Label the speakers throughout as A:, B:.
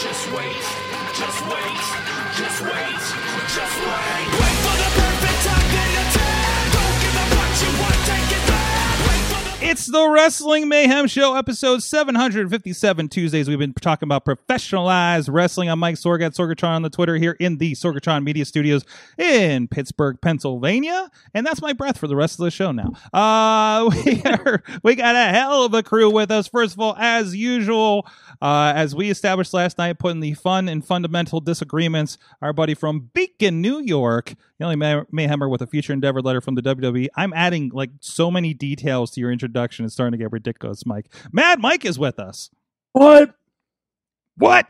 A: just wait, just wait, just wait, just wait. Wait for the perfect time then attack. Don't give up what you want, take it back. Wait for the
B: It's the Wrestling Mayhem Show, episode 757. Tuesdays, we've been talking about professionalized wrestling. I'm Mike Sorg at Sorgatron on the Twitter here in the Sorgatron Media Studios in Pittsburgh, Pennsylvania. And that's my breath for the rest of the show now. Uh, we, are, we got a hell of a crew with us. First of all, as usual, uh, as we established last night, putting the fun and fundamental disagreements, our buddy from Beacon, New York, the only May- Mayhemmer with a future endeavor letter from the WWE. I'm adding like so many details to your introduction. It's starting to get ridiculous, Mike. Mad Mike is with us.
C: What?
B: What?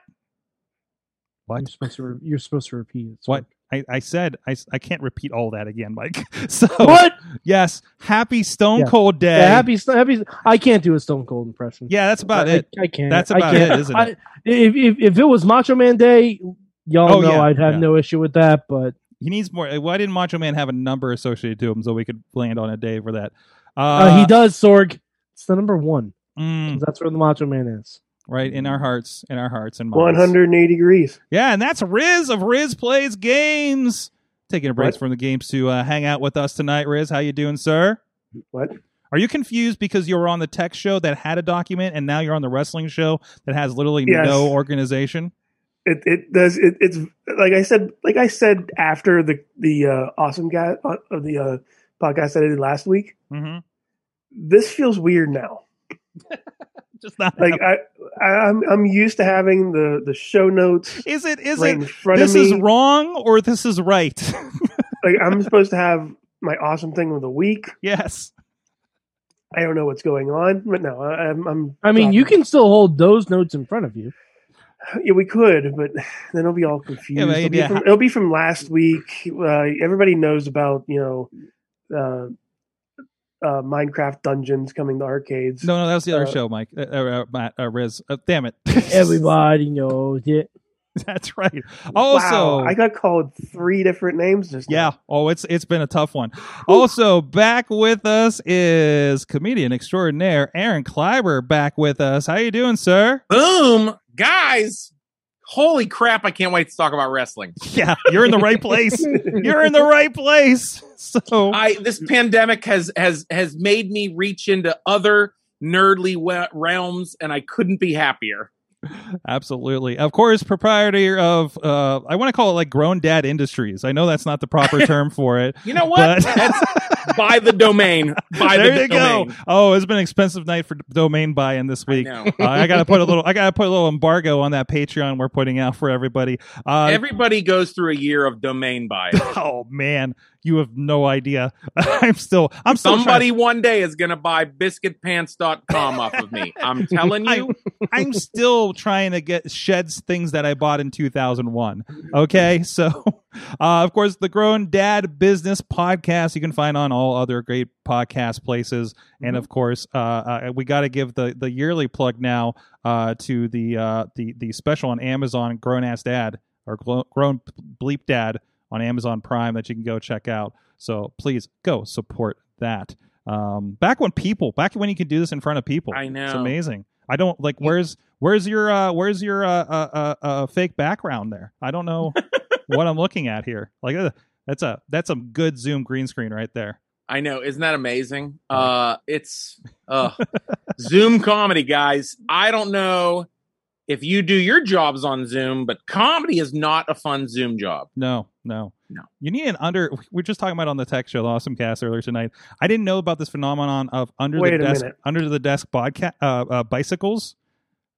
B: What?
D: You're supposed to, re- you're supposed to repeat it.
B: What? I, I said I, s- I can't repeat all that again, Mike. So
D: What?
B: yes, happy Stone
D: Yeah.
B: Cold Day.
D: Yeah, happy, Sto- happy. I can't do a Stone Cold impression.
B: Yeah, that's about
D: I,
B: it.
D: I, I can't.
B: That's
D: I
B: about
D: can't.
B: it, isn't it?
D: I, if, if if it was Macho Man Day, y'all
B: Oh,
D: know
B: yeah,
D: I'd have
B: yeah.
D: no issue with that. But
B: He needs more. uh, Why didn't Macho Man have a number associated to him so we could land on a day for that? Uh,
D: uh, he does Sorg. It's the number one.
B: mm,
D: That's where the Macho Man is.
B: right in our hearts, in our hearts, and minds.
C: 180 degrees.
B: Yeah, and that's Riz of Riz Plays Games. Taking a break
C: What?
B: from the games to uh, hang out with us tonight, Riz. How you doing, sir?
C: What?
B: Are you confused because you were on the tech show that had a document and now you're on the wrestling show that has literally
C: Yes.
B: no organization?
E: it it does it, it's like I said like I said after the the uh, awesome guy uh, of the uh, podcast that I did last week.
B: Mm-hmm.
E: This feels weird now.
B: Just not.
E: Like I, I I'm I'm used to having the the show notes
B: is it? Is
E: right in
B: it?
E: front
B: This
E: of
B: is
E: me.
B: wrong or this is right?
E: like I'm supposed to have my awesome thing of the week.
B: yes.
E: I don't know what's going on, but no, I, I'm, I'm.
D: I mean, you can still hold those notes in front of you.
E: Yeah, we could, but then it'll be all confused.
B: Yeah, but
E: it'll, be
B: yeah.
E: from, it'll be from last week. Uh, everybody knows about you know uh, uh, Minecraft dungeons coming to arcades.
B: No, no, that was the other
E: Uh,
B: show, Mike. Uh, uh, uh, Matt, uh, Riz. Uh, damn it.
D: Everybody knows it.
B: That's right. Also,
E: wow, I got called three different names just
B: Yeah. Oh, it's it's been a tough one. Also, back with us is comedian extraordinaire Aaron Kleiber. Back with us. How you doing, sir?
F: Boom, guys! Holy crap! I can't wait to talk about wrestling.
B: Yeah, you're in the right place. You're in the right place. So
F: I this pandemic has has has made me reach into other nerdly we- realms, and I couldn't be happier.
B: absolutely, of course, proprietor of uh, I want to call it like grown dad industries. I know that's not the proper term for it.
F: You know
B: But-
F: what? That's by the domain. By
B: there
F: the
B: you
F: domain.
B: go. Oh, it's been an expensive night for domain buy-in this week.
F: I know.
B: Uh, I gotta put a little. I gotta put a little embargo on that Patreon we're putting out for everybody. Uh,
F: Everybody goes through a year of domain buy.
B: oh man, you have no idea. I'm still, I'm still
F: Somebody one day is going to buy biscuitpants.com off of me. I'm telling
B: I-
F: you.
B: Trying, I'm still trying to get sheds things that I bought in 2001. Okay, so uh, of course the Grown Dad Business podcast you can find on all other great podcast places,
F: Mm-hmm.
B: and of course uh, uh, we got to give the the yearly plug now uh, to the uh, the the special on Amazon Grown Ass Dad or Glo- Grown Bleep Dad on Amazon Prime that you can go check out. So please go support that. Um, back when people, back when you could do this in front of people,
F: I know.
B: it's amazing. I don't like where's where's your uh, where's your uh, uh, uh, uh, fake background there? I don't know what I'm looking at here. Like uh, that's a that's a good zoom green screen right there.
F: I know, isn't that amazing?
B: Uh-huh.
F: Uh it's uh Zoom comedy, guys. I don't know if you do your jobs on Zoom, but comedy is not a fun Zoom job.
B: No, no,
F: No.
B: You need an under. We were just talking about on the tech show, the Awesome Cast earlier tonight. I didn't know about this phenomenon of under
E: Wait
B: the
E: a
B: desk
E: minute.
B: under the desk podca- uh, uh, bicycles.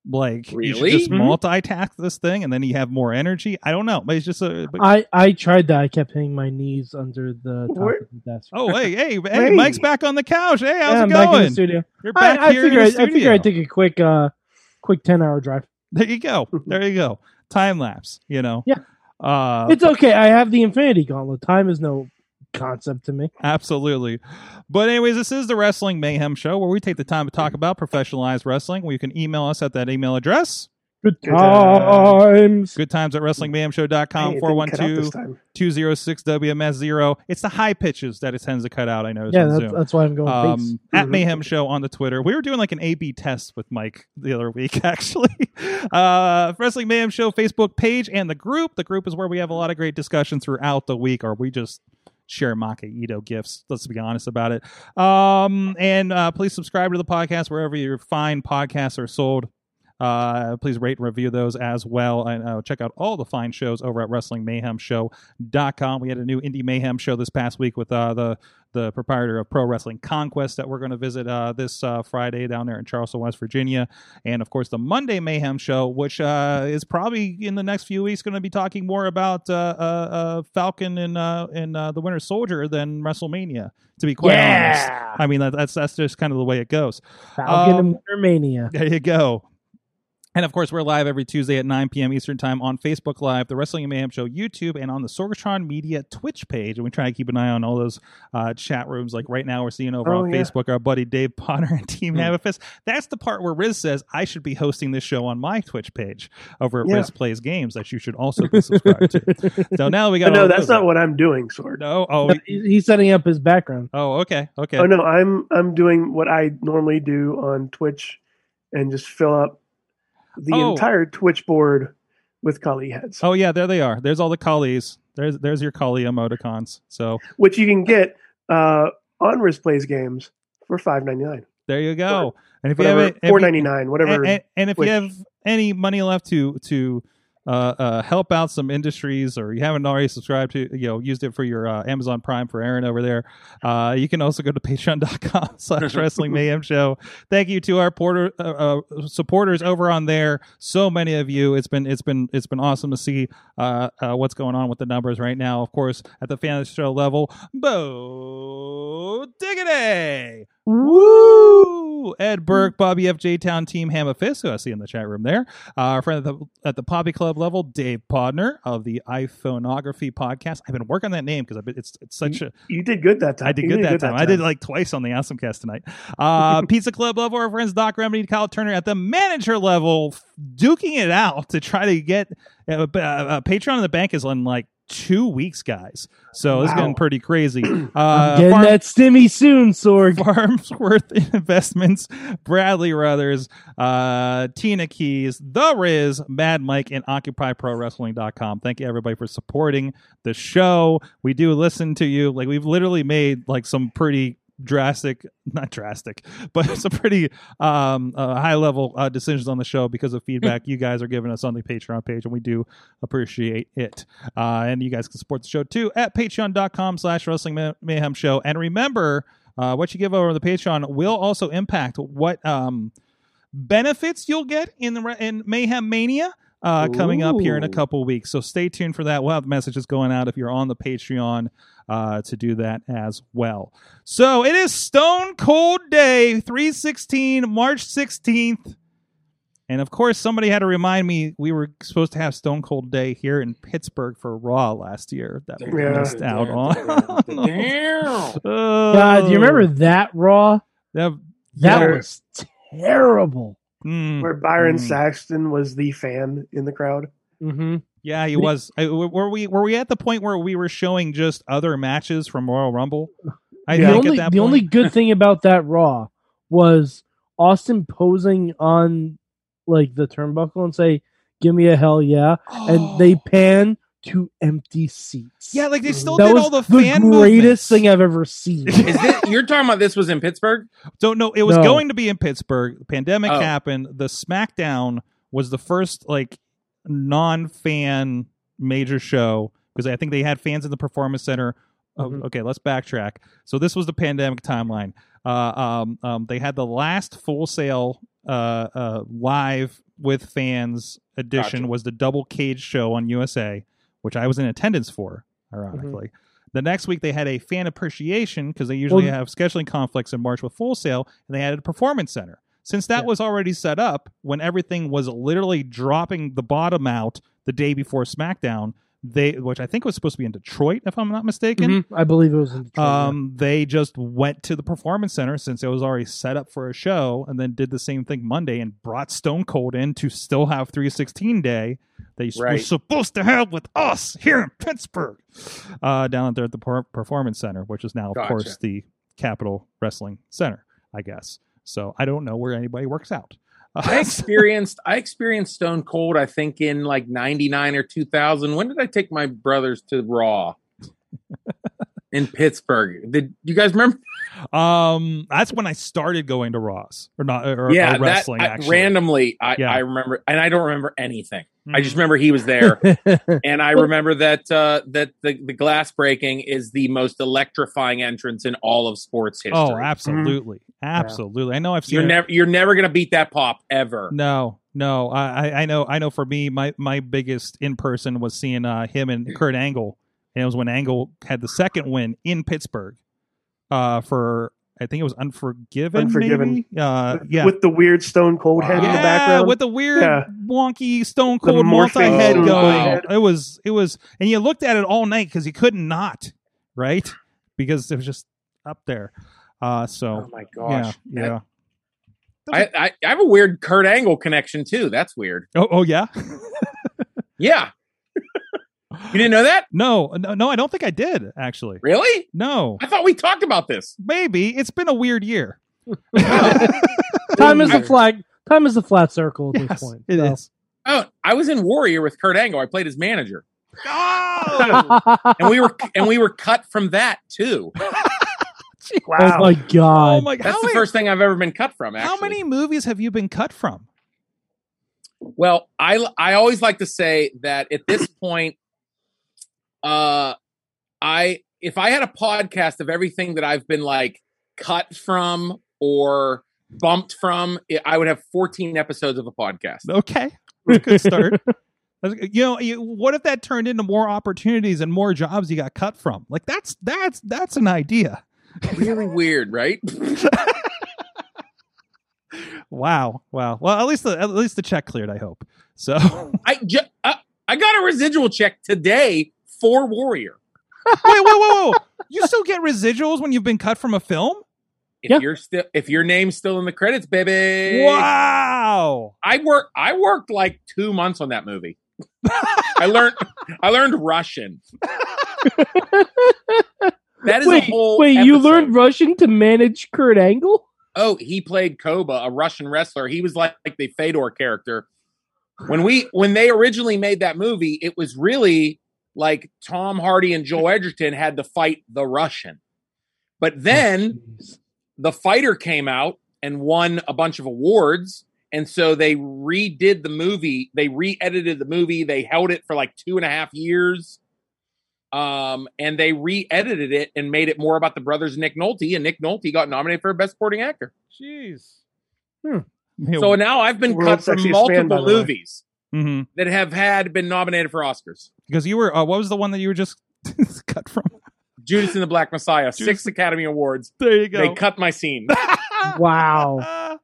B: Like you should
F: Really?
B: just
F: Mhm.
B: multitask this thing, and then you have more energy. I don't know, but it's just a. but-
D: I I tried that. I kept hitting my knees under the top
E: Where-
D: of the desk.
B: oh hey hey hey!
E: Hey.
B: Mike's back on the couch. Hey, how's
D: Yeah,
B: it
D: I'm
B: going?
D: Back in the studio.
B: You're back
D: I, I
B: here. in
D: figure I,
B: the
D: I figure
B: studio.
D: I'd take a quick uh quick ten hour drive.
B: There you go. There you go. Time lapse, you know.
D: Yeah.
B: Uh,
D: It's okay. I have the Infinity Gauntlet. Time is no concept to me.
B: Absolutely. But anyways, this is the Wrestling Mayhem Show where we take the time to talk about professionalized wrestling. You can email us at that email address.
D: Good
E: Good, uh,
D: times.
B: Good times at wrestlingmayhemshow.com,
E: Hey, it didn't cut out this
B: 412
E: time.
B: 206 WMS0. It's the high pitches that it tends to cut out, I noticed
D: Yeah,
B: on
D: that's,
B: Zoom.
D: that's why I'm going. face.
B: Um, at
E: Mhm.
B: Mayhem Show on the Twitter. We were doing like an A B test with Mike the other week, actually. Uh, Wrestling Mayhem Show Facebook page and the group. The group is where we have a lot of great discussion throughout the week, or we just share Maka Ito gifts. Let's be honest about it. Um, and uh, please subscribe to the podcast wherever your fine podcasts are sold. Uh, please rate and review those as well. And uh, check out all the fine shows over at WrestlingMayhemShow.com. We had a new Indie Mayhem show this past week with uh, the the proprietor of Pro Wrestling Conquest that we're going to visit uh, this uh, Friday down there in Charleston, West Virginia. And of course, the Monday Mayhem Show, which uh, is probably in the next few weeks going to be talking more about uh, uh, uh, Falcon and, uh, and uh, the Winter Soldier than WrestleMania, to be quite honest.
D: yeah.
B: I mean, that, that's, that's just kind of the way it goes.
D: Falcon
B: Um,
D: and Winter Mania.
B: There you go. And of course, we're live every Tuesday at 9 p.m. Eastern Time on Facebook Live, the Wrestling and Mayhem Show YouTube, and on the Sorgatron Media Twitch page. And we try to keep an eye on all those uh, chat rooms. Like right now, we're seeing over
E: Oh,
B: on
E: yeah. Hmm.
B: Facebook our buddy Dave Potter and Team Navifist. That's the part where Riz says, I should be hosting this show on my Twitch page over at
E: Yeah.
B: Riz Plays Games that you should also be subscribed to. So now we got.
E: But no,
B: all
E: that's
B: those.
E: not what I'm doing, Sword.
B: No? Oh,
D: No, he- He's setting up his background.
B: oh okay. Okay.
E: Oh no, I'm I'm doing what I normally do on Twitch, and just fill up the
B: Oh.
E: entire Twitch board with Kali heads,
B: Oh, yeah, there they are. There's all the collies. There's, there's your collie emoticons. So
E: which you can get uh, on Riz Plays games for five ninety nine,
B: There you go. and if you have
E: whatever
B: a-
E: four
B: if you-
E: ninety nine, whatever.
B: and, and, and if
E: Twitch.
B: you have any money left to to uh, uh, help out some industries, or you haven't already subscribed to, you know, used it for your uh, Amazon Prime for Aaron over there, uh, you can also go to Patreon.com/slash Wrestling Mayhem Show. Thank you to our porter, uh, uh, supporters over on there. So many of you. It's been it's been it's been awesome to see uh, uh, what's going on with the numbers right now. Of course, at the fan of the show level, Bo Diggity. Woo! Ed
E: Mm.
B: Burke, Bobby F. J. Town Team Hammer Fist, who I see in the chat room there. Uh, our friend at the, at the Poppy Club level, Dave Podner of the iPhoneography podcast. I've been working on that name because it's, it's such a.
E: you did good that time.
B: I did
E: You
B: good, that, time. I did like twice on the Awesome Cast tonight. Uh, Pizza Club level, our friends Doc Remedy, Kyle Turner at the manager level, f- duking it out to try to get uh, uh, uh, Patreon in the bank is on like two weeks, guys. So it's
E: Wow.
B: getting pretty crazy. Uh,
D: Getting
B: Farm-
D: that stimmy soon, Sorg.
B: Farmsworth Investments, Bradley Ruthers, uh, Tina Keys, The Riz, Mad Mike, and OccupyProWrestling.com. Thank you, everybody, for supporting the show. We do listen to you. Like, we've literally made, like, some pretty drastic not drastic but some pretty um uh, high level uh, decisions on the show because of feedback you guys are giving us on the patreon page and we do appreciate it uh and you guys can support the show too at patreon.com slash wrestling May- mayhem show and remember uh, what you give over the Patreon will also impact what um, benefits you'll get in the re- in Mayhem Mania uh, coming up here in a
F: Ooh.
B: couple weeks. So stay tuned for that. We'll have messages going out if you're on the Patreon uh, to do that as well. So it is Stone Cold Day, three sixteen, March sixteenth. And of course, somebody had to remind me we were supposed to have Stone Cold Day here in Pittsburgh for Raw last year that we
E: Yeah.
B: missed out on. Uh,
F: Damn.
B: Oh.
D: God, do you remember that Raw?
B: That,
D: That
E: Yeah.
D: was terrible.
B: Mm.
E: Where Byron
B: Mm.
E: Saxton was the fan in the crowd.
D: Mm-hmm.
B: Yeah, he was. I, w- were we were we at the point where we were showing just other matches from Royal Rumble? I
E: Yeah.
D: the
B: think
D: only,
B: at that
D: the
B: point.
D: only good thing about that Raw was Austin posing on like the turnbuckle and say, "Give me a hell yeah," and they pan to empty seats.
B: Oh. yeah, like they still
D: that
B: did
D: was
B: all the,
D: the
B: fan
D: greatest
B: movements.
D: thing I've ever seen.
F: Is this, you're talking about this was in Pittsburgh?
B: Don't know. It was
D: No.
B: going to be in Pittsburgh. The pandemic
F: Oh.
B: happened. The SmackDown was the first like non-fan major show because I think they had fans in the Performance Center. Oh,
D: Mhm.
B: Okay, let's backtrack. So this was the pandemic timeline. Uh, um, um, they had the last full sale uh, uh, live with fans edition
F: Gotcha.
B: was the double cage show on USA, which I was in attendance for, ironically. The next week they had a fan appreciation because they usually
D: Well-
B: have scheduling conflicts in March with Full Sail, and they had a performance center. Since that
D: Yeah.
B: was already set up when everything was literally dropping the bottom out the day before SmackDown, they which I think was supposed to be in Detroit, if I'm not mistaken.
D: Mm-hmm. I believe it was in Detroit.
B: Um, they just went to the performance center since it was already set up for a show, and then did the same thing Monday and brought Stone Cold in to still have 316 Day. They were
F: Right.
B: supposed to have with us here in Pittsburgh, uh, down there at the per- performance center, which is now, of
F: Gotcha.
B: course, the Capital Wrestling Center, I guess. So I don't know where anybody works out. Uh,
F: I experienced I experienced Stone Cold. I think in like '99 or 2000. When did I take my brothers to Raw in Pittsburgh? Did you guys remember?
B: um, that's when I started going to Raws or not or,
F: yeah,
B: or wrestling.
F: that I-
B: actually,
F: randomly. I,
B: Yeah.
F: I remember, and I don't remember anything. I
B: Mhm.
F: just remember he was there,
B: Oh,
F: and I remember that uh, that the, the glass breaking is the most electrifying entrance in all of sports history.
B: Oh, absolutely, absolutely. I know I've seen
F: Mm-hmm. You're
B: it-
F: never you're never gonna beat that pop ever.
B: No, no. I, I- I know. I know. For me, my my biggest in person was seeing uh, him and Kurt Angle, and it was when Angle had the second win in Pittsburgh uh, for I think it was Unforgiven.
E: Unforgiven.
B: maybe? Uh, yeah.
E: with the weird Stone Cold head in
B: yeah,
E: the background.
B: with the weird,
E: Yeah.
B: wonky, stone cold multi
E: morphing
B: head
F: Stone
B: going.
F: Cold.
B: It was, it was, and you looked at it all night because you couldn't not, right? Because it was just up there. Uh,
F: Oh
B: so
F: my gosh.
B: yeah, yeah.
F: I, I, I have a weird Kurt Angle connection too. That's weird.
B: Oh, oh yeah.
F: Yeah. you didn't know that?
B: No, no, no, I don't think I did actually.
F: Really?
B: No,
F: I thought we talked about this.
B: maybe it's been a weird year.
D: time is a flag. Time is a flat circle at this point.
B: it
D: so.
B: is.
F: Oh, I was in Warrior with Kurt Angle. I played his manager.
B: Oh,
F: And we were and we were cut from that too.
D: oh
E: wow.
D: my god!
B: my god!
F: That's
B: How,
F: the
B: many-
F: first thing I've ever been cut from, actually.
B: how many movies have you been cut from?
F: Well, I I always like to say that at this point, uh, I if I had a podcast of everything that I've been like cut from or bumped from, i I would have 14 episodes of a podcast.
B: Okay, that's a good start. That's- you know, you, what if that turned into more opportunities and more jobs you got cut from? Like that's that's that's an idea.
F: Really weird, right?
B: Wow, wow. Well, at least the at least the check cleared. I hope so.
F: I ju- uh, I got a residual check today for Warrior.
B: wait, wait, wait, wait. You still get residuals when you've been cut from a film?
F: If
D: Yeah.
F: you're still if your name's still in the credits, baby.
B: Wow.
F: I work I worked like 2 months on that movie. I learned I learned Russian. that is
D: wait,
F: a whole
D: wait! You
F: episode.
D: learned Russian to manage Kurt Angle?
F: Oh, he played Koba, a Russian wrestler. He was like, like the Fedor character. When we when they originally made that movie, it was really like Tom Hardy and Joel Edgerton had to fight the Russian. But then the fighter came out and won a bunch of awards and so they redid the movie they re-edited the movie they held it for like two and a half years um, and they re-edited it and made it more about the brothers nick nolte and nick nolte got nominated for best supporting actor
B: Jeez.
F: so now i've been
E: World's
F: cut from
E: Sexiest Man,
F: multiple
E: by the way.
F: movies
B: mm-hmm.
F: that have had been nominated for oscars
B: because you were uh, what was the one that you were just cut from?
F: judas and the black messiah six
B: Judas-
F: academy awards
B: There you
F: they cut my scene
D: Wow!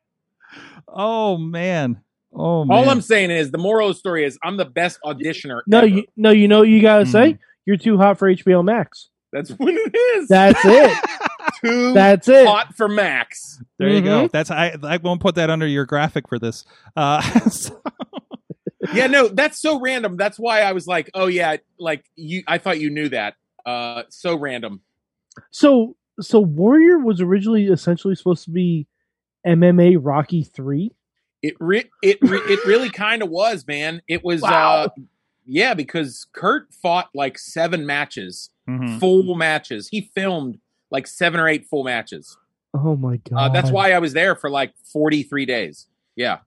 B: oh man. Oh man.
F: all i'm saying is the moral of the story is i'm the best auditioner
D: No,
F: ever.
D: you, no, you know what you gotta
B: Hmm.
D: say. You're too hot for HBO Max.
F: that's what it is
D: That's it.
F: Too
D: That's it.
F: hot for Max.
B: there you
D: Mhm.
B: go. Mm-hmm. That's I I won't put that under your graphic for this. Uh so-
F: Mm-hmm. Yeah, no, that's so random. That's why I was like, oh yeah, like you. I thought you knew that. Uh, so random.
D: So, so Warrior was originally essentially supposed to be MMA Rocky Three.
F: It re- it re- it really kind of was, man. It was. uh Yeah, because Kurt fought like seven matches,
D: Mm-hmm.
B: Mhm.
F: full matches. He filmed like seven or eight full matches.
D: Oh my god!
F: Uh, that's why I was there for like forty three days. Yeah,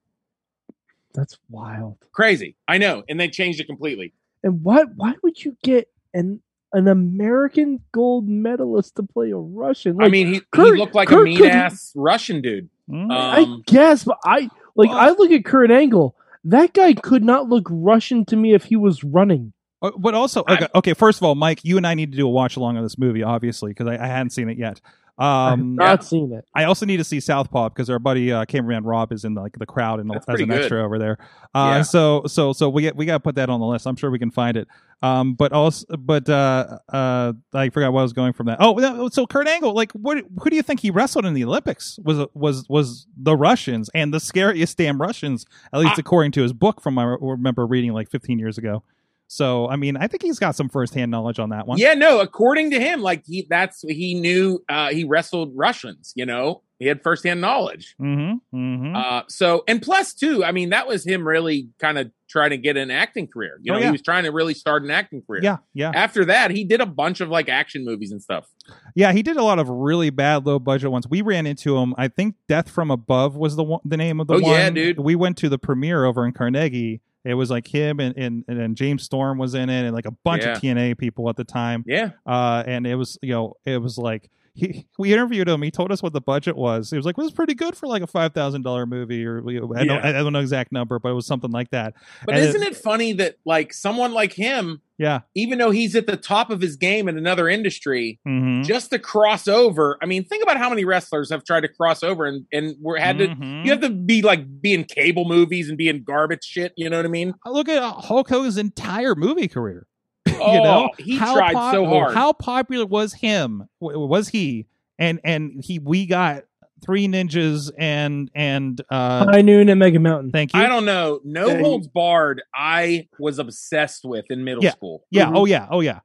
D: That's wild.
F: crazy. I know. And they changed it completely.
D: And why? Why would you get an an American gold medalist to play a Russian?
F: I
D: Like,
F: mean, he,
D: Kurt-
F: he looked like a
D: Kurt
F: mean
D: could-
F: ass Russian dude.
B: Mm.
F: Um,
D: I guess, but I like
B: Well-
D: I look at Kurt Angle. That guy could not look Russian to me if he was running.
B: Uh, But also,
F: I'm-
B: okay, okay, first of all, Mike, you and I need to do a watch along of this movie, obviously, because I, I hadn't seen it yet. Um,
D: Not seen it.
B: I also need to see Southpaw because our buddy uh, cameraman Rob is in like the crowd and
F: That's
B: as
F: pretty
B: an
F: good.
B: extra over there. Uh,
F: Yeah.
B: So so so we get, we got to put that on the list. I'm sure we can find it. Um, but also, but uh, uh, I forgot what I was going from that. Oh, no, so Kurt Angle, like, what? Who do you think he wrestled in the Olympics? Was was was the Russians and the scariest damn Russians, at least
F: I-
B: according to his book from I remember reading like 15 years ago. So I mean, I think he's got some firsthand knowledge on that one.
F: Yeah, no, according to him, like he that's he knew uh he wrestled Russians, you know. He had firsthand knowledge.
B: Mm-hmm. Mm-hmm.
F: Uh so and plus too, I mean, that was him really kind of trying to get an acting career. You
B: Oh,
F: know,
B: yeah.
F: he was trying to really start an acting career.
B: yeah. Yeah.
F: After that, he did a bunch of like action movies and stuff.
B: Yeah, he did a lot of really bad low budget ones. We ran into him. I think Death from Above was the one, the name of the
F: Oh,
B: one.
F: yeah, dude.
B: We went to the premiere over in Carnegie. It was like him and and, and then James Storm was in it, and like a bunch of TNA people at the time.
F: Yeah.
B: Uh, and it was you know it was like he we interviewed him. He told us what the budget was. He was like, "Well, "This is pretty good for like a five thousand dollar movie," or we- I don't
F: Yeah.
B: I don't know exact number, but it was something like that.
F: But
B: And it-
F: isn't it funny that like someone like him,
B: Yeah.
F: even though he's at the top of his game in another industry,
B: Mm-hmm.
F: just to cross over. I mean, think about how many wrestlers have tried to cross over and and were had to.
B: Mm-hmm.
F: You have to be like be in cable movies and be in garbage shit. You know what I mean?
B: look at uh, Hulk Hogan's entire movie career.
F: Oh,
B: you know
F: he tried
B: pop-
F: so hard.
B: how popular was him w- was he and and he we got three ninjas and and uh
D: High Noon and Mega Mountain.
B: thank you
F: I don't know. No
E: Yeah, he-
F: holds barred. I was obsessed with in middle
B: Yeah.
F: school. Mm-hmm.
B: yeah
E: Mhm.
B: oh yeah oh yeah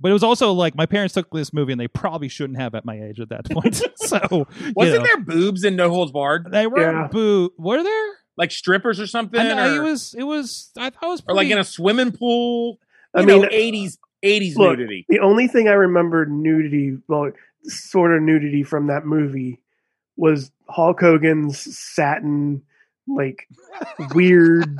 B: but it was also like my parents took this movie and they probably shouldn't have at my age at that point so you
F: Wasn't
B: know.
F: there boobs in No Holds Barred,
B: they were
E: Yeah.
B: boo were there
F: like strippers or something,
B: I know,
F: or,
B: it was it was i thought it was
F: or
B: pretty,
F: like in a swimming pool?
E: I
F: You
E: mean,
F: know, eighties eighties
E: look,
F: nudity.
E: the only thing I remember nudity, well, sort of nudity from that movie was Hulk Hogan's satin, like weird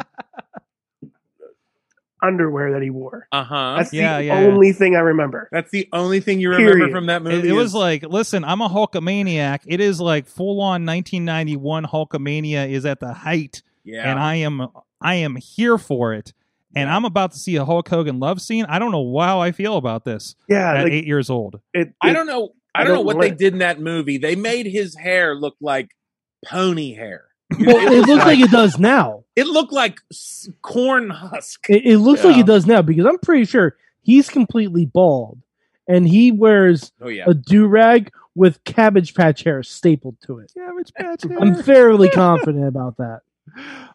E: underwear that he wore.
F: Uh huh.
E: That's
B: Yeah,
E: the
B: yeah, yeah.
E: only thing I remember.
F: That's the only thing you remember
E: Period.
F: from that
B: It,
F: movie.
B: it was
F: is-
B: like, listen, I'm a Hulkamaniac. It is like full on 1991 Hulkamania is at the height.
F: yeah.
B: and I am I am here for it. And I'm about to see a Hulk Hogan love scene. I don't know how I feel about this
E: Yeah,
B: at
E: like
B: eight years old.
E: it, it-
F: I don't know. I
E: I
F: don't know
E: don't
F: what they
E: like-
F: did in that movie. They made his hair look like pony hair.
D: Well, it looks like it does now.
F: It looked like s- corn husk.
D: It, it looks like
E: Yeah.
D: it does now because I'm pretty sure he's completely bald, and he wears
F: Oh yeah.
D: a do rag with Cabbage Patch hair stapled to it.
B: Cabbage patch
D: I'm fairly confident about that.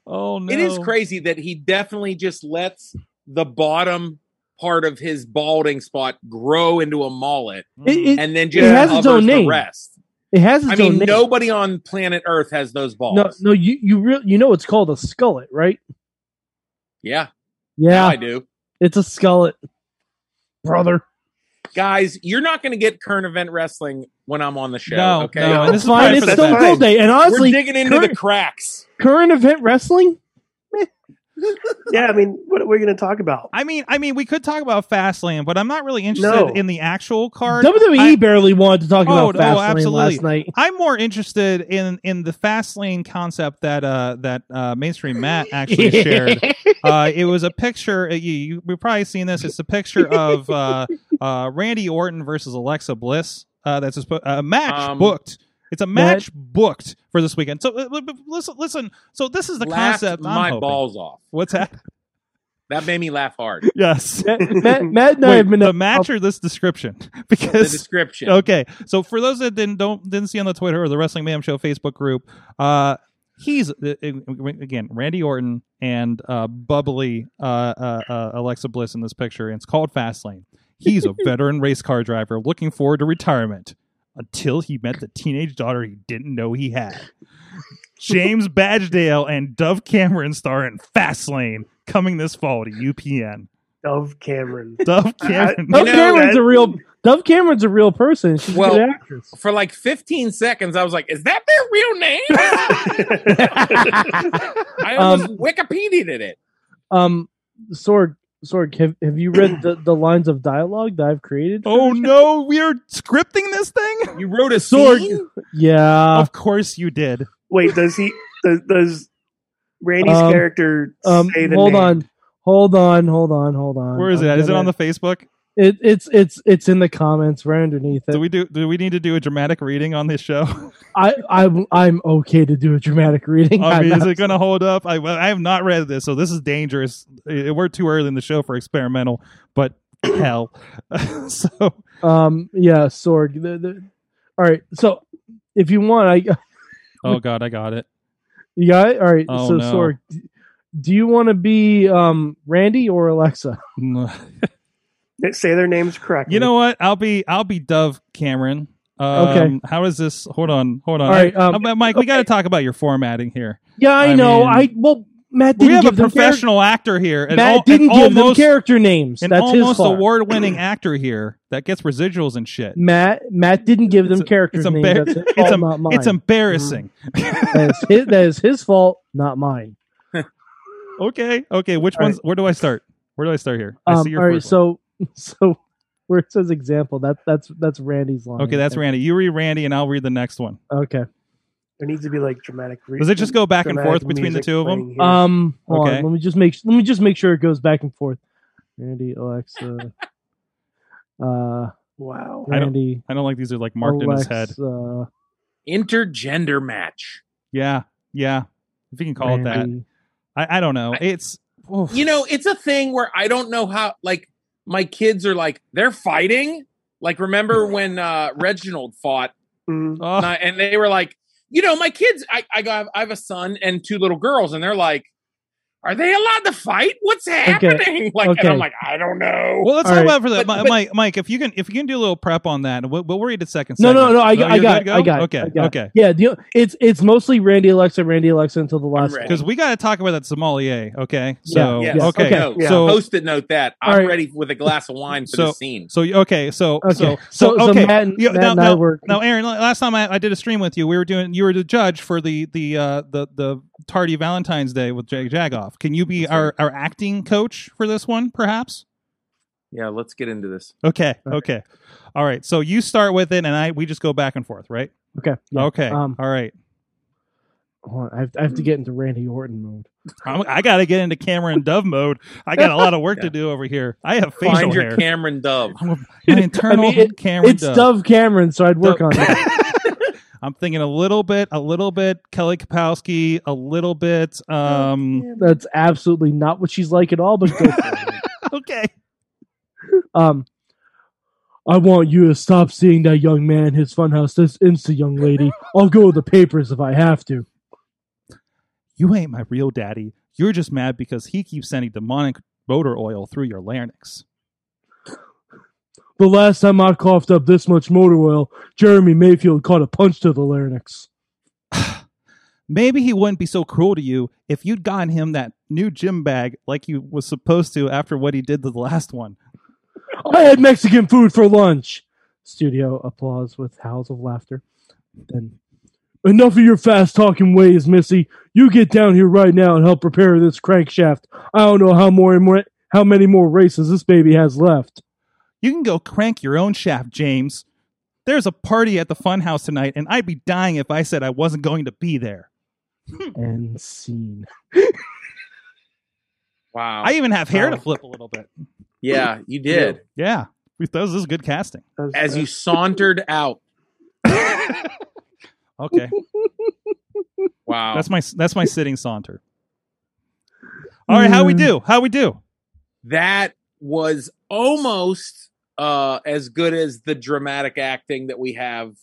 B: Oh no,
F: It is crazy that he definitely just lets the bottom part of his balding spot grow into a mullet
B: Mm.
D: It, it,
F: and then just
D: has
F: covers
D: its own name.
F: the rest.
D: it has its
F: I mean,
D: own name.
F: nobody on planet Earth has those balls.
D: no, no, you you real you know it's called a skullet, right?
F: Yeah, now
D: Yeah,
F: I do.
D: it's a skullet, brother.
F: Guys, you're not going to get current event wrestling when I'm on the show.
B: No,
F: okay,
B: no, and
D: That's
B: this is
D: fine.
B: part
D: It's
B: of the
D: Stone
B: fact.
D: Cold Day, and
F: we're
D: honestly,
F: digging into
D: current-
F: the cracks.
D: current event wrestling.
E: yeah, I mean, what are we going to talk about?
B: I mean, I mean, we could talk about Fastlane, but I'm not really interested
E: No.
B: in the actual card.
F: E
D: WWE
B: I-
D: E barely wanted to talk
B: Oh,
D: about
B: no,
D: Fastlane
B: absolutely.
D: last night.
B: I'm more interested in in the Fastlane concept that uh that uh mainstream Matt actually shared. uh, it was a picture. uh, You, you we've probably seen this. It's a picture of uh, uh, Randy Orton versus Alexa Bliss. Uh, that's a, sp- a match
F: Um,
B: booked. It's a match booked for this weekend. So uh, but- but listen, listen. So this is the
F: laughed
B: concept. I'm
F: my
B: hoping.
F: balls off.
B: What's that?
F: That made me laugh hard.
B: Yes.
D: Matt, Matt and I
B: Wait,
D: have been
B: the match or this description?
F: The
B: Because
F: description.
B: Okay, so for those that didn't don't didn't see on the Twitter or the Wrestling Mayhem Show Facebook group, uh, he's uh, again Randy Orton and uh, bubbly uh, uh, uh, Alexa Bliss in this picture, and it's called Fastlane. He's a veteran race car driver looking forward to retirement until he met the teenage daughter he didn't know he had. James Badgedale and Dove Cameron star in Fastlane coming this fall to UPN.
E: Dove Cameron.
B: Dove Cameron.
D: Dove
E: You know,
D: Cameron's
E: that-
D: a real Dove Cameron's a real person. She's
F: Well-
D: a good actress.
F: For like 15 seconds, I was like, is that their real name? I almost
B: Um,
F: Wikipedia'd it.
D: Um, Sword, Sword, have, have you read the, the lines of dialogue that I've created?
B: Oh no, we're scripting this thing?
F: You wrote a
D: Sword.
F: scene?
D: Yeah.
B: of course you did.
E: Wait, does he? Does, does Randy's
D: Um,
E: character
D: Um,
E: say the
D: hold
E: name?
D: on, hold on, hold on, hold on.
B: Where is
D: I'm
B: it? Is it
D: gonna-
B: on the Facebook?
D: It, it's it's it's in the comments right underneath it.
B: Do we do? Do we need to do a dramatic reading on this show?
D: I I I'm okay to do a dramatic reading.
B: I mean,
D: I'm
B: is it
D: abs-
B: going to hold up? I, well, I have not read this, so this is dangerous. I- We're too early in the show for experimental, but hell. so
D: Um, yeah, Sorg. The, the, all right, so if you want, I
B: oh god, I got it.
D: you got it. All right,
B: Oh,
D: so
B: no.
D: Sorg, d- do you want to be um Randy or Alexa?
E: They say their names correctly.
B: You know what? I'll be I'll be Dove Cameron. Um,
D: Okay.
B: How does this? Hold on, hold on.
D: All right, um,
B: Uh, but Mike, we got to talk about your formatting here.
D: Yeah, I,
B: I
D: know.
B: mean,
D: I well, Matt
B: We
D: didn't
B: have a
D: give them charac-
B: professional actor here, and
D: Matt didn't give them character names.
B: an
D: That's his
B: almost
D: fault.
B: award-winning actor here that gets residuals and shit.
D: Matt Matt didn't give them
B: It's-
D: character
B: it's
D: names.
B: embar-
D: That's his
B: it's
D: fault,
B: em-
D: not mine.
B: It's embarrassing.
D: that, is his, that is his fault, not mine.
B: Okay, okay. Which
D: All
B: ones? Where do I start? Where do I start here? I
D: Um, all right,
B: first one.
D: so so where it says example, that that's that's Randy's line.
B: Okay, that's Randy. You read Randy, and I'll read the next one.
D: Okay.
E: there needs to be like dramatic. Re-
B: Does it just go back and
E: dramatic
B: forth between the
E: music
B: two of them?
E: playing here.
D: Um, hold
B: Okay.
D: on. Let me just make let me just make sure it goes back and forth. Randy, Alexa, uh,
E: wow.
B: I don't-
D: Randy,
B: I don't like these are like marked
D: Alexa.
B: in his head.
F: Intergender match.
B: Yeah, yeah. If you can call it
D: Randy.
B: that, I, I don't know. It's oof.
F: You know, it's a thing where I don't know how. Like my kids are like they're fighting. Like remember when uh, Reginald fought,
E: Mm,
B: Oh,
F: and, I- and they were like, you know, my kids. I I, got, I have a son and two little girls, and they're like, are they allowed to fight? What's happening? Like, and
D: Okay.
F: I'm like, I don't know.
B: well, let's
D: all
B: talk
D: right.
B: about for that,
F: But-
B: Mi-
F: but-
B: Mike. Mike, if you can, if you can do a little prep on that, we'll, we'll read it second.
D: No, no,
B: segment.
D: no. I,
B: No,
D: I
B: you're
D: got,
B: good
D: it,
B: to
D: I
B: go?
D: got, it,
B: Okay,
D: I got it.
B: okay.
D: Yeah, the, it's it's mostly Randy Alexa, Randy Alexa until the last.
F: ready.
B: Because we got to talk about that sommelier. Okay, so
D: Yeah,
F: Yes.
D: yeah.
B: okay,
D: Okay.
F: No,
E: Yeah.
B: so
F: post-it note that I'm
D: All right.
F: ready with a glass of wine for
B: So-
F: the scene.
B: So okay, so
D: Okay.
B: so
D: So- so
B: okay.
D: Matt and-
B: You-
D: Matt
B: now,
D: and I
B: now,
D: were-
B: now, Aaron, la- last time I, I did a stream with you, we were doing you were the judge for the the uh, the the tardy Valentine's Day with Jag Jagoff. Can you be our, our acting coach for this one, perhaps?
F: Yeah, let's get into this.
B: Okay,
D: Okay.
B: okay, all right. So you start with it, and I we just go back and forth, right?
D: Okay. Yeah.
B: Okay,
D: Um,
B: all right.
D: Hold on, I have, I have to get into Randy Orton mode.
B: I'm, I got to get into Cameron Dove mode. I got a lot of work to
F: Yeah.
B: do over here. I have facial
F: Find your
B: hair.
F: Cameron Dove.
B: I'm a- my internal
D: it-
B: Cameron
D: it's Dove Cameron, so I'd work
B: Dove-
D: on that.
B: I'm thinking a little bit, a little bit Kelly Kapowski, a little bit. Um,
D: That's absolutely not what she's like at all. But go for it.
B: okay.
D: Um, I want you to stop seeing that young man, his funhouse, this insta young lady. I'll go with the papers if I have to.
B: You ain't my real daddy. You're just mad because he keeps sending demonic motor oil through your larynx.
D: The last time I coughed up this much motor oil, Jeremy Mayfield caught a punch to the larynx.
B: Maybe he wouldn't be so cruel to you if you'd gotten him that new gym bag like you was supposed to after what he did to the last one.
D: I had Mexican food for lunch. Studio applause with howls of laughter. Then, enough of your fast talking ways, Missy. You get down here right now and help repair this crankshaft. I don't know how more and more, how many more races this baby has left.
B: You can go crank your own shaft, James. There's a party at the funhouse tonight, and I'd be dying if I said I wasn't going to be there.
E: Hmm.
D: And scene.
F: Wow.
B: I even have hair to
E: Wow.
B: flip a little bit.
F: yeah, you did.
B: Yeah. That was, this is good casting.
E: that was-
F: As you sauntered out.
B: Okay.
F: Wow.
B: That's my that's my sitting saunter. All right, how
E: Hmm.
B: we do? How we do?
F: that was almost uh, as good as the dramatic acting that we have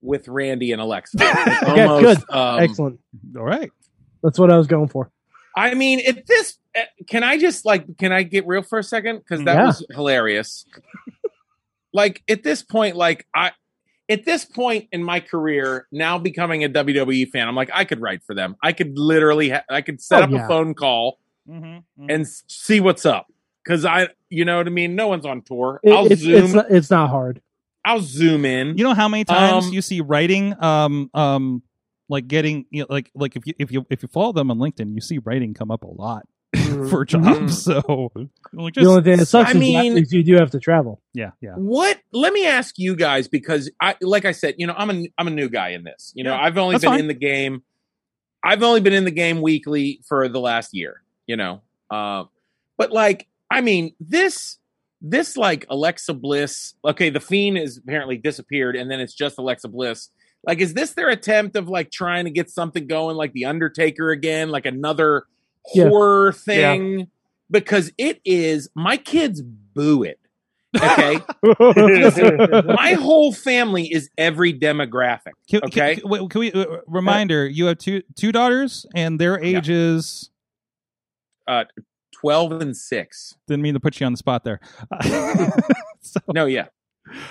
F: with Randy and Alexa. It's
D: Yeah,
F: almost,
D: good.
F: um,
D: Excellent.
B: All right.
D: That's what I was going for.
F: I mean, at this, uh, can I just like, can I get real for a second? Because that
D: Yeah.
F: was hilarious. like at this point, like I, at this point in my career, now becoming a WWE fan, I'm like, I could write for them. I could literally, ha- I could set
D: Oh,
F: up
D: yeah.
F: a phone call
B: Mm-hmm.
F: and s- see what's up. Because I, you know what I mean. No one's on tour.
D: It-
F: I'll
D: it's,
F: zoom.
D: it's not, it's not hard.
F: I'll zoom in.
B: You know how many times
F: Um,
B: you see writing um um like getting you know, like like if you if you if you follow them on LinkedIn, you see writing come up a lot
E: Mm.
B: for jobs. So like, just-
D: the only thing that sucks
F: Mm-hmm. I
D: is,
F: mean-
D: is you do have to travel.
B: yeah, yeah.
F: What? Let me ask you guys because I, like I said, you know, I'm a I'm a new guy in this. You know,
B: Yeah,
F: I've only
B: that's
F: been
B: fine.
F: in the game. I've only been in the game weekly for the last year. You know, uh, but like, I mean, this this like Alexa Bliss. Okay, the Fiend is apparently disappeared, and then it's just Alexa Bliss. Like, is this their attempt of like trying to get something going, like the Undertaker again, like another
D: Yeah.
F: horror thing? Because it is. My kids boo it. Okay, my whole family is every demographic.
B: Can,
F: Okay.
B: Can, wait, can we uh, reminder? You have two two daughters, and their
F: Yeah.
B: ages.
F: uh, Twelve and six.
B: Didn't mean to put you on the spot there. so,
F: No, yeah,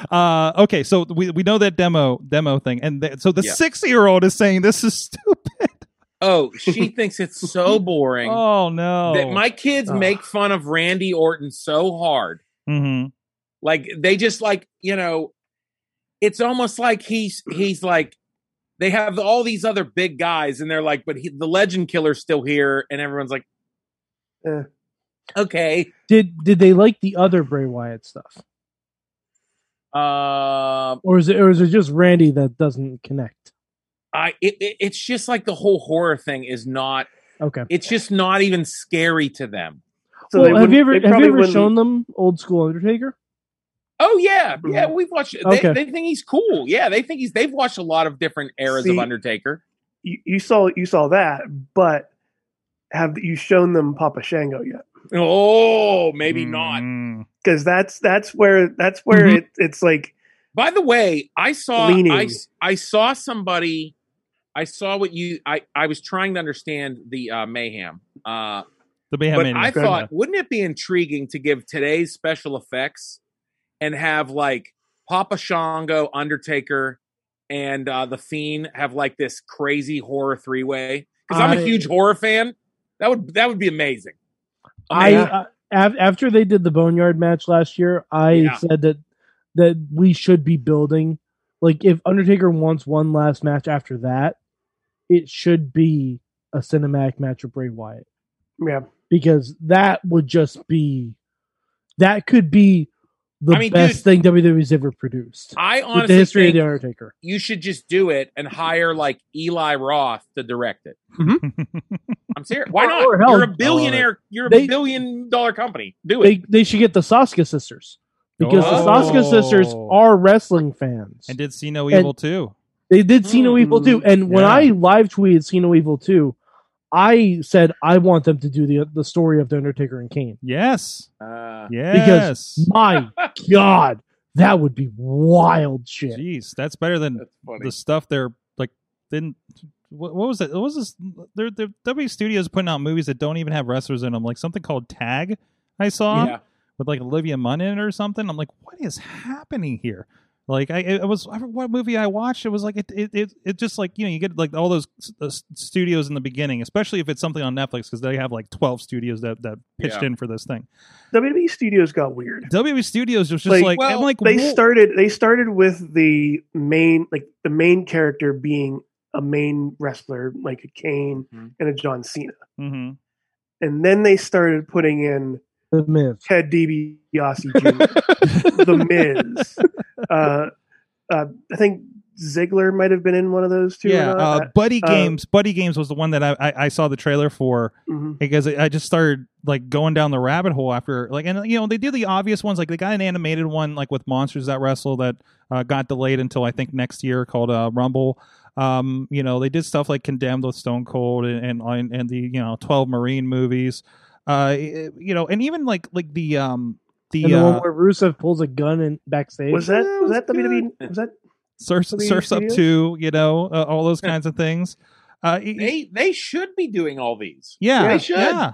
B: uh, okay, so we we know that demo demo thing, and th- so the
F: Yeah.
B: six year old is saying this is stupid.
F: Oh, she thinks it's so boring
B: Oh no!
F: that my kids
E: Ugh.
F: make fun of Randy Orton so hard.
B: Mhm.
F: Like they just like, you know, it's almost like he's he's like they have all these other big guys and they're like, but he, the legend killer's still here and everyone's like
E: Eh.
F: Okay.
D: Did did they like the other Bray Wyatt stuff,
F: Um
D: or is it or is it just Randy that doesn't connect?
F: I it, it, it's just like the whole horror thing is not
D: Okay.
F: it's just not even scary to them.
E: So
D: well, have
E: wouldn't-
D: you ever have
E: probably
D: you ever
E: wouldn't-
D: shown them old school Undertaker?
F: Oh yeah,
E: Mm-hmm.
F: yeah. We've watched. They,
D: Okay.
F: they think he's cool. Yeah, they think he's. They've watched a lot of different eras of
E: See-
F: Undertaker.
E: you, you saw you saw that, but have you shown them Papa Shango yet?
F: Oh, maybe not.
B: Mm.
E: Because that's that's where that's where
B: Mhm.
E: it, it's like
F: By the way, I saw.
E: Leaning.
F: I s- I saw somebody. I saw what you. I I was trying to understand the uh, mayhem. Uh,
B: The Mayhem
F: but
B: Mania.
F: I
E: Fair
F: thought,
E: enough.
F: wouldn't it be intriguing to give today's special effects and have like Papa Shango, Undertaker, and uh, the Fiend have like this crazy horror three way? Because I'm a
D: I-
F: huge horror fan. That would that would be amazing.
D: I, uh,
F: Amazing.
D: I af- after they did the Boneyard match last year, I
F: Yeah.
D: said that that we should be building like if Undertaker wants one last match after that, it should be a cinematic match with Bray Wyatt
E: yeah
D: because that would just be that could be the
F: I mean,
D: best thing WWE's ever produced
F: I
D: with the
F: honestly
D: history of
F: think
D: the Undertaker.
F: you should just do it and hire like Eli Roth to direct it.
B: Mm-hmm.
F: I'm serious. Why
D: Or-
F: not?
D: or hell-
F: you're a
B: Oh,
F: billionaire. You're a
D: They-
F: billion dollar company. Do it.
D: They they should get the Saska sisters because the Saska sisters
B: Oh.
D: are wrestling fans.
B: and did see no
D: And-
B: evil too.
D: They did See
F: Mm-hmm.
D: No Evil
E: Mm,
D: too, and when
B: yeah.
D: I live tweeted See No Evil too, I said I want them to do the the story of the Undertaker and Kane.
B: Yes.
F: Uh,
B: Yes.
D: My God, that would be wild shit.
B: Jeez, that's better than
F: that's funny.
B: the stuff they're like didn't what, what was it what was this they're, they're w studios putting out movies that don't even have wrestlers in them like something called tag i saw
F: yeah.
B: with like olivia munn in it or something i'm like what is happening here like i it was I, forget what movie i watched it was like it, it it it just like you know you get like all those s- uh, s- studios in the beginning especially if it's something on netflix because they have like 12 studios that that pitched
F: Yeah.
B: in for this thing
E: WWE E Studios got weird.
B: w studios was just
E: Like,
B: like i'm
F: well,
B: like
E: They
B: wha-
E: started they started with the main like the main character being a main wrestler like a Kane
F: Mhm.
E: and a John Cena,
B: Mhm.
E: and then they started putting in
D: The myth.
E: Ted DiBiase Jr., The Miz. Uh, uh, I think Ziggler might have been in one of those two. or
B: yeah
E: not.
B: uh,
E: Uh,
B: buddy
E: uh,
B: games buddy games was the one that I, I i saw the trailer for
E: mhm.
B: because I I just started like going down the rabbit hole after like and you know they do the obvious ones like they got an animated one like with monsters that wrestle that uh, got delayed until I think next year called uh, Rumble. Um, you know they did stuff like Condemned with Stone Cold and and, and the you know Twelve Marine movies. Uh, it- you know, and even like like the um the,
D: and the
B: uh,
D: one where Rusev pulls a gun in backstage.
E: Was that
B: Yeah, it
E: was
B: was
E: that WWE? Was that
B: Surfs,
E: WWE
B: Surfs Up
E: Studios?
B: Two. You know, uh, all those kinds of things. Uh, it-
F: They they should be doing all these.
B: yeah,
F: they should.
B: yeah,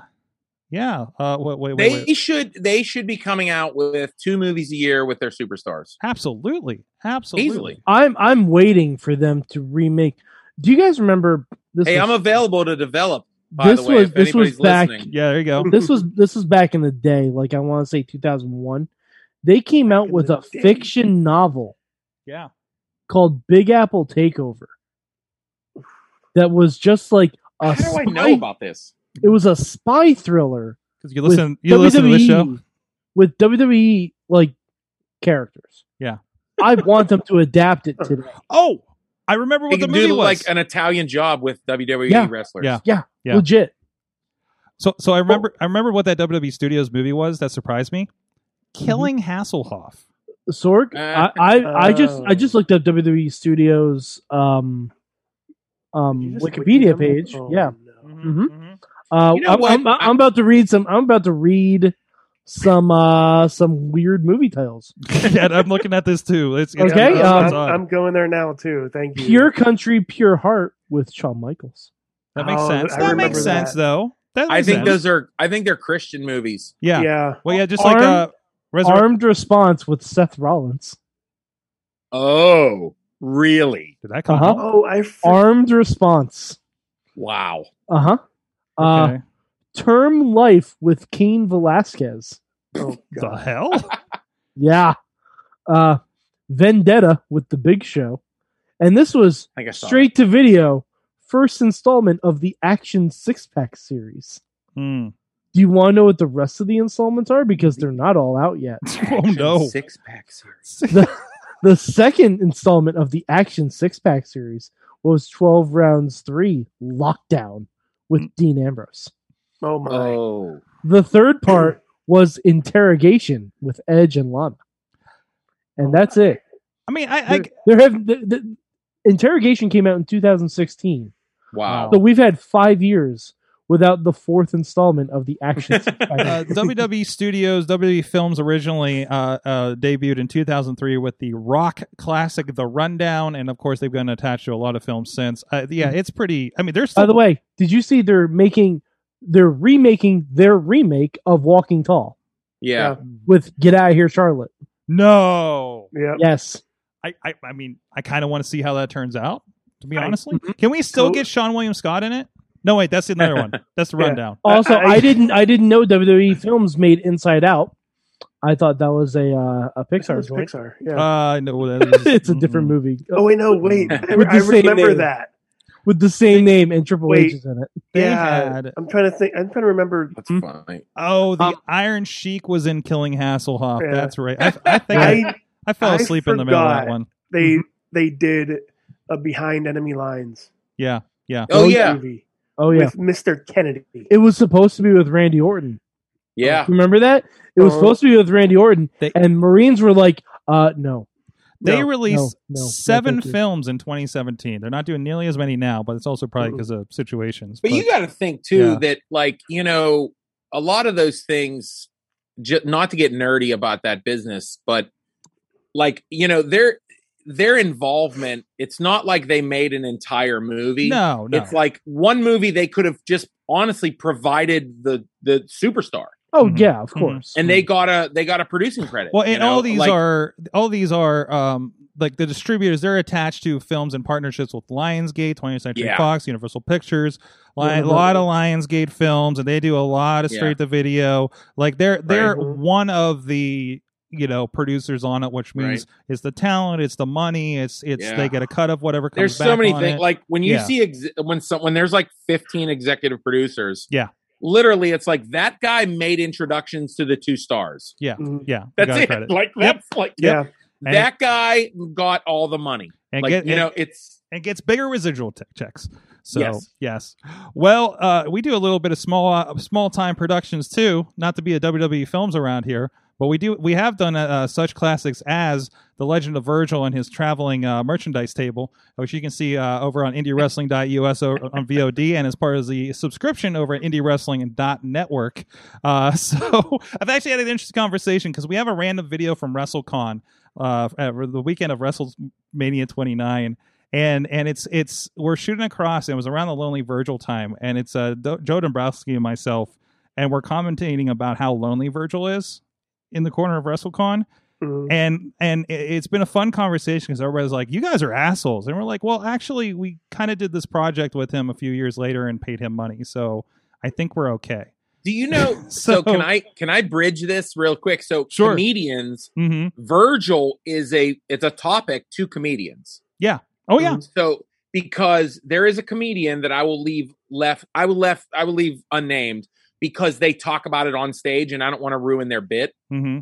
B: yeah. Uh, wait, wait, wait,
F: They e-,
B: wait.
F: should they should be coming out with two movies a year with their superstars
B: absolutely, absolutely.
F: easily.
D: I'm I'm waiting for them to remake. Do you guys remember this?
F: Hey,
D: was,
F: I'm available to develop. By
D: this
F: the way,
D: was
F: if
D: this was
F: anybody's
D: back
F: listening,
B: Yeah, there you go.
D: this was this was back in the day, like I want to say 2001. They came out
E: in
D: with
E: the
D: a
E: day.
D: fiction novel
B: Yeah.
D: called Big Apple Takeover. That was just like a
F: how do
D: spy,
F: I know about this?
D: it was a spy thriller.
B: Because you
D: with
B: listen, you listen to this show.
D: WWE with WWE like characters.
B: Yeah.
D: I want them to adapt it today.
B: Oh, I remember
F: They
B: what the
F: can
B: movie
F: do
B: was.
F: like an Italian job with WWE
D: Yeah.
F: wrestlers.
B: Yeah. Yeah.
D: Legit.
B: E so, so I remember, I remember what that WWE Studios movie was that surprised me.
D: Mm-hmm.
B: killing Hasselhoff.
D: Sorg.
F: Uh,
D: I, I, I just I
E: Oh.
D: just looked up WWE Studios um
E: Did you
D: um
E: just wiki
D: Wikipedia
E: them?
D: page.
E: Oh,
D: yeah.
E: no.
D: Mhm. Uh,
F: Mm-hmm, You know
D: I'm,
F: what?
D: I'm, I'm about to read some. I'm about to read some uh some weird movie titles.
B: yeah, I'm looking at this too. It's, it's
D: Okay,
B: it's
D: um,
E: I'm,
B: odd.
E: I'm going there now too. Thank you.
D: Pure Country, Pure Heart with Shawn Michaels.
B: that makes
E: Oh,
B: sense.
E: I
B: that
E: remember
B: makes sense
E: that.
B: though. That
F: I
B: makes
F: think
B: sense.
F: those are I think they're Christian movies.
B: Yeah.
E: Yeah.
B: Well, yeah, just like
D: Armed-
B: uh, Resurrect-
D: Armed Response with Seth Rollins.
F: Oh, really?
B: Did that come
D: Uh-huh.
B: out?
E: Oh, I. For-
D: Armed Response.
F: Wow.
D: Uh-huh. Uh
B: Okay.
D: Term Life with Kane Velasquez.
E: oh
B: the
E: god.
B: hell?
D: Yeah. Uh Vendetta with The Big Show. And this was
F: I think I saw
D: straight to video, first installment of the Action Six Pack series.
B: Hmm.
D: Do you want to know what the rest of the installments are? Because they're not all out yet.
B: Oh no.
F: Six pack series.
D: The second installment of the Action Six Pack series was 12 Rounds 3 Lockdown with Dean Ambrose.
E: Oh my.
F: Oh.
D: The third part was Interrogation with Edge and Lana. And that's it.
B: I mean, I, I
D: There, there have the, the interrogation came out in 2016,
B: Oh.
F: Wow.
D: so we've had five years without the fourth installment of the action. Six Pack.
B: uh, WWE Studios, WWE Films originally uh, uh, debuted in 2003 with the rock classic The Rundown, and of course they've been attached to a lot of films since. Uh, yeah, it's pretty. I mean, there's
D: Mm-hmm. By the way, did you see they're making they're remaking their remake of Walking Tall
F: Yeah.
D: with Get Out of Here, Charlotte?
B: no.
E: Yeah.
D: Yes,
B: I, I, I mean, I kind of want to see how that turns out. To be
E: I- Mm-hmm.
B: honestly, can we still
E: So-
B: get Sean William Scott in it? No, wait, that's another one. That's the
E: Yeah.
B: rundown.
D: Also,
E: I-
D: I, didn't I didn't know WWE Films made Inside Out. I thought that was a uh, a Pixar
E: That's
D: joint.
E: Pixar. Yeah.
B: Uh, mm-hmm. no, that is,
D: it's a different movie
E: oh wait, no, wait. I,
D: With the
E: I
D: same
E: remember
D: name.
E: that.
D: with the same name and Triple
E: Wait.
D: H is in it.
B: They
E: yeah.
B: had-
E: I'm trying to think. I'm trying to remember.
F: That's
D: Hmm?
F: funny.
B: oh, the
D: Um,
B: Iron Sheik was in Killing Hasselhoff.
E: Yeah.
B: Oh, That's right. I, I think I,
E: I
B: I fell
E: I
B: asleep in the middle of that
E: forgot.
B: one.
E: they
D: Mm-hmm.
E: they did a behind enemy lines.
B: Yeah.
F: Oh
E: Those
F: yeah.
E: movie
D: Oh yeah,
E: with Mr. Kennedy.
D: it was supposed to be with Randy Orton.
F: Yeah.
D: Remember that? It was
E: Oh.
D: supposed to be with Randy Orton,
B: They-
D: and Marines were like, uh, no.
B: They
E: No,
B: released
D: no, no, no,
B: seven
D: thank you.
B: films in 2017. They're not doing nearly as many now, but it's also probably
E: Mhm.
B: because of situations.
F: But you got to think too
B: Yeah.
F: that like you know a lot of those things. Ju- not to get nerdy about that business, but like you know their their involvement. It's not like they made an entire movie.
B: no, no.
F: It's like one movie they could have just honestly provided the the superstar,
D: Oh
B: Mhm.
D: yeah, of
B: Mhm.
D: course.
F: and they got a they got a producing credit.
B: well,
F: you
B: and
F: know?
B: all these
F: Like,
B: are all these are um like the distributors. They're attached to films and partnerships with Lionsgate, 20th Century
F: Yeah.
B: Fox, Universal Pictures. Li-
D: Yeah,
B: a lot of Lionsgate films, and they do a lot of
F: Yeah.
B: straight to video. Like they're they're
E: Mhm.
B: one of the you know producers on it, which means it's the talent, it's the money, it's it's
F: Yeah.
B: they get a cut of whatever comes.
F: there's so
B: back
F: many
B: on
F: things
B: it.
F: like when you
B: Yeah.
F: see ex- when some when there's like 15 executive producers
B: Yeah.
F: literally it's like that guy made introductions to the two stars
E: Mhm.
B: yeah, you
F: that's
B: gotta
F: it
B: credit.
F: like that's like
E: Yeah.
B: And-
F: that guy got all the money
B: And
F: like
B: get-
F: you
B: and-
F: know it's
B: and gets bigger residual te- checks. So yes,
F: Yes.
B: well, uh, we do a little bit of small uh, small time productions too. Not to be a WWE films around here, but we do we have done uh, uh, such classics as The Legend of Virgil and his traveling uh, merchandise table, which you can see uh, over on IndieWrestling.us o- uh, on VOD, and as part of the subscription over at IndieWrestling.network. Uh, so I've actually had an interesting conversation because we have a random video from WrestleCon uh, at the weekend of WrestleMania 29 and and it's it's we're shooting across and it was around the lonely virgil time and it's uh Do- joe dombrowski and myself and we're commentating about how lonely virgil is in the corner of wrestlecon
E: Mhm.
B: and and it- it's been a fun conversation because everybody's like you guys are assholes and we're like well actually we kind of did this project with him a few years later and paid him money so i think we're okay
F: do you know so,
B: So-
F: can i can i bridge this real quick so
B: Sure.
F: comedians
B: mm-hmm
F: virgil is a it's a topic to comedians
B: oh yeah
F: Um, So because there is a comedian that I will leave left, I will left, I will leave unnamed because they talk about it on stage, and I don't want to ruin their bit.
B: mm-hmm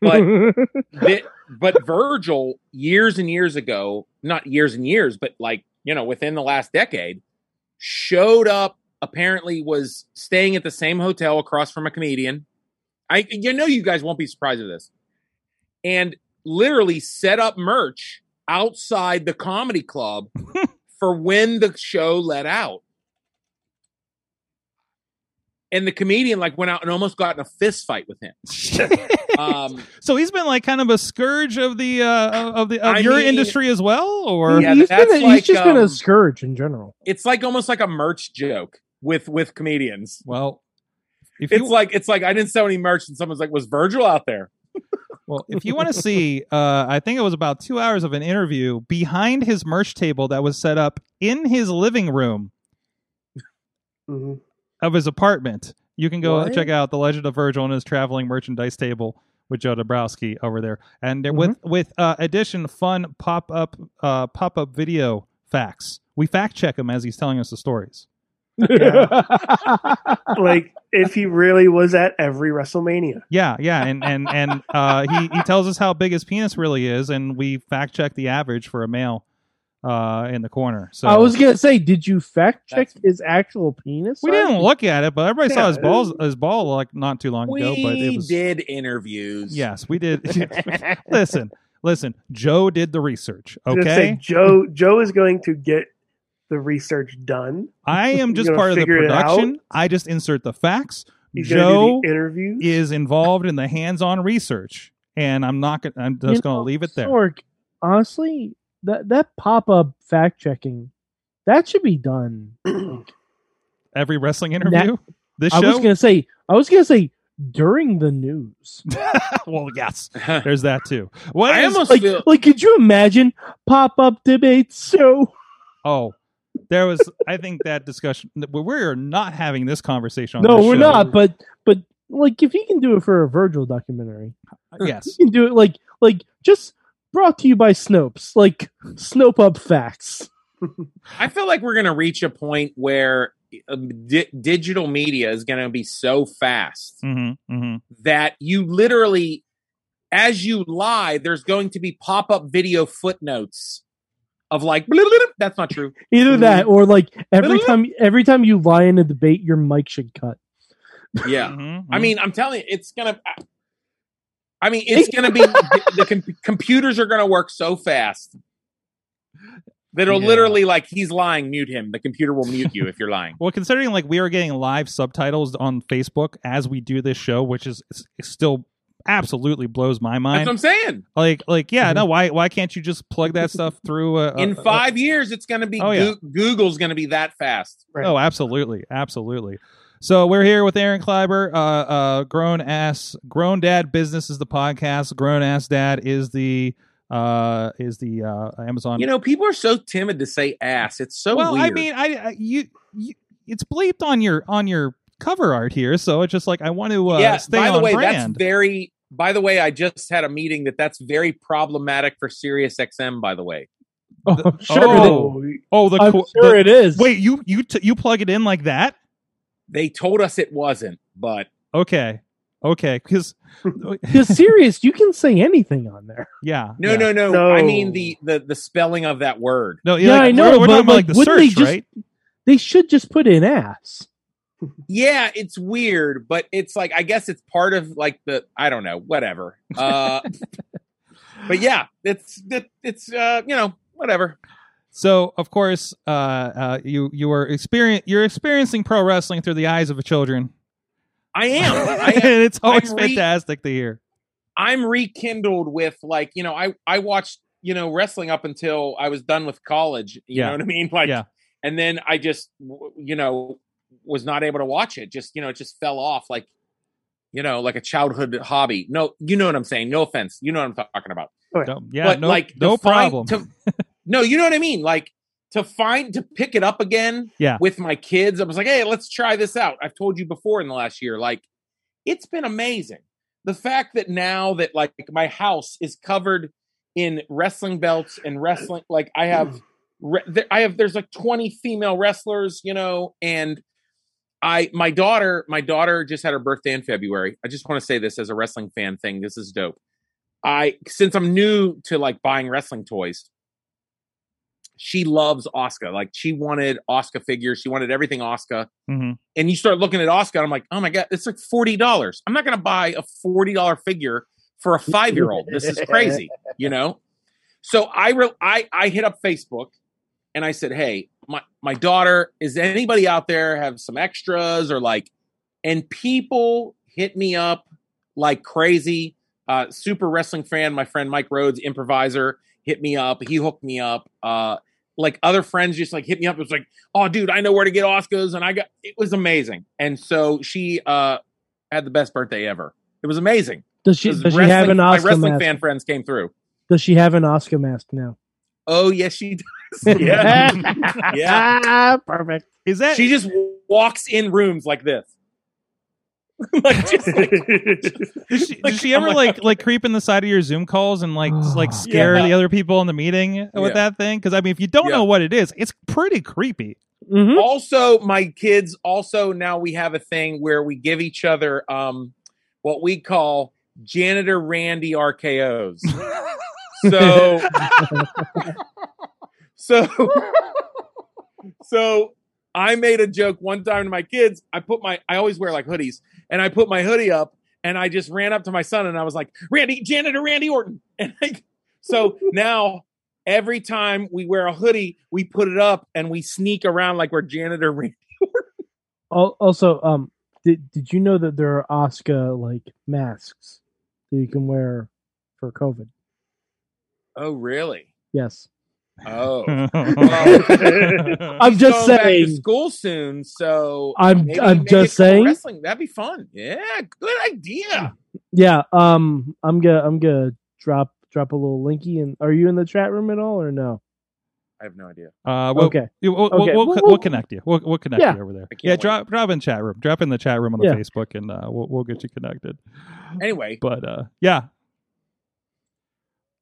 F: but- Thi- but Virgil, years and years ago, not years and years, but like you know, within the last decade, showed up. Apparently, was staying at the same hotel across from a comedian, I you know you guys won't be surprised at this. And literally set up merch outside the comedy club for when the show let out. And the comedian like went out and almost got in a fist fight with him. Um,
B: so he's been like kind of a scourge of the uh, of the of
F: I
B: your
F: mean-
B: industry as well, or
F: Yeah,
D: he's,
F: that's
D: been a-
F: like,
D: he's just been
F: um,
D: a scourge in general.
F: it's like almost like a merch joke with with comedians.
B: well, if
F: It's
B: you
F: like it's like I didn't sell any merch, and someone's like, "Was Virgil out there?"
B: well if you want to see, uh, I think it was about two hours of an interview behind his merch table that was set up in his living room
E: hmm
B: of his apartment. You can go
D: What?
B: check out the Legend of Virgil and his traveling merchandise table with Joe Dabrowski over there, and with
D: Mm-hmm.
B: with uh, addition fun pop up uh, pop up video facts. We fact check him as he's telling us the stories.
E: like if he really was at every WrestleMania.
B: Yeah, yeah, and and and uh, he he tells us how big his penis really is, and we fact check the average for a male uh, in the corner. So
D: I was gonna say, did you fact check
F: That's-
D: his actual penis?
B: we
D: size?
B: didn't look at it, but everybody saw
E: Yeah,
B: his balls his ball like not too long ago. But it
F: We
B: was
F: did interviews.
B: yes, we did. listen, listen, Joe did the research.
E: I'm gonna say
B: Okay,
E: Joe Joe is going to get the research done.
B: I am just
E: gonna
B: part of the
E: figure it out?
B: production. I just insert the facts.
E: He's
B: Joe
E: going to do the interviews.
B: is involved in the hands-on research, and I'm not. Gonna, I'm
D: You
B: just going
D: know,
B: to leave it there.
D: Sorg, honestly, that that pop up fact checking, that should be done.
B: Every wrestling interview. this
D: I
B: show.
D: was gonna say, I was gonna say during the news.
B: well, yes. There's that too. What
F: I
B: is-
F: almost
D: Like,
F: feel
D: like, could you imagine pop up debates? So
B: Oh, there was. I think that discussion. We we are not having this conversation. On
D: no,
B: this
D: we're
B: show.
D: not. But but like, if you can do it for a Virgil documentary,
B: Uh, Yes.
D: you can do it. Like like just brought to you by Snopes. Like Snope up facts.
F: I feel like we're going to reach a point where um, di- digital media is going to be so fast
B: hmm hmm
F: that you literally, as you lie, there's going to be pop up video footnotes of like, "Bleep, bleep, bleep." that's not true.
D: Either that or like every time every time you lie in a debate, your mic should cut.
F: Yeah.
B: Mm-hmm,
F: I mean, I'm telling you, it's going to. I mean, it's going to be the com- computers are going to work so fast that it'll
B: Yeah.
F: literally like he's lying. Mute him. The computer will mute you if you're lying.
B: well, considering like we are getting live subtitles on Facebook as we do this show, which is is still absolutely blows my
F: That's
B: mind.
F: what I'm saying.
B: Like, like,
D: Mm-hmm.
B: yeah, no. Why, why can't you just plug that stuff through? A, a-
F: in
B: a-
F: five years it's going to be
B: uh, Oh, yeah.
F: Goo- google's going to be that fast
E: Right.
B: Oh, absolutely, absolutely. So we're here with Aaron Kleiber. Uh, uh, grown ass, grown dad business is the podcast. Grown ass dad is the uh is the uh Amazon.
F: you know people are so timid to say ass it's so
B: well,
F: weird
B: I mean, I, I you, you it's bleeped on your on your cover art here, so it's just like I want to uh,
F: yeah
B: stay
F: by the
B: on
F: way
B: brand.
F: that's very by the way i just had a meeting that that's very problematic for sirius xm by the way
D: Oh, I'm sure it is.
B: Oh. oh, the,
D: I'm
B: co-
D: sure
B: the-
D: it is.
B: wait, you you t- you plug it in like that?
F: they told us it wasn't but
B: Okay, okay, because
D: because serious, you can say anything on there.
B: yeah,
F: no
B: yeah.
F: no, no
E: No.
F: i mean the, the the spelling of that word
B: no,
D: Yeah,
B: like,
D: I know,
B: We're, we're
D: but,
B: talking about,
D: like,
B: like the
D: wouldn't they
B: search,
D: just-
B: right?
D: They should just put in ass.
F: yeah it's weird but it's like i guess it's part of like the i don't know whatever uh but yeah it's it, it's uh you know whatever
B: So, of course, uh, uh, you you are experience you're experiencing pro wrestling through the eyes of children,
F: i am i
B: and
F: am
B: it's always
F: I'm re-
B: fantastic to hear.
F: I'm rekindled with like you know I I watched you know wrestling up until I was done with college. You
B: Yeah.
F: know what I mean? Like,
B: Yeah.
F: and then I just w- you know was not able to watch it. Just you know it just fell off like you know like a childhood hobby. No, you know what I'm saying. No offense. You know what I'm talking about.
B: No- yeah, no,
F: like
B: no
F: to find-
B: problem.
F: to- no, you know what I mean. Like to find to pick it up again.
B: Yeah.
F: With my kids, I was like, hey, let's try this out. I've told you before in the last year, like it's been amazing. The fact that now that like my house is covered in wrestling belts and wrestling, like I have, re- there- I have. There's like 20 female wrestlers, you know, and I my daughter, my daughter just had her birthday in February. I just want to say this as a wrestling fan thing. This is dope. I since I'm new to like buying wrestling toys, she loves Oscar. Like she wanted Oscar figures. She wanted everything Oscar.
B: hmm
F: And you start looking at Oscar, I'm like, oh my god, it's like forty dollars. I'm not gonna buy a forty dollar figure for a five year old. this is crazy, you know. So I re- I I hit up Facebook, and I said, hey, my my daughter, is anybody out there have some extras or like? And people hit me up like crazy. Uh, super wrestling fan, my friend Mike Rhodes, improviser, hit me up. He hooked me up. Uh, like other friends just like hit me up. It was like, oh, dude, I know where to get Oscars, and I got. It was amazing. And so she uh, had the best birthday ever. It was amazing.
D: Does she?
F: Because
D: Does she have an
F: my
D: Oscar
F: wrestling
D: mask?
F: fan friends came through.
D: Does she have an Oscar mask now?
F: Oh yes, she does. Yeah, yeah.
D: perfect.
B: Is that
F: She just walks in rooms like this. like just like,
B: does she, does she
F: I'm
B: ever like like creep in the side of your Zoom calls and like s- like scare
F: Yeah.
B: the other people in the meeting with
F: Yeah.
B: that thing? Because I mean, if you don't
F: Yeah.
B: know what it is, it's pretty creepy.
D: Mm-hmm.
F: also my kids also now we have a thing where we give each other um what we call janitor randy rkos so so so i made a joke one time to my kids i put my i always wear like hoodies and i put my hoodie up and i just ran up to my son and i was like randy janitor randy orton and like so now every time we wear a hoodie, we put it up and we sneak around like we're janitor. Randy.
D: Also, um, did did you know that there are Oscar like masks that you can wear for COVID?
F: Oh, really?
D: Yes.
F: Oh,
B: Well,
D: I'm just
F: going back to
D: saying.
F: school soon, so
D: I'm
F: maybe-
D: I'm
F: maybe
D: just
F: a couple
D: saying.
F: wrestling that'd be fun. Yeah, good idea.
D: Yeah. Um. I'm gonna I'm gonna drop drop a little linky. And are you in the chat room at all or no?
F: I have no idea.
B: uh, well,
D: okay.
B: Yeah, We'll,
D: Okay.
B: we'll, we'll,
D: Well,
B: we'll,
D: we'll-
B: connect you. We'll, we'll connect
D: Yeah.
B: you over there.
F: I can't
B: Yeah,
F: wait.
B: drop drop in chat room. Drop in the chat room on the
D: Yeah.
B: Facebook, and uh, we'll we'll get you connected.
F: Anyway,
B: But uh, yeah.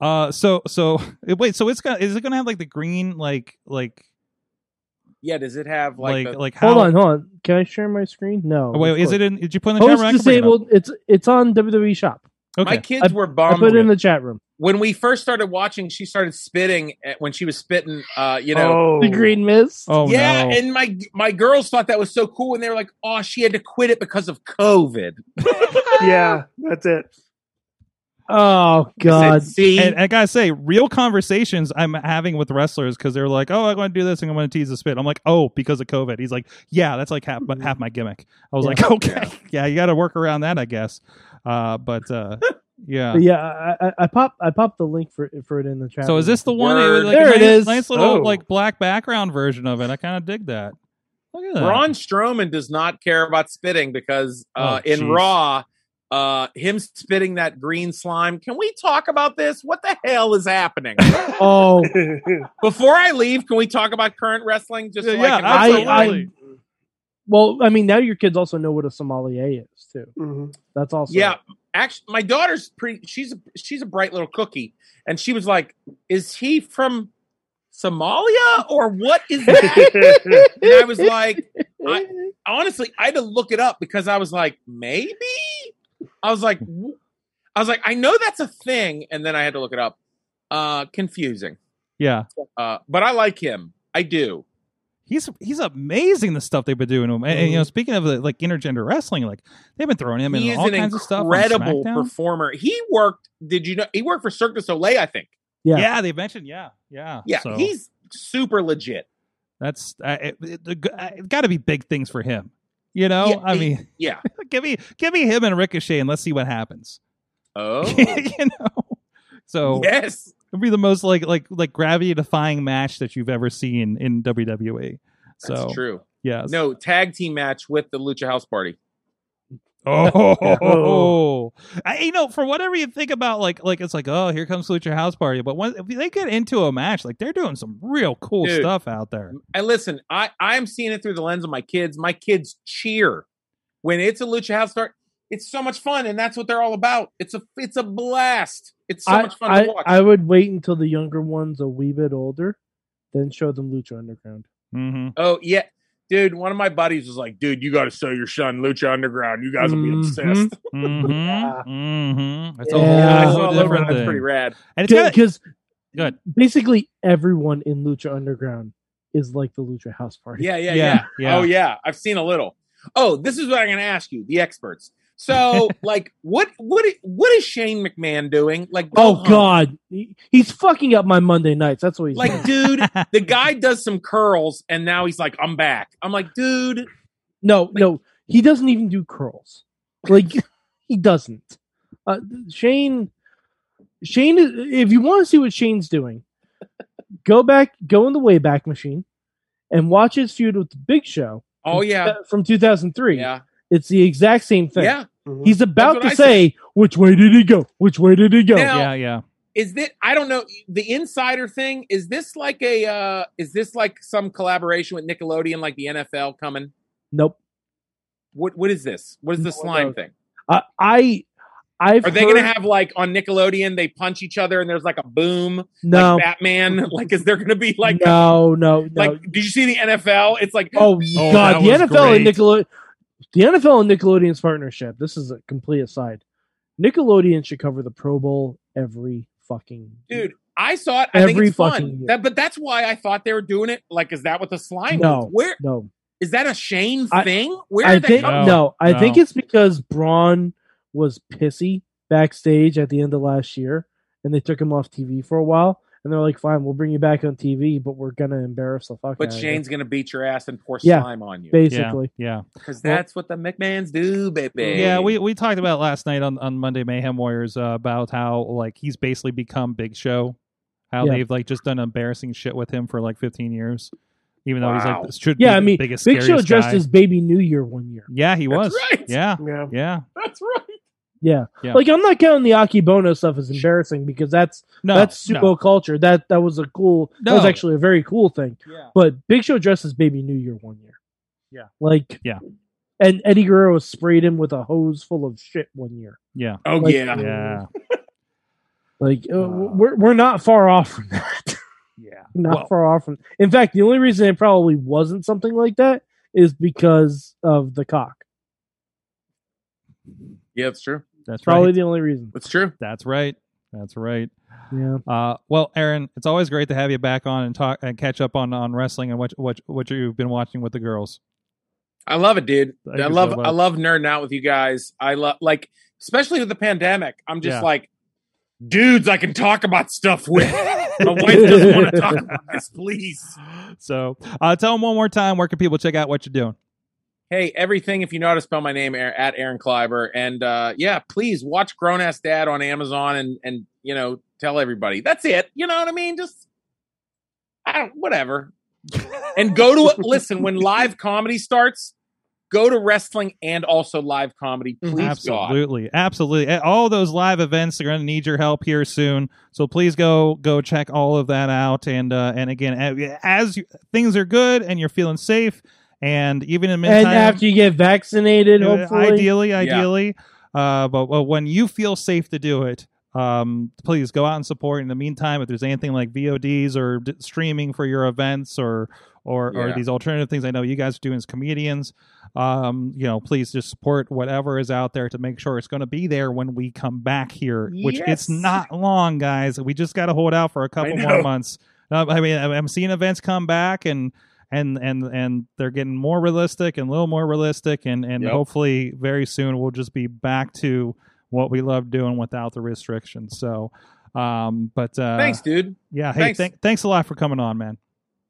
B: Uh, so so wait, so it's gonna is it gonna have like the green like like
F: yeah, does it have like,
B: like
F: the-
B: like how?
D: Hold on. Hold on. Can I share my screen? No.
B: Oh, wait,
D: of
B: is
D: course.
B: it in? Did you put in the camera?
D: Host disabled. It's it's on WWE Shop.
B: Okay.
F: my kids were
D: I
F: bombed
D: put it in
F: with.
D: the chat room.
F: when we first started watching. She started spitting at, when she was spitting. Uh, you know,
D: Oh. The Green Mist.
B: oh
F: yeah,
B: no.
F: and my my girls thought that was so cool, and they were like, "Oh, she had to quit it because of COVID."
E: yeah, that's it.
D: Oh
F: I
D: God.
F: said, See,
B: and, and I gotta say, real conversations I'm having with wrestlers because they're like, "Oh, I'm going to do this and I'm going to tease the spit." I'm like, "Oh, because of COVID." He's like, "Yeah, that's like half my, half my gimmick." I was
D: Mm-hmm. Yeah.
B: like, "Okay, yeah, you got to work around that, I guess." Uh, but uh, yeah.
D: But yeah, I, I, I pop I popped the link for for it in the chat.
B: So is
D: room.
B: this the one?
F: Word.
B: like, a
D: There it
B: nice-
D: is.
B: Nice little
E: Oh.
B: like black background version of it. I kind of dig that. Look at that.
F: Braun Strowman does not care about spitting because uh,
B: Oh,
F: in
B: jeez.
F: Raw, uh, him spitting that green slime. Can we talk about this? What the hell is happening?
D: Oh,
F: Before I leave, can we talk about current wrestling? Just so
B: Yeah,
F: I
B: yeah,
F: can-
D: I, I
B: Absolutely.
D: well, I mean, now your kids also know what a sommelier is too.
E: Mhm.
D: That's also
F: Mm-hmm. yeah. Actually, my daughter's pretty. She's a, she's a bright little cookie, and she was like, "Is he from Somalia or what is that?" and I was like, I- honestly, I had to look it up because I was like, maybe. I was like, w- I was like, I know that's a thing, and then I had to look it up. Uh, confusing.
B: Yeah.
F: Uh, but I like him. I do.
B: He's he's amazing the stuff they've been doing to him. And, and, you know, speaking of the, like intergender wrestling, like they've been throwing him
F: Mm-hmm. he
B: in
F: is
B: all
F: an
B: kinds of stuff. on
F: incredible
B: SmackDown.
F: performer. He worked. Did you know he worked for Cirque du Soleil? I think.
D: Yeah.
B: Yeah. they mentioned. Yeah, yeah,
F: Yeah,
B: So
F: he's super legit.
B: that's uh, it, got to be big things for him. You know,
F: Yeah,
B: I
F: he-
B: mean,
F: Yeah.
B: give me give me him and Ricochet, and let's see what happens.
F: Oh.
B: you know, so
F: Yes.
B: it'd be the most like like like gravity defying match that you've ever seen in WWE.
F: That's
B: So
F: true.
B: yes,
F: No tag team match with the Lucha House Party.
B: Oh, I, you know, for whatever you think about, like, like it's like, oh, here comes Lucha House Party. But when if they get into a match, like they're doing some real cool
F: Dude.
B: stuff out there.
F: And listen, I I'm seeing it through the lens of my kids. My kids cheer when it's a lucha house start. It's so much fun, and that's what they're all about. It's a it's a blast. It's so
D: I,
F: much fun
D: I,
F: to watch.
D: I would wait until the younger ones a wee bit older, then show them Lucha Underground.
B: Mm-hmm.
F: oh yeah, dude. One of my buddies was like, "Dude, you got to show your son Lucha Underground. You guys will be
D: Mhm.
F: obsessed."
B: Mm-hmm. mm-hmm. It's
D: Yeah.
B: a
F: I
B: whole
F: saw it over.
B: different
F: That's
B: thing.
F: pretty rad.
B: And it's got,
D: Because
B: Good.
D: basically everyone in Lucha Underground is like the Lucha House Party.
F: Yeah, yeah, yeah,
B: Yeah, yeah.
F: Oh, yeah. I've seen a little. Oh, this is what I'm going to ask you, the experts. So, like, what, what, i- what is Shane McMahon doing? Like, go
D: Oh
F: home.
D: God, He- he's fucking up my Monday nights. That's what he's like.
F: Like, dude, the guy does some curls, and now he's like, I'm back. I'm like, dude,
D: No, no, he doesn't even do curls. Like he doesn't. Uh, Shane, Shane. is- If you want to see what Shane's doing, go back, go in the Wayback Machine, and watch his feud with the Big Show.
F: oh yeah,
D: from 2003.
F: yeah,
D: It's the exact same thing.
F: yeah.
B: Mm-hmm.
D: He's about
F: That's what
D: to
F: I
D: say, "Which way did he go? Which way did he go?"
F: Now-
B: yeah, yeah.
F: Is that I don't know the insider thing? Is this like a uh is this like some collaboration with Nickelodeon, like the NFL coming?
D: nope.
F: What what is this? What is the slime thing?
D: I Uh, I I've
F: Are they
D: heard,
F: going to have like on Nickelodeon? They punch each other and there's like a boom,
D: no
F: like Batman. Like, is there going to be like
D: no no no?
F: like? Did you see the NFL? It's like
D: oh,
B: Oh, that
D: god, the
B: was
D: NFL and
B: great.
D: Nickelodeon, the NFL and Nickelodeon's partnership. This is a complete aside. Nickelodeon should cover the Pro Bowl every fucking
F: dude. I saw it. I think
D: Every
F: it's fun.
D: fucking year.
F: That, but that's why I thought they were doing it. Like, is that what the slime?
D: No.
F: was? Where
D: No,
F: is that a Shane
D: I-
F: thing? Where
D: I
F: did that
D: think
F: come?
B: come-
D: no, I
B: No.
D: think it's because Braun was pissy backstage at the end of last year, and they took him off TV for a while. And they're like, "Fine, we'll bring you back on TV, but we're gonna embarrass the fuck."
F: But
D: out of you."
F: Shane's going to beat your ass and pour
D: Yeah.
F: slime on you.
D: basically,
B: Yeah.
F: Because that's what the McMahons do, baby.
B: Yeah, we, we talked about last night on, on Monday Mayhem Warriors uh, about how like he's basically become Big Show. How
D: Yeah.
B: they've like just done embarrassing shit with him for like 15 years. Even though he's
F: Wow.
B: like this should
D: yeah.
B: be
D: I mean,
B: the biggest
D: Big Show
B: scariest
D: dressed
B: guy.
D: as Baby New Year one year.
B: Yeah, he
F: That's
B: was.
F: right.
B: Yeah.
E: Yeah.
B: Yeah.
F: That's right.
D: Yeah.
B: Yeah.
D: like I'm not counting the Akibono stuff as embarrassing because that's
B: No.
D: that's
B: no.
D: sumo culture. That that was a cool. That was
B: No.
D: actually a very cool thing.
F: Yeah.
D: But Big Show dressed as Baby New Year one year.
F: Yeah.
D: Like.
B: Yeah.
D: And Eddie Guerrero sprayed him with a hose full of shit one year.
B: Yeah.
F: Oh
D: Like-
F: yeah.
B: Yeah.
D: Like uh,
B: Wow.
D: we're we're not far off from that.
B: Yeah.
D: not
B: Well-
D: far off from. In fact, the only reason it probably wasn't something like that is because of the cock.
F: Yeah, it's true.
B: That's
D: Probably
B: right.
D: the only reason.
F: It's true.
B: That's right. That's right.
D: Yeah.
B: Uh, well, Aaron, it's always great to have you back on and talk and catch up on, on wrestling and what what what you've been watching with the girls.
F: I love it, dude.
B: Thank
F: I
B: you so
F: love
B: much.
F: I love nerding out with you guys. I love like especially with the pandemic. I'm just
B: Yeah.
F: like dudes I can talk about stuff with. My wife doesn't want to talk about this, please.
B: So uh, tell them one more time where can people check out what you're doing.
F: Hey, everything if you know how to spell my name Aaron- at Aaron Kleiber. And uh yeah, please watch Grown Ass Dad on Amazon and and you know, tell everybody. That's it. You know what I mean? Just I don't whatever. and go to listen when live comedy starts, go to wrestling and also live comedy. Please God.
B: Mm-hmm. absolutely, absolutely. At All those live events are going to need your help here soon. So please go go check all of that out. And uh, and again, a- as you, things are good and you're feeling safe, and even in
D: And
B: meantime,
D: after you get vaccinated,
B: uh,
D: hopefully.
B: ideally, ideally. Uh, but, but when you feel safe to do it, um, please go out and support. In the meantime, if there's anything like VODs or d- streaming for your events or or, or
F: Yeah.
B: these alternative things, I know you guys are doing as comedians. Um, you know, please just support whatever is out there to make sure it's going to be there when we come back here, which
F: Yes.
B: it's not long, guys. We just got to hold out for a couple more
F: know.
B: months. Uh, I mean, I'm I'm seeing events come back and and and and they're getting more realistic and a little more realistic and and
F: Yep.
B: hopefully very soon we'll just be back to what we love doing without the restrictions so um but uh
F: Thanks, dude.
B: yeah hey
F: Thanks.
B: thank- thanks a lot for coming on man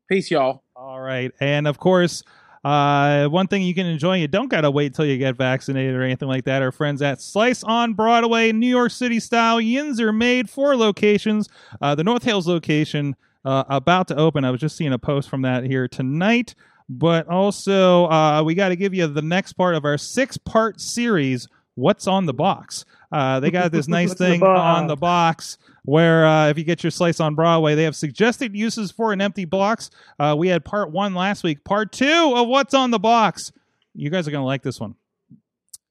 F: Peace, y'all.
B: all right and of course uh one thing you can enjoy you don't gotta wait till you get vaccinated or anything like that our friends at slice on broadway new york city style yins are made four locations uh the north hills location uh about to open i was just seeing a post from that here tonight but also uh, we got to give you the next part of our six part series what's on the box uh, they got this nice
E: What's in the
B: thing
E: box?
B: on the box where uh, if you get your slice on broadway they have suggested uses for an empty box uh, we had part one last week part two of what's on the box you guys are going to like this one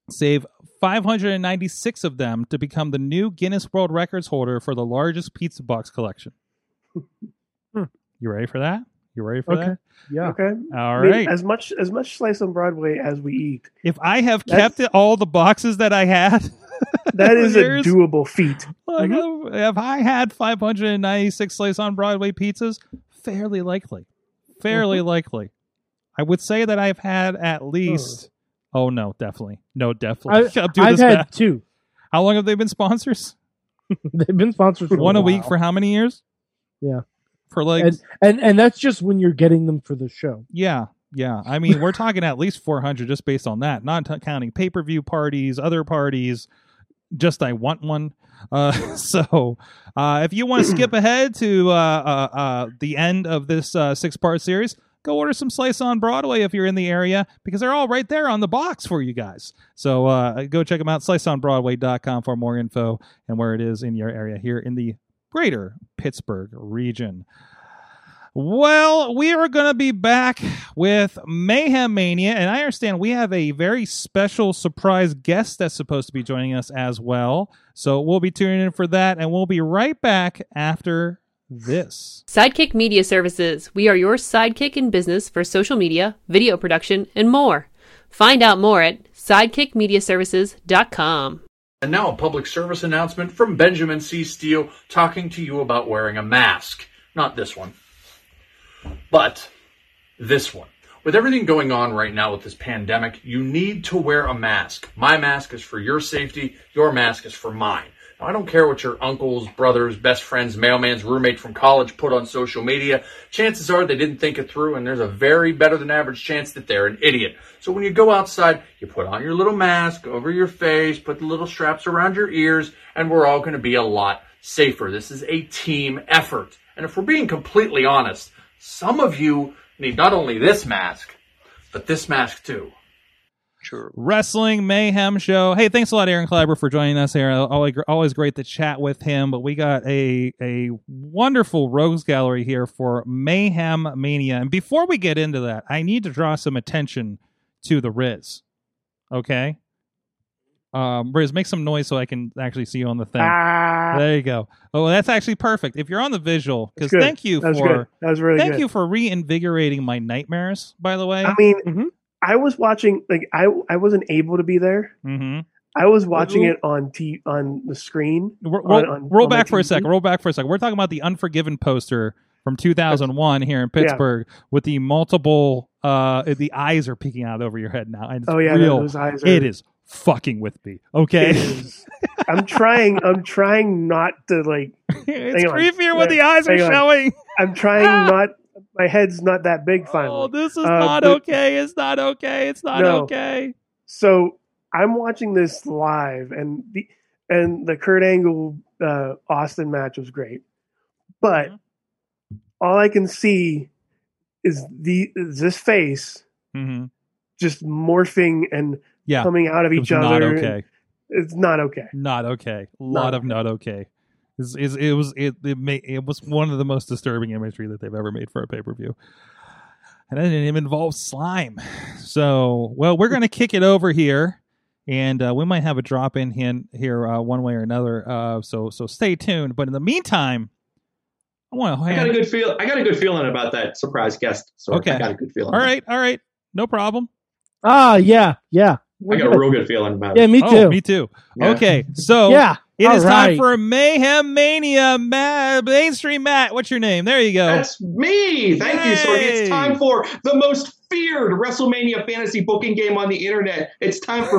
B: save 596 of them to become the new guinness world records holder for the largest pizza box collection
D: Hmm.
B: you ready for that you ready for
D: Okay. Yeah.
E: Okay.
B: that all
E: Maybe
B: right
E: As much as much slice on Broadway as we eat.
B: If I have
E: That's-
B: kept it, all the boxes that I had,
E: That is a
B: years.
E: doable feat.
B: Like,
D: Mm-hmm.
B: If I had 596 slice on Broadway pizzas, fairly likely, fairly
D: Mm-hmm.
B: likely, I would say that I've had
D: Hmm.
B: at least. Oh no, definitely, no, definitely. I, am doing
D: I've
B: this
D: had
B: math.
D: two.
B: How long have they been sponsors?
D: They've been sponsored for
B: One a
D: while.
B: week for how many years?
D: Yeah.
B: for like
D: and, and and that's just when you're getting them for the show.
B: Yeah, yeah. I mean, we're talking at least 400 just based on that, not t- counting pay per view parties, other parties. Just I want one. Uh, so, uh, if you want to skip ahead to uh, uh, uh, the end of this uh, six part series, go order some slice on Broadway if you're in the area because they're all right there on the box for you guys. So uh, go check them out, sliceonbroadway.com for more info and where it is in your area here in the greater Pittsburgh region. Well, we are going to be back with Mayhem Mania, and I understand we have a very special surprise guest that's supposed to be joining us as well. So we'll be tuning in for that, and we'll be right back after this.
G: Sidekick Media Services. We are your sidekick in business for social media, video production, and more. Find out more at sidekickmediaservices.com.
H: And now a public service announcement from Benjamin C. Steele talking to you about wearing a mask. Not this one, but this one. With everything going on right now with this pandemic, you need to wear a mask. My mask is for your safety, your mask is for mine. Now, I don't care what your uncles, brothers, best friends, mailman's roommate from college put on social media. Chances are they didn't think it through, and there's a very better than average chance that they're an idiot. So when you go outside, you put on your little mask over your face, put the little straps around your ears, and we're all going to be a lot safer. This is a team effort. And if we're being completely honest, some of you need not only this mask, but this mask too.
B: Wrestling Mayhem Show. Hey, thanks a lot, Aaron Kleiber, for joining us here. Always, always great to chat with him. But we got a a wonderful rogues gallery here for Mayhem Mania. And before we get into that, I need to draw some attention to the Riz. Okay, um, Riz, make some noise so I can actually see you on the thing.
E: Ah,
B: There you go. Oh, that's actually perfect. If you're on the visual, because
E: That's good.
B: thank you
E: that was
B: for
E: good. That was really
B: thank
E: good.
B: you for reinvigorating my nightmares. By the way, Mm-hmm.
E: I mean,
D: Mhm.
E: I was watching. Like, I I wasn't able to be there.
B: mm-hmm.
E: I was watching
D: Ooh.
E: it on t on the screen.
B: Ro-
E: on-
B: roll,
E: on-
B: roll
E: on my
B: back for a
E: TV.
B: second. Roll back for a second. We're talking about the Unforgiven poster from 2001 here in
E: Yeah.
B: Pittsburgh with the multiple uh the eyes are peeking out over your head now. And it's
E: Oh yeah,
B: real.
E: those eyes. Are,
B: It is fucking with me.
E: it
B: Okay,
E: is. I'm trying. I'm trying not to like.
B: it's
E: Hang on.
B: creepier when the
E: Yeah,
B: eyes are
E: hang on.
B: showing. Ah!
E: I'm trying not. My head's not that big. Finally.
B: Oh, this is
E: Uh,
B: not
E: but-
B: okay. It's not okay. It's not
E: No.
B: okay.
E: so I'm watching this live, and the and the Kurt Angle uh, Austin match was great, but
B: Mhm.
E: all I can see is the is this face
B: hmm
E: just morphing and
B: Yeah,
E: coming out of
B: it was
E: each
B: not
E: other.
B: okay.
E: It's not okay.
B: Not okay. A lot
E: Not
B: of not okay. Is is it was it it, ma- it was one of the most disturbing imagery that they've ever made for a pay per view. And then it involves slime. So, well, we're going to kick it over here, and uh, we might have a drop in hin- here uh, one way or another. Uh, so, so stay tuned. But in the meantime, I want to
I: I got a good feel. I got a good feeling about that surprise guest. So
B: Okay.
I: I got a good feeling.
B: All right, all right, no problem.
D: Ah, yeah, yeah.
I: I got a real good feeling about
D: yeah,
I: it.
D: me too.
B: Oh, me too.
I: Yeah.
B: Okay, so
D: yeah,
B: It
D: All
B: is time
D: right.
B: for Mayhem Mania. Matt, mainstream Matt, what's your name? There you go.
I: That's me. Thank you, Sorg.
B: Yay.
I: It's time for the most feared WrestleMania fantasy booking game on the internet. It's time for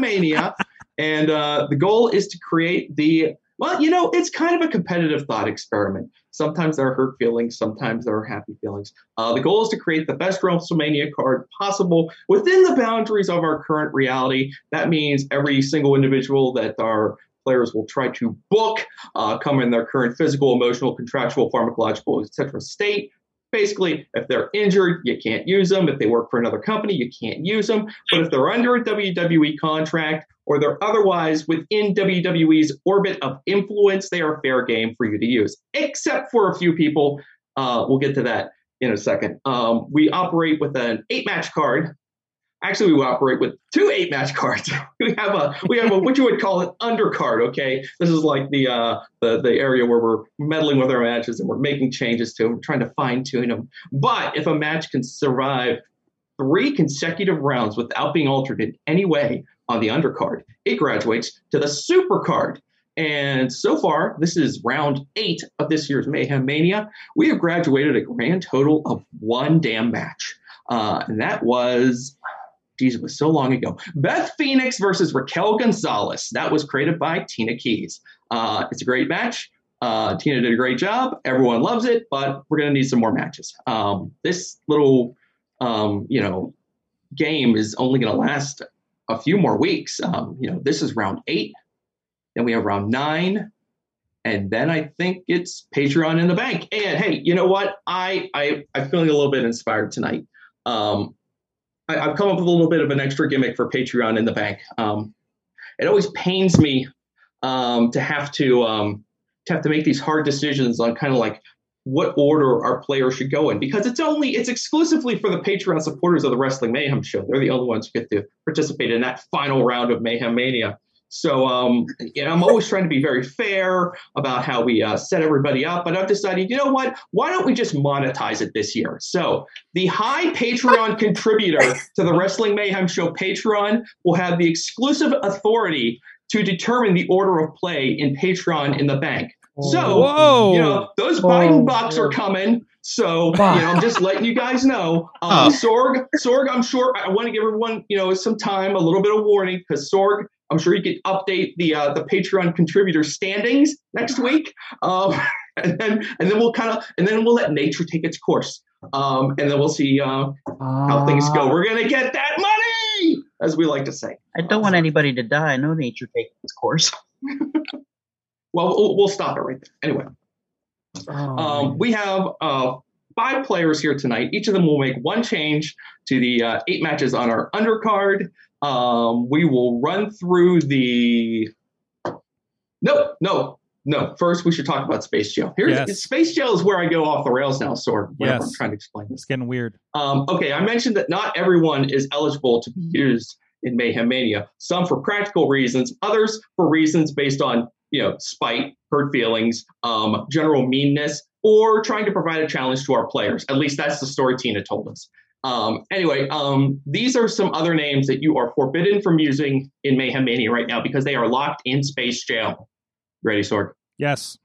I: Mania, and uh, the goal is to create the. Well, you know, it's kind of a competitive thought experiment. Sometimes there are hurt feelings, sometimes there are happy feelings. Uh, the goal is to create the best WrestleMania card possible within the boundaries of our current reality. That means every single individual that our players will try to book uh, come in their current physical, emotional, contractual, pharmacological, etc. state. Basically, if they're injured, you can't use them. If they work for another company, you can't use them. But if they're under a WWE contract or they're otherwise within WWE's orbit of influence, they are fair game for you to use, except for a few people. Uh, we'll get to that in a second. Um, we operate with an eight match card. Actually, we operate with two eight match cards. we have a we have a what you would call an undercard. Okay, this is like the uh, the the area where we're meddling with our matches and we're making changes to them, trying to fine tune them. But if a match can survive three consecutive rounds without being altered in any way on the undercard. It graduates to the supercard. And so far, this is round eight of this year's Mayhem Mania. We have graduated a grand total of one damn match. Uh, and that was, geez, it was so long ago. Beth Phoenix versus Raquel Gonzalez. That was created by Tina Keys. Uh, it's a great match. Uh, Tina did a great job. Everyone loves it, but we're going to need some more matches. Um, this little, um, you know, game is only going to last a few more weeks. Um, you know, this is round eight. Then we have round nine. And then I think it's Patreon in the bank. And hey, you know what? I, I I'm feeling a little bit inspired tonight. Um, I, I've come up with a little bit of an extra gimmick for Patreon in the bank. Um, it always pains me um, to have to um, to have to make these hard decisions on kind of like what order our players should go in because it's only it's exclusively for the Patreon supporters of the Wrestling Mayhem show. They're the only ones who get to participate in that final round of Mayhem Mania. So um, yeah, I'm always trying to be very fair about how we uh, set everybody up, but I've decided, you know what? Why don't we just monetize it this year? So the high Patreon contributor to the Wrestling Mayhem Show Patreon will have the exclusive authority to determine the order of play in Patreon in the bank. So
B: Whoa.
I: you know, those
D: Oh.
I: Biden bucks are coming. So you know, I'm just letting you guys know. Um, Sorg, Sorg, I'm sure I want to give everyone you know some time, a little bit of warning, because Sorg, I'm sure you can update the uh, the Patreon contributor standings next week, um, and then and then we'll kind of and then we'll let nature take its course, um, and then we'll see uh, how things
D: Uh.
I: go. We're gonna get that money, as we like to say.
J: I don't want anybody to die. I know nature takes its course.
I: Well, we'll, we'll stop it right there. Anyway. Um, we have uh, five players here tonight. Each of them will make one change to the uh, eight matches on our undercard. Um, we will run through the. No, no, no. First, we should talk about Space Jail. Here's
B: Yes.
I: Space Jail is where I go off the rails now, Sword. Whenever
B: Yes.
I: I'm trying to explain this.
B: It's getting weird.
I: Um, okay, I mentioned that not everyone is eligible to be used in Mayhem Mania. Some for practical reasons, others for reasons based on you know spite, hurt feelings, um, general meanness, or trying to provide a challenge to our players. At least that's the story Tina told us. Um, anyway, um, these are some other names that you are forbidden from using in Mayhem Mania right now because they are locked in space jail. Ready, Sorg?
B: Yes.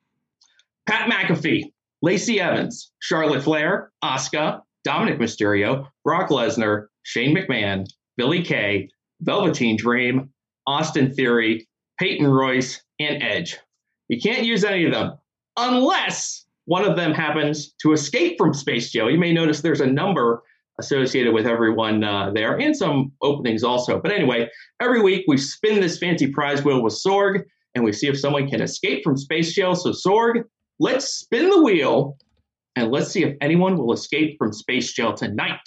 I: Pat McAfee, Lacey Evans, Charlotte Flair, Asuka, Dominic Mysterio, Brock Lesnar, Shane McMahon, Billy Kay, Velveteen Dream, Austin Theory, Peyton Royce, and Edge. You can't use any of them unless one of them happens to escape from Space Joe. You may notice there's a number associated with everyone uh, there and some openings also. But anyway, every week we spin this fancy prize wheel with Sorg and we see if someone can escape from Space Jail. So, Sorg, let's spin the wheel and let's see if anyone will escape from space jail tonight.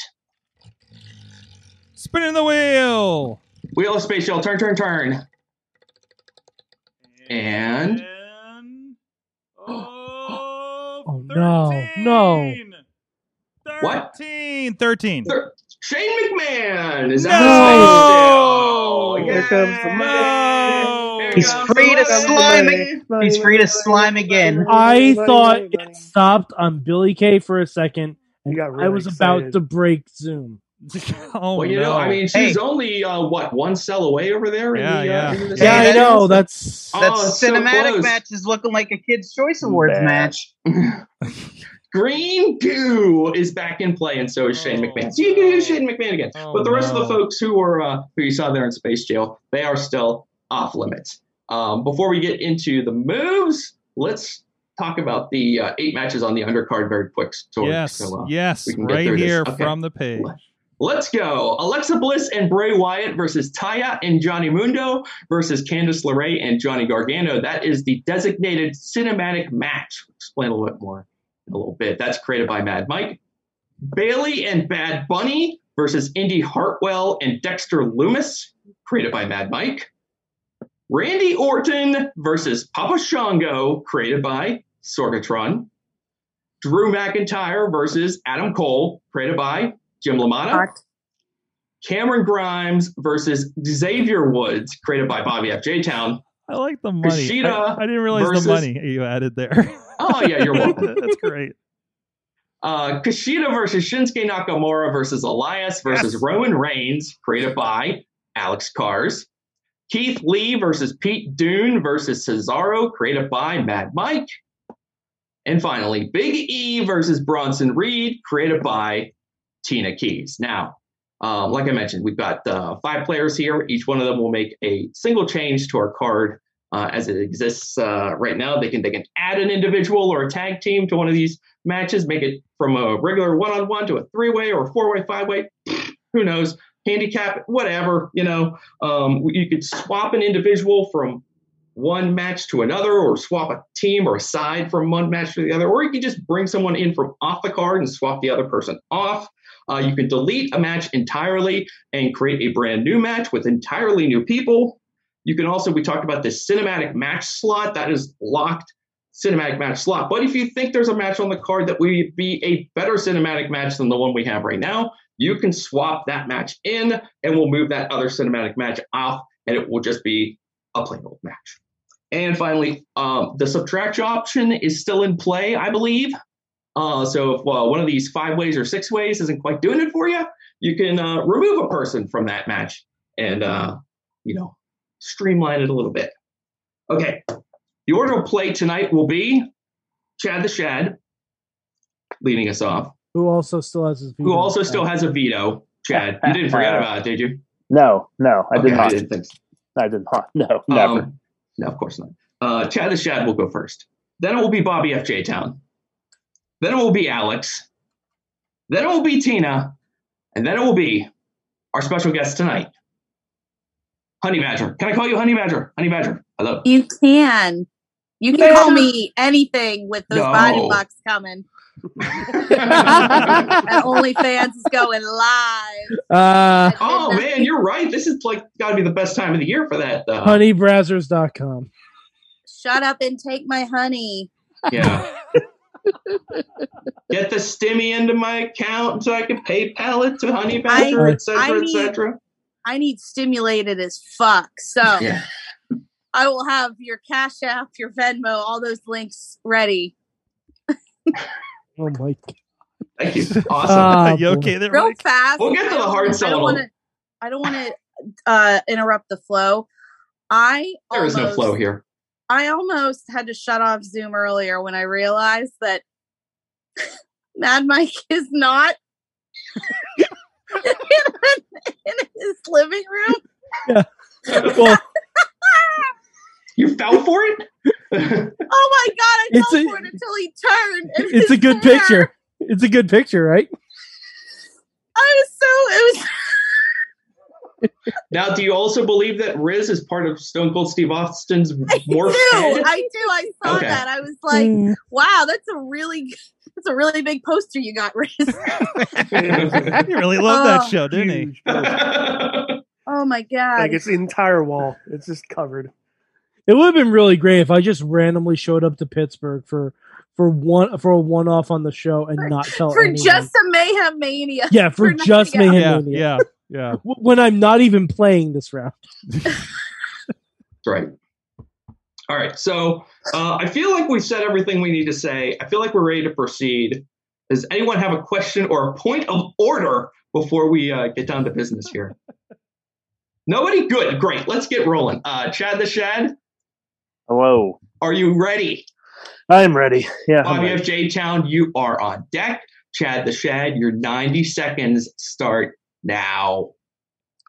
B: Spinning the wheel.
I: Wheel of space jail, turn, turn, turn. And
B: And- oh,
D: Oh, no. No.
B: 13.
I: What?
B: 13. 13.
I: thir- Shane McMahon is
B: No!
I: out of space jail.
B: Here
C: comes the
B: money.
I: Here
J: He's
I: comes
J: free to
I: the money.
J: slime ag- He's free to slime again.
D: I thought it stopped on Billy K for a second.
E: You got
D: I
E: really
D: was
E: excited.
D: about to break Zoom.
B: oh,
I: Well, you
B: no.
I: know, I mean, she's
J: Hey.
I: only uh, what one cell away over there.
B: Yeah,
I: in the,
B: yeah.
I: Uh, in the
J: Yeah,
D: Yeah, I
J: that
D: know. That's
I: Oh,
J: That
I: it's so
J: cinematic
I: close.
J: match is looking like a Kids' Choice Awards match.
I: Green Goo is back in play, and so is Shane
B: Oh,
I: McMahon. So you can use
B: no.
I: Shane McMahon again.
B: Oh,
I: but the rest
B: no.
I: of the folks who were uh, who you saw there in Space Jail, they are still off limits. Um, before we get into the moves, let's talk about the uh, eight matches on the undercard very quick. Sorg.
B: yes.
I: So, uh,
B: yes.
I: we can get
B: Right
I: through this.
B: here
I: Okay.
B: from the page.
I: Let's go. Alexa Bliss and Bray Wyatt versus Taya and Johnny Mundo versus Candice LeRae and Johnny Gargano. That is the designated cinematic match. We'll explain a little bit more in a little bit. That's created by Mad Mike. Bailey and Bad Bunny versus Indy Hartwell and Dexter Loomis, created by Mad Mike. Randy Orton versus Papa Shango, created by Sorgatron. Drew McIntyre versus Adam Cole, created by Jim LaMotta. Cameron Grimes versus Xavier Woods, created by Bobby F. J. Town.
B: I like the money.
I: Kushida
B: I, I didn't realize
I: versus-
B: the money you added there.
I: Oh, yeah, you're Oh, welcome.
B: That's great.
I: Uh, Kushida versus Shinsuke Nakamura versus Elias versus Roman Reigns, created by Alex Cars. Keith Lee versus Pete Dune versus Cesaro, created by Mad Mike. And finally, Big E versus Bronson Reed, created by Tina Keys. Now, um, like I mentioned, we've got uh, five players here. Each one of them will make a single change to our card uh, as it exists uh, right now. They can they can add an individual or a tag team to one of these matches, make it from a regular one on one to a three way or four way, five way. Who knows? Handicap, whatever you know. Um, you could swap an individual from one match to another, or swap a team or a side from one match to the other, or you can just bring someone in from off the card and swap the other person off. Uh, you can delete a match entirely and create a brand new match with entirely new people. You can also, we talked about the cinematic match slot, that is locked cinematic match slot. But if you think there's a match on the card that would be a better cinematic match than the one we have right now, you can swap that match in and we'll move that other cinematic match off and it will just be a plain old match. And finally, um, the subtract option is still in play, I believe. Uh, so if uh, one of these five ways or six ways isn't quite doing it for you, you can uh, remove a person from that match and, uh, you know, streamline it a little bit. Okay. The order of play tonight will be Chad the Shad leading us off,
D: Who also still has his
I: who also still has a veto. Chad, you didn't forget about it, did you?
K: No, no, I did
I: Okay,
K: not.
I: I didn't think so.
K: I did not. No, never.
I: Um, no, of course not. Uh, Chad the Shad will go first. Then it will be Bobby FJ Town. Then it will be Alex. Then it will be Tina. And then it will be our special guest tonight, Honey Badger. Can I call you Honey Badger? Honey Badger. Hello.
L: You can. You can call me anything with those
I: No.
L: body blocks coming. that OnlyFans is going live.
D: Uh,
I: oh, man, you're right. This is like got to be the best time of the year for that.
J: Oh.
I: Uh,
D: honeybrazzers.com.
L: Shut up and take my honey.
I: Yeah. Get the stimmy into my account so I can PayPal it to Honey Badger,
L: I- I
I: etc.,
L: need-
I: etc.
L: I need stimulated as fuck. So
I: Yeah.
L: I will have your Cash App, your Venmo, all those links ready.
D: Oh my god.
I: Thank you.
D: Ah,
I: Awesome.
D: You okay boy.
B: there,
L: Real fast.
I: We'll get to
L: I
I: the
L: don't
I: hard
L: wanna- I
I: sell.
L: don't want to. I don't want to uh, interrupt the flow. I
I: There is no
L: almost-
I: flow here.
L: I almost had to shut off Zoom earlier when I realized that Mad Mike is not in, in his living room.
D: Well,
I: You fell for it?
L: Oh my god! I
D: It's
L: fell
D: a-
L: for it until he turned. and
D: it's a
L: his
D: good
L: hair-
D: picture. It's a good picture, right?
L: I was so it was.
I: Now, do you also believe that Riz is part of Stone Cold Steve Austin's
L: I
I: morph
L: do.
I: head?
L: I do. I saw
I: Okay.
L: that. I was like,
D: Mm.
L: wow, that's a really g- that's a really big poster you got, Riz.
B: You really loved that
L: Oh.
B: show, didn't he?
L: oh my god!
E: Like it's the entire wall. It's just covered.
D: It would have been really great if I just randomly showed up to Pittsburgh for for one for a one off on the show and not tell
L: for
D: anyone.
L: just a mayhem mania.
D: yeah for,
L: for
D: just
L: nothing
D: Mayhem
B: Yeah,
D: Mania.
B: yeah, yeah.
D: W- When I'm not even playing this round.
I: right. All right. So uh, I feel like we've said everything we need to say. I feel like we're ready to proceed. Does anyone have a question or a point of order before we uh, get down to business here? Nobody? Good. Great. Let's get rolling. Uh, Chad the Shad,
K: Hello.
I: are you ready?
K: I'm ready. Yeah. I'm
I: Bobby
K: ready.
I: FJ Town, you are on deck. Chad the Shad, your 90 seconds start now.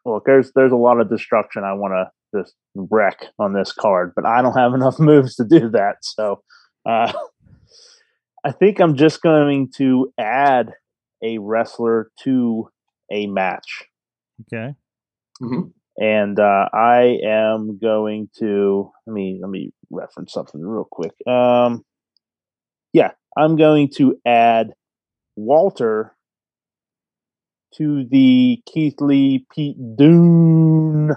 K: Look, there's there's a lot of destruction I want to just wreck on this card, but I don't have enough moves to do that. So, uh, I think I'm just going to add a wrestler to a match,
B: Okay.
I: Mm-hmm.
K: and uh, I am going to let me let me reference something real quick. Um, yeah, I'm going to add Walter to the Keith Lee Pete Dune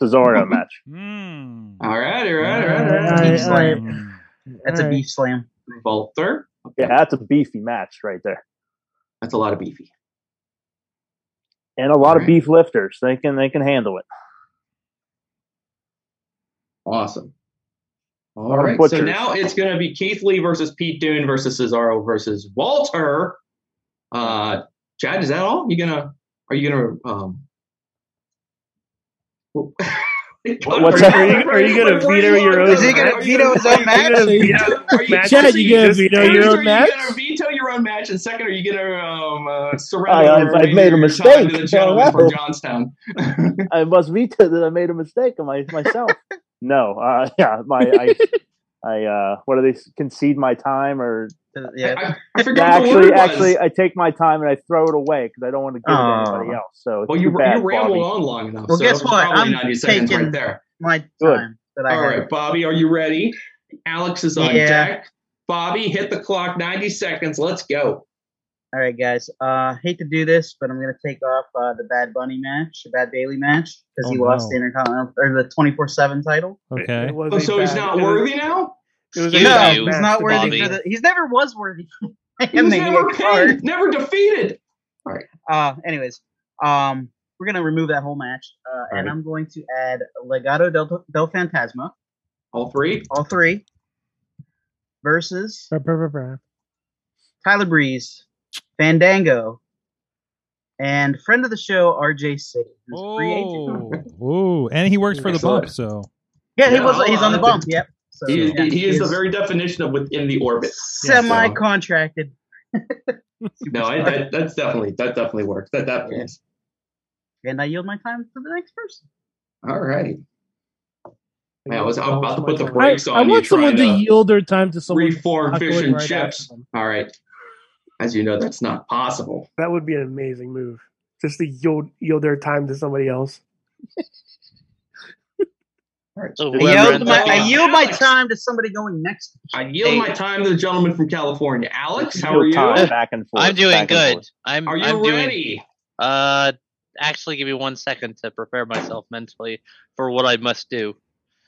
K: Cesaro match.
B: Mm.
I: All right, all right, all right. All right.
J: Beef
D: All right.
J: slam. That's a
D: All right.
J: beef slam.
I: Volter.
K: Yeah, that's a beefy match right there,
I: That's a lot of beefy.
K: and a lot of
I: Alright.
K: beef lifters. They can they can handle it.
I: Awesome. All
K: Lot of
I: right. So
K: butchers.
I: now it's going to be Keith Lee versus Pete Dune versus Cesaro versus Walter Uh, Chad, is that all? You gonna? Are you gonna? Um,
E: What's up? Are you, are you gonna veto your own?
I: Is he gonna veto his own match?
E: Are you gonna veto match?
I: Chad,
E: that
I: you
D: gonna
E: just
D: veto
E: made?
D: your
I: First,
D: own
I: are
D: match?
I: you gonna veto your own match? And second, are you gonna um, uh,
K: I,
I: surrender?
K: I've,
I: or
K: I've made a
I: your time
K: mistake.
I: To
K: I
I: the
K: don't
I: gentleman
K: know.
I: from Johnstown.
K: I must veto that I made a mistake of my, myself. no, uh, yeah, my I, I uh, what do they concede my time or
J: yeah?
I: I forgot what the
K: actually,
I: word was.
K: actually, I take my time and I throw it away because I don't want to give it to anybody
J: Oh.
K: else. So it's
I: Well, you,
K: too bad,
I: you rambled
K: Bobby.
I: on long enough.
J: Well,
I: so
J: guess
I: it was
J: what?
I: Probably
J: I'm
I: 90 seconds
J: taking
I: right there.
J: my time
I: Good.
J: that I
I: All
J: had.
I: right, Bobby, are you ready? Alex is on
J: Yeah.
I: deck. Bobby, hit the clock. 90 seconds. Let's go.
J: All right, guys. Uh, hate to do this, but I'm gonna take off uh, the Bad Bunny match, the Bad Bailey match, because
B: Oh,
J: he lost
B: no.
J: the Intercontinental or the 24/7 title.
B: Okay.
I: Oh, so he's not worthy now?
J: no, he's not worthy for the. He's never was worthy.
I: He was never
J: card.
I: pinned, never defeated. All right.
J: Uh, anyways, um, we're gonna remove that whole match, uh, and
I: right.
J: I'm going to add Legado del, del Fantasma,
I: All three?
J: all three, versus Tyler Breeze, Fandango, and friend of the show RJ City, who's a free agent.
I: Oh.
B: Ooh, and he works for the
I: Excellent.
B: bump, so
J: Yeah, he
I: Yeah,
J: was.
I: I'll-
J: He's on the
I: I'll have
J: bump.
I: to-
J: Yep.
I: he,
J: yeah,
I: he, he is the
J: he's
I: very definition of within the orbit.
J: semi contracted.
I: So, no, I, that, that's definitely that definitely works. That definitely. is.
J: And I yield my time to the next person.
I: All right. Man, I was I'm about to put the
D: I,
I: brakes on
D: I
I: you.
D: want someone to
I: trying
D: yield their time to someone.
I: reform
D: not
I: fish
D: going
I: and
D: right
I: chips.
D: after them.
I: All right. As you know, that's not possible.
E: That would be an amazing move. Just to yield yield their time to somebody else.
J: I yield,
I: Oh,
J: my, I yield my time to somebody going next.
I: I yield my time to the gentleman from California. Alex, how
K: Your
I: are you?
K: time, back and forth,
M: I'm doing
K: back and
M: good.
K: forth.
M: I'm.
I: Are you
M: I'm
I: ready?
M: Doing, uh, actually, give me one second to prepare myself mentally for what I must do.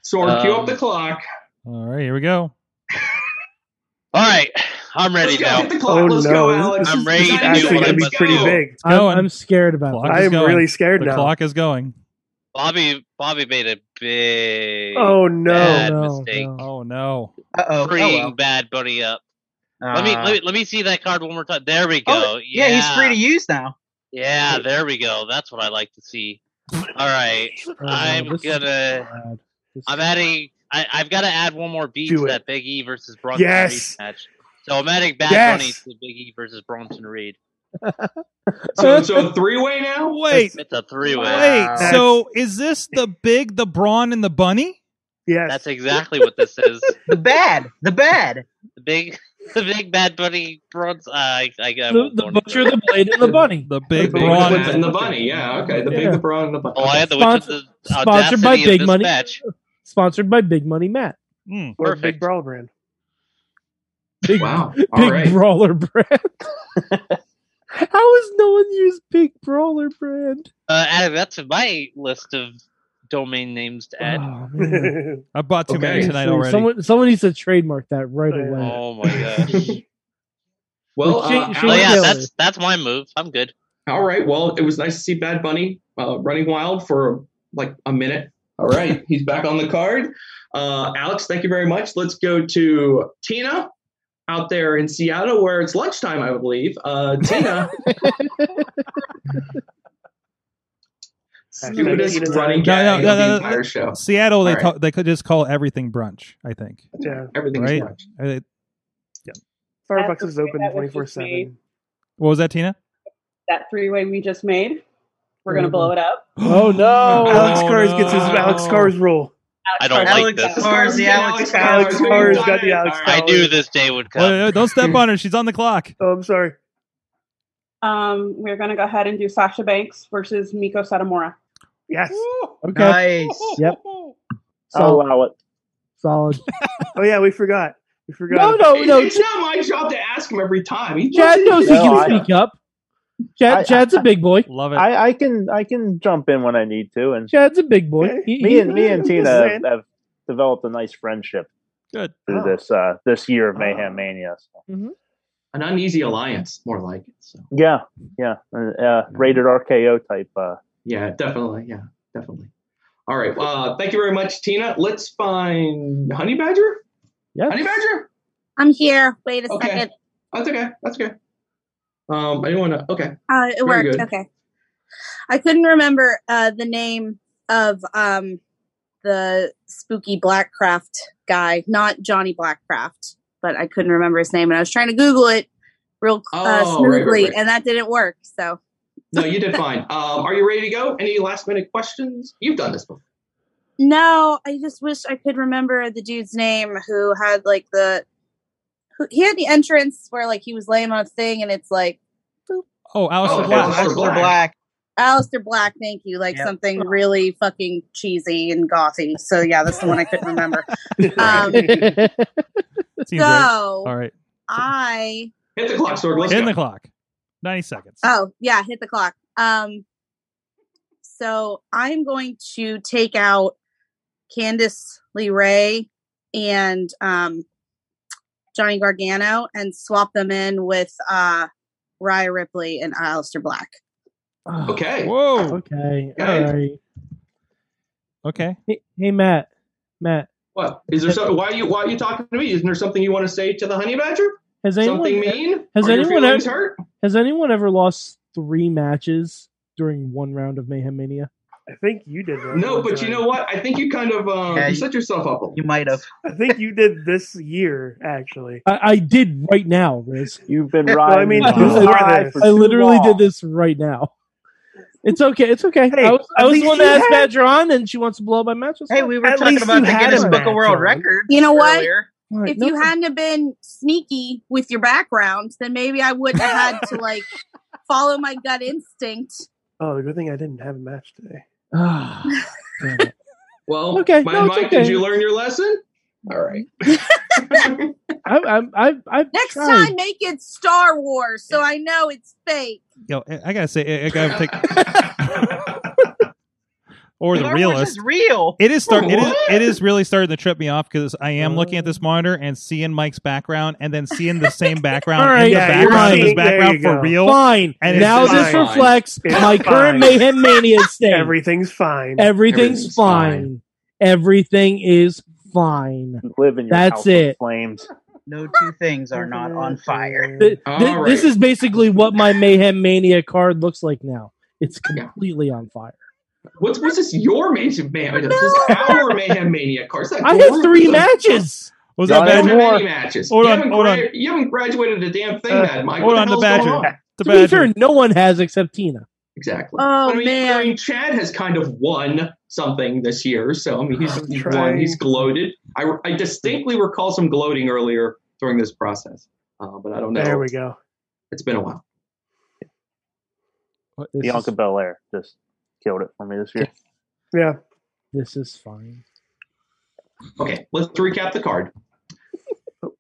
I: Sword, cue
M: Um,
I: up the clock.
B: all right, here we go.
M: All right, I'm ready
I: Let's go,
M: now.
I: hit the clock. Oh, Let's go, no. Alex.
M: I'm
I: This
M: ready
I: is
M: to
I: actually
M: do what I
I: gonna be
M: must
I: pretty
M: do.
I: big.
B: It's going.
D: I'm, I'm scared about
B: Clock
D: that.
B: is going.
E: scared
B: the
E: now.
B: clock is going.
M: Bobby. Bobby made a big.
E: Oh, no.
M: Bad
E: No,
M: mistake.
B: Oh no.
J: Uh-oh.
M: Freeing
J: Oh, well.
M: Bad Bunny up. let me
J: Uh,
M: let me let me see that card one more time. There we go.
J: Oh, yeah, he's free to use now.
M: Yeah, there we go. That's what I like to see. All right, I'm
D: this is
M: gonna. I'm adding. I, I've got to add one more beat to that Big E versus Bronson
D: Yes.
M: Reed match. So I'm adding Bad
D: Yes.
M: Bunny to Big E versus Bronson Reed.
E: Oh,
I: So, so three way now.
B: Wait,
M: It's a three way.
B: wait. So is this the big, the brawn, and the bunny?
E: Yes.
M: that's exactly what this is.
J: The bad. The bad.
M: The big, the big Bad Bunny Bronze. Uh, I, I, I
D: the,
M: won't go
D: the
M: into
D: butcher, the blade, and the bunny.
B: The big,
I: Big
B: brawn,
I: Bronze and the bunny. Yeah. Okay. The big, the brawn, and the bunny.
M: Oh, I had the witch of
D: Sponsor-
M: the
D: sponsored by
M: audacity of
D: Big
M: this
D: Money.
M: match.
D: Sponsored by Big Money Matt.
B: Mm,
E: Or
M: perfect.
E: Big Brawl brand.
D: Big,
I: Wow.
D: Big
I: All right.
D: Brawler brand. How has no one used Big Brawler brand?
M: Uh, adding that to my list of domain names to add.
D: Oh, man.
B: I bought too many
I: Okay.
B: tonight
D: Seriously,
B: already.
D: Someone, someone needs to trademark that right away.
M: Oh my gosh.
I: Well,
D: Shane-
I: uh,
D: Shane
M: oh yeah,
D: Taylor.
M: that's that's my move. I'm good.
I: all right. Well, it was nice to see Bad Bunny uh, running wild for like a minute. All right. He's back on the card. Uh, Alex, thank you very much. Let's go to Tina out there in Seattle where it's lunchtime, I believe. Uh, Tina, stupidest
E: Tina
I: running
E: time.
B: No, no,
I: gag
B: no,
I: of the
B: no,
I: entire show.
B: Seattle, they
I: All right.
B: ta- they could just call everything brunch. I think.
E: Yeah.
I: Everything's
B: Right? Uh,
I: lunch.
B: Are they-
E: Starbucks is open twenty four seven.
B: What was that, Tina?
N: That three way we just made, we're
I: Mm-hmm.
N: going to blow it up.
D: Oh no!
E: Alex
B: Oh,
E: Cars gets his
B: no.
E: Alex Cars rule.
M: I don't like
J: Alex
M: this.
J: Cars, the Alex
E: Alex
J: Cars.
E: Cars got the Alex
M: I
E: Cars.
M: knew this day would
B: Well,
M: come.
B: no, don't step on her. She's on the clock.
E: Oh, I'm sorry.
N: Um, we're going to go ahead and do Sasha Banks versus Miko Satomura.
E: Yes.
D: Okay.
J: Nice.
D: Yep.
K: I'll
D: Solid.
K: allow it.
D: Solid.
E: Oh yeah, we forgot. We forgot.
D: No, no,
I: It-
D: no.
I: It's not my job to ask him every time. He
D: Chad knows he
K: No,
D: can
K: I-
D: speak up. Chad,
K: I-
D: Chad's a big boy.
B: Love it.
K: I, I can I can jump in when I need to, and
D: Chad's a big boy. He-
K: me
D: he-
K: and me and
E: I'm just
K: Tina
E: saying.
K: have, have developed a nice friendship
B: Good. Mm-hmm.
K: through
E: Oh.
K: this uh, this year of
I: Oh.
K: Mayhem Mania. So.
I: an uneasy alliance, more like it. So
K: Yeah, yeah, uh, uh, rated RKO type. Uh,
I: yeah, definitely, yeah, definitely. All right, uh, thank you very much, Tina. Let's find Honey Badger.
D: Yes.
I: Honey Badger.
L: I'm here. Wait a
I: Okay.
L: second.
I: That's okay. That's okay. Um, anyone? Okay.
L: Uh, it
I: Very
L: worked.
I: good.
L: Okay. I couldn't remember uh, the name of um, the spooky Blackcraft guy, not Johnny Blackcraft, but I couldn't remember his name, and I was trying to Google it real uh,
I: Oh, right,
L: smoothly,
I: right, right.
L: and that didn't work. So
I: No, you did fine. Um, are you ready to go? Any last minute questions? You've done this before.
L: no, I just wish I could remember the dude's name who had like the who, he had the entrance where like he was laying on a thing, and it's like
B: Oh, Alistair
I: Oh,
B: Black.
I: Alistair Black. Black.
L: Alistair Black, thank you. Like
B: Yep.
L: something really fucking cheesy and gothy. So yeah, that's the one I couldn't remember. Um,
B: Seems right.
L: So-
B: All right.
L: I
I: Hit the clock, Sorg. Let's
B: Hit
I: go.
B: the clock. 90 seconds.
L: oh yeah, hit the clock. Um, so I'm going to take out Candice Lee Ray and um, Johnny Gargano and swap them in with uh, Raya Ripley and Alistair Black.
I: Okay.
B: Whoa.
D: Oh. Okay.
I: Okay.
D: All right.
B: Okay.
D: Hey, hey, Matt. Matt.
I: What is there? Something, why are you Why are you talking to me? Isn't there something you want to say to the honey badger?
D: Has anyone e-
I: something mean?
D: Has
I: Are your
D: anyone
I: feelings
D: ever,
I: hurt?
D: Has anyone ever lost three matches during one round of Mayhem Mania?
E: I think you did that.
I: No,
E: one
I: but
E: time.
I: you know what? I think you kind of um,
D: Yeah,
I: you
D: you-
I: set yourself up. a little.
J: You might have.
E: I think you did this year, actually.
D: I, I did right now, Riz.
K: You've been
E: No, I mean before this.
D: I literally did this right now. It's okay. It's okay.
E: Hey,
D: I was,
E: at
D: I was the
E: least
D: one
E: you
D: that asked
E: had-
D: Badger on, and she wants to blow up my match. That's
J: Hey,
D: fine.
J: we were talking about the Guinness Book of World Records.
L: You know what?
J: earlier.
L: if you hadn't have been sneaky with your background, then maybe I wouldn't have had to like follow my gut instinct.
E: Oh, the good thing I didn't have a match today.
I: Well,
D: Okay,
I: my
D: no, it's
I: Mike, did
D: okay.
I: you learn your lesson? All right.
D: I, I'm, I've, I've
L: Next
D: tried.
L: time, make it Star Wars so I know it's fake.
B: Yo, I, I gotta say, I, I gotta take. or the
J: Star Wars
B: realist.
J: is real.
B: It is start. It is.
J: What?
B: It is really starting to trip me off because I am looking at
D: Uh.
B: this monitor and seeing Mike's background, and then seeing the same background
D: All right,
B: in the
D: yeah, you're
B: background of his
D: seeing- there
B: background
D: you
B: for
D: go.
B: real.
D: Fine.
B: it's
D: Now
B: just-
D: this reflects
E: It's
D: my current
E: fine.
D: Mayhem Mania state.
E: Everything's fine.
D: Everything's fine. Everything is fine.
K: Live in your
D: That's
K: house
D: it.
K: of flames.
J: No two things are not on fire.
D: Th- th- This is basically what my Mayhem Mania card looks like now. It's completely on fire.
I: What's What's this? Your mayhem mania? This is our mayhem mania. Of course,
D: I have three matches.
B: Was
I: that
B: that bad?
I: bad? You don't have
B: More.
I: any matches.
B: Hold
I: you
B: on,
I: haven't
B: hold on.
I: gra- You haven't graduated a damn thing,
D: Uh,
I: Mad Mike.
D: hold
I: what
D: on,
I: the
D: the
I: hell's going
D: Badger.
I: on?
D: to be fair, no one has except Tina.
I: Exactly.
L: Oh
I: I mean,
L: man,
I: I mean, Chad has kind of won something this year, so I mean, he's, he's won. He's gloated. I, I distinctly recall some gloating earlier during this process, uh, but I don't know.
E: There we go.
I: It's been a while.
K: Bianca Belair just killed it for me this year.
E: Yeah.
D: This is fine.
I: Okay, let's recap the card.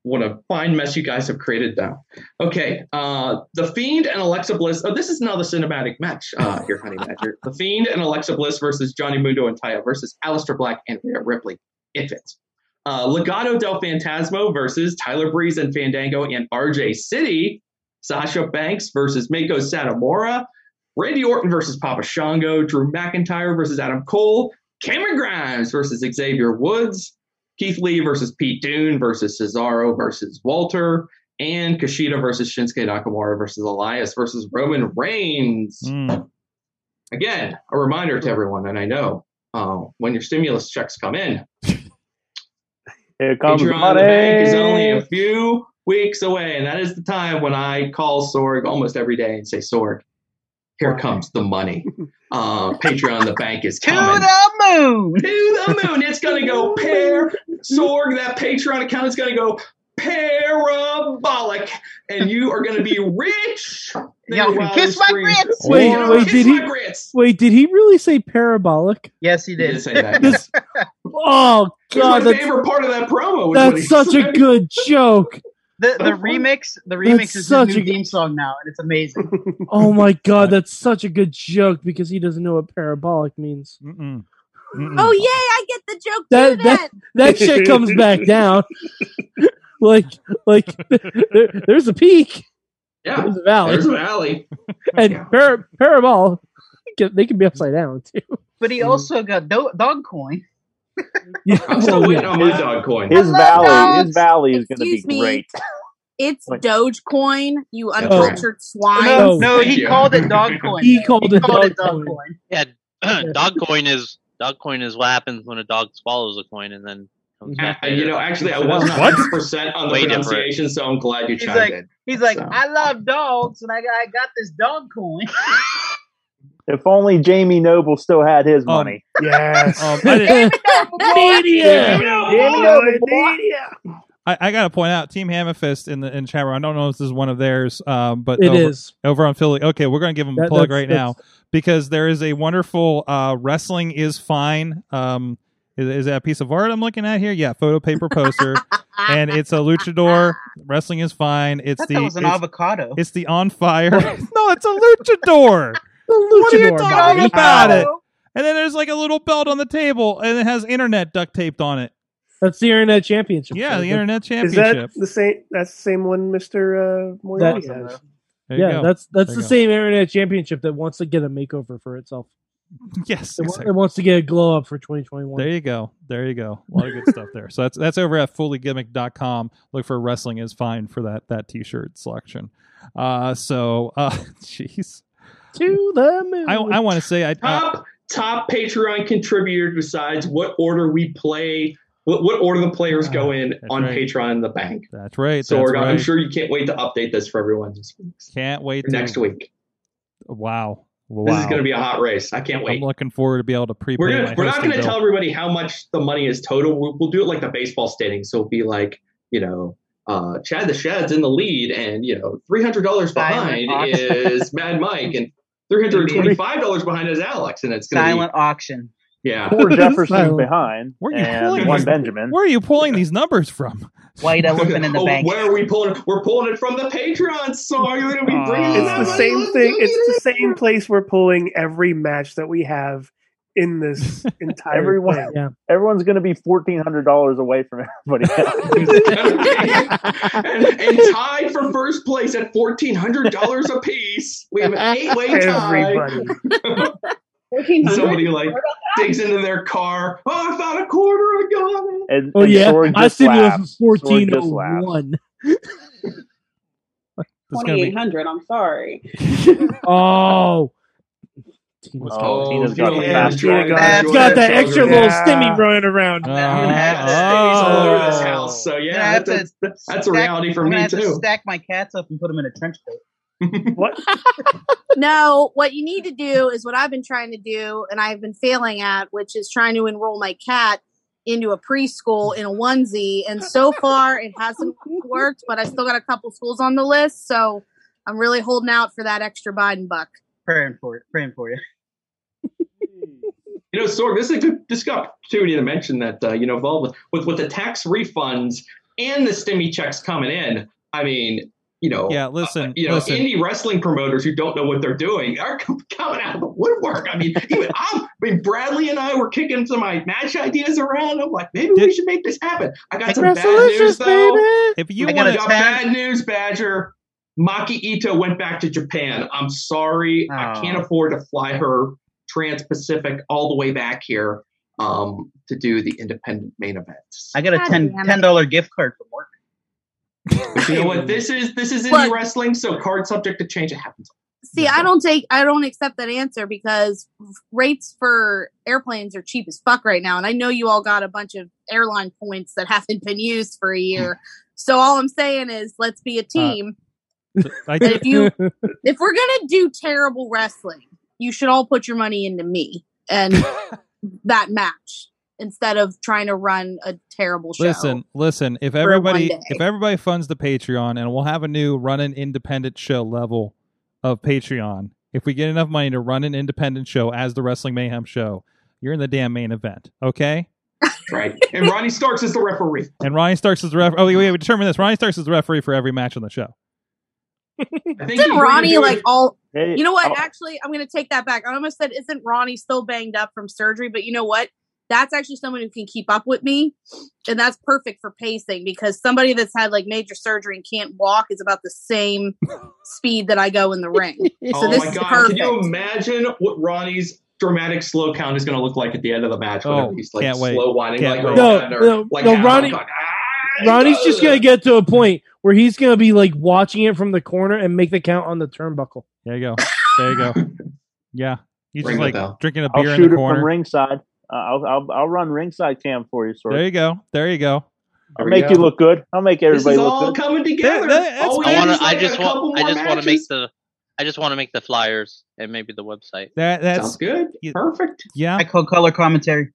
I: What a fine mess you guys have created now. Okay, uh, the Fiend and Alexa Bliss. Oh, this is another cinematic match uh, here, Honey Badger. the Fiend and Alexa Bliss versus Johnny Mundo and Taya versus Aleister Black and Rhea Ripley. It fits. Uh, Legado del Fantasmo versus Tyler Breeze and Fandango and RJ City. Sasha Banks versus Mako Satomura. Randy Orton versus Papa Shango. Drew McIntyre versus Adam Cole. Cameron Grimes versus Xavier Woods. Keith Lee versus Pete Dune versus Cesaro versus Walter, and Kushida versus Shinsuke Nakamura versus Elias versus Roman Reigns.
K: Hmm.
I: Again, a reminder to everyone, and I know uh, when your stimulus checks come in,
K: Here comes
I: Patreon
K: the
I: on the bank is only a
K: money.
I: few weeks away, and that is the time when I call Sorg almost every day and say, Sorg, here comes the money. Uh, Patreon the bank is
J: To
I: coming.
J: the moon.
I: To the moon. It's gonna go pair. Sorg, that Patreon account is gonna go parabolic, and you are gonna be rich.
J: Y'all can kiss my grits.
D: Wait,
I: Wait,
D: wait,
I: kiss
D: did he?
I: my grits.
D: Wait, did he really say parabolic?
J: Yes, he did.
I: say that.
D: This- oh
I: It's my
D: god, that's,
I: favorite part of that promo. was when he
D: that's such a
I: said-
D: good joke.
J: The the remix the remix
D: That's
J: is his
D: such
J: new
D: a-
J: theme song now, and it's amazing.
D: Oh my god, that's such a good joke because he doesn't know what parabolic means.
B: Mm-mm.
L: Oh yay, I get the joke
D: Hmm. That
L: too
D: that that shit comes back down. like like there, there's a peak
I: Yeah,
D: There's a valley.
I: There's a valley.
D: and para, parabol can- they can be upside down too.
J: But
D: Mm-hmm.
J: he also got do- dog coin.
D: Oh,
I: I'm still waiting on my dog coin.
K: His
J: I love
K: valley,
J: dogs.
K: his valley is going to be
L: Excuse me.
K: great.
L: It's
K: Wait.
L: Dogecoin, you
K: No.
L: uncultured
D: Oh.
L: swine.
K: No, no,
L: he called it Dogcoin. He
D: called
L: it
J: Dogcoin.
M: Yeah, dog coin is dog coin is what happens when a dog swallows a coin and then. comes back
I: you
M: later.
I: know, actually, I wasn't 100 percent on the
M: Way different.
I: pronunciation, so I'm glad you
J: He's
I: chimed
J: like,
I: in.
J: he's like,
I: So.
J: I love dogs, and I got, I got this dog coin.
K: If only Jamie Noble still had his money.
E: Yes.
B: Um, I didn't-
K: Jamie Noble, boy.
B: I, I got to point out Team Hammerfist in the in chat room. I don't know if this is one of theirs, um, but
D: It
B: over,
D: is.
B: over on Philly. Okay, we're going to give them a
D: That-
B: plug
D: that's-
B: right now because there is a wonderful uh, wrestling is fine. Um, is, is that a piece of art I'm looking at here? Yeah, photo paper poster, and it's a luchador. Wrestling is fine. It's
J: That
B: the
J: was an
B: it's,
J: avocado.
B: It's the on fire. no, it's a luchador. what are you
J: luchador,
B: talking
J: Bobby.
B: about it?
J: Ow.
B: And then there's like a little belt on the table, and it has internet duct taped on it.
D: That's the Internet Championship.
B: Yeah, the Internet
E: Is
B: Championship.
E: that the same? That's the same one, Mister uh, Moriarty
D: That-
E: has.
B: There you
D: yeah,
B: go.
D: that's that's
B: There
D: the
B: you go.
D: same Internet Championship that wants to get a makeover for itself.
B: Yes,
D: it, wa-
B: exactly.
D: it wants to get a glow up for 2021.
B: There you go. There you go. A lot of good stuff there. So that's that's over at fullygimmick.com. Look for wrestling is fine for that that t-shirt selection. Uh so uh jeez.
D: To the moon.
B: I I want to say I uh,
I: top top Patreon contributor decides what order we play, what, what order the players go in on
B: right.
I: Patreon and the bank.
B: That's right.
I: So
B: that's
I: we're gonna- I'm
B: right.
I: sure you can't wait to update this for everyone this week.
B: Can't wait to-
I: next week.
B: Wow. Wow.
I: This is gonna be a hot race. I can't
B: I'm
I: wait.
B: looking forward to be able to prepay
I: We're gonna,
B: my
I: we're not
B: hosting
I: gonna
B: bill.
I: tell everybody how much the money is total. We'll, we'll do it like the baseball standing. So it'll be like you know. Uh, Chad the Shad's in the lead, and you know, three hundred dollars behind
J: Silent auction.
I: is Mad Mike, and three hundred twenty-five dollars behind is Alex, and it's gonna be
J: Silent auction.
I: Yeah.
K: Four Jefferson's
I: Silent.
K: behind,
B: Where are you
K: and
B: pulling
K: one
B: these-
K: Benjamin.
B: Where are you pulling these numbers from?
J: White elephant in the
I: Oh,
J: bank.
I: Where are we pulling? it? We're pulling it from the Patreon. So are you going to be bringing?
E: It's
I: that
E: the
I: money?
E: same
I: Let's
E: thing.
I: go
E: It's
I: get
E: the
I: it.
E: same place we're pulling every match that we have in this entire
K: Everyone,
E: thing.
K: everyone's going to be fourteen hundred dollars away from everybody else.
I: and, and tied for first place at fourteen hundred dollars a piece. We have an eight way tie.
E: Everybody.
I: Fourteen
E: $1,400?
I: Somebody like digs into their car. Oh, I found a quarter. I got it.
K: And,
D: Oh
K: and
D: yeah,
K: Sorg
D: I
K: just
D: stimulus
K: laughs.
D: was
K: Sorg
D: fourteen
K: just
D: oh
K: laughs.
D: one.
B: It's
N: Twenty
B: gonna be
N: eight hundred. I'm sorry.
D: Oh,
K: Oh, Tina's got the
I: Julia,
K: fast
I: Julia
K: track.
I: got- Uh,
D: That's
I: Julia
D: got
I: got
D: that
I: children.
D: extra little
I: Yeah.
D: stimmy running around.
J: I'm gonna have to-
I: Babies all over this house. So
J: I'm gonna
I: yeah,
J: have to
I: that's, that's, that's a
J: Oh. stack-
I: reality for
J: I'm gonna
I: me
J: have to
I: too.
J: stack my cats up and put them in a trench coat.
L: No, what you need to do is what I've been trying to do and I've been failing at, which is trying to enroll my cat into a preschool in a onesie. And so far, it hasn't worked, but I still got a couple schools on the list. So I'm really holding out for that extra Biden buck.
J: Praying for it. Praying for you.
I: You know, Sorg, this is a good this is a good opportunity to mention that uh, you know, involved with, with with the tax refunds and the stimmy checks coming in. I mean, you know, uh,
B: Yeah, listen,
I: you know,
B: listen.
I: indie wrestling promoters who don't know what they're doing are com- coming out of the woodwork. I mean, even I'm, I mean, Bradley and I were kicking some of my match ideas around. I'm like, maybe we should make this happen. I got some bad news though.
B: If you
I: I
B: want
I: got bad news, Badger. Maki Ito went back to Japan. I'm sorry,
J: Oh.
I: I can't afford to fly her trans-Pacific all the way back here um, to do the independent main event.
J: I got a
I: God
J: ten
I: damn it.
J: ten dollar gift card from work.
I: But you know what? This is this is indie wrestling, so card subject to change. It happens.
L: See, I don't take, I don't accept that answer because rates for airplanes are cheap as fuck right now, and I know you all got a bunch of airline points that haven't been used for a year. so all I'm saying is, let's be a team.
B: I,
L: And if you- if we're gonna do terrible wrestling, you should all put your money into me and that match instead of trying to run a terrible show.
B: Listen, listen. If
L: for
B: everybody,
L: one day.
B: if everybody funds the Patreon, and we'll have a new run an independent show level of Patreon. If we get enough money to run an independent show as the Wrestling Mayhem show, you're in the damn main event, okay?
I: Right. And Ronnie Starks is the referee.
B: And Ronnie Starks is the ref. Oh, wait, wait, we determined this. Ronnie Starks is the referee for every match on the show.
I: I think
L: Isn't
I: he's
L: Ronnie
I: redoing-
L: like all?
K: Hey,
L: You know what?
K: I'll-
L: Actually, I'm gonna take that back. I almost said, "Isn't Ronnie still banged up from surgery?" But you know what? That's actually someone who can keep up with me, and that's perfect for pacing because somebody that's had like major surgery and can't walk is about the same speed that I go in the ring. so
I: oh
L: this
I: my
L: is
I: god!
L: perfect.
I: Can you imagine what Ronnie's dramatic slow count is going to look like at the end of the match? Whenever
B: Oh,
I: he's like
B: can't wait.
I: slow winding,
B: Can't
I: like
B: wait.
I: Ah, oh,
B: No,
I: God, or,
B: no,
I: like
B: no,
I: half
B: Ronnie-
I: cock.
D: Ronnie's just gonna get to a point where he's gonna be like watching it from the corner and make the count on the turnbuckle.
B: There you go. There you go. Yeah, he's
D: Ring
B: just
D: the
B: like
D: bell.
B: drinking a
K: I'll
B: beer
K: shoot
B: in
K: it from
B: the corner.
K: ringside. Uh, I'll, I'll I'll run ringside cam for you, sort
B: There you go. There you go.
K: I'll make you look good. I'll make everybody look good.
M: I
L: Oh,
M: want to. I just want. I just want to make the. I just want to make the flyers and maybe the website.
B: That that's
I: good. Perfect.
B: Yeah.
J: I call color commentary.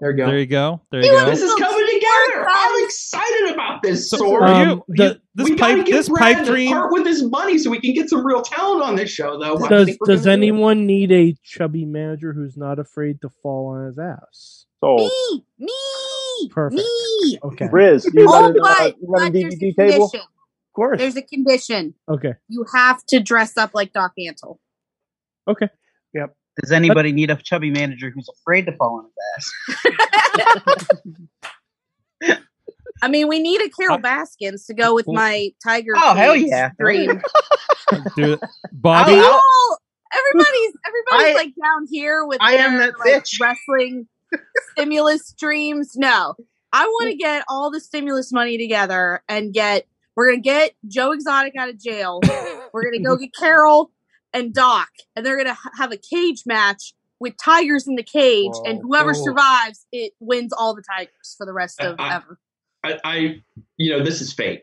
I: There you go.
B: There you go. There you go.
I: This is coming together. I'm excited about this.
B: So,
I: Sword.
B: um,
I: You-
B: the-
I: you-
B: this
I: we
B: pipe-
I: gotta get
B: this
I: Brad
B: pipe
I: to
B: dream-
I: Part with his money so we can get some real talent on this show, though. Oh, I
D: Does
I: think we're
D: Does
I: gonna do it.
D: anyone need a chubby manager who's not afraid to fall on his ass?
K: Sold.
L: Me,
D: Perfect.
L: me.
D: Okay.
K: Riz, you
L: Oh,
K: run, a, uh,
L: but,
K: you run a
L: but there's a
K: DVD table?
L: condition.
K: Of course.
L: There's a condition.
D: Okay.
L: You have to dress up like Doc Antle.
D: Okay.
E: Yep.
J: Does anybody need a chubby manager who's afraid to fall on his ass?
L: I mean, we need a Carol Baskins to go with my Tiger.
J: Oh, hell
L: King
J: yeah.
L: Dream.
B: Dude, Bobby.
L: We all- everybody's everybody's like down here with
J: I am
L: their, like,
J: that
L: wrestling stimulus dreams. No, I want to get all the stimulus money together and get. We're gonna get Joe Exotic out of jail. we're gonna go get Carol and Doc, and they're gonna ha- have a cage match with tigers in the cage, and whoever
I: cool.
L: survives it wins all the tigers for the rest of ever.
I: I, I, you know, this is fake.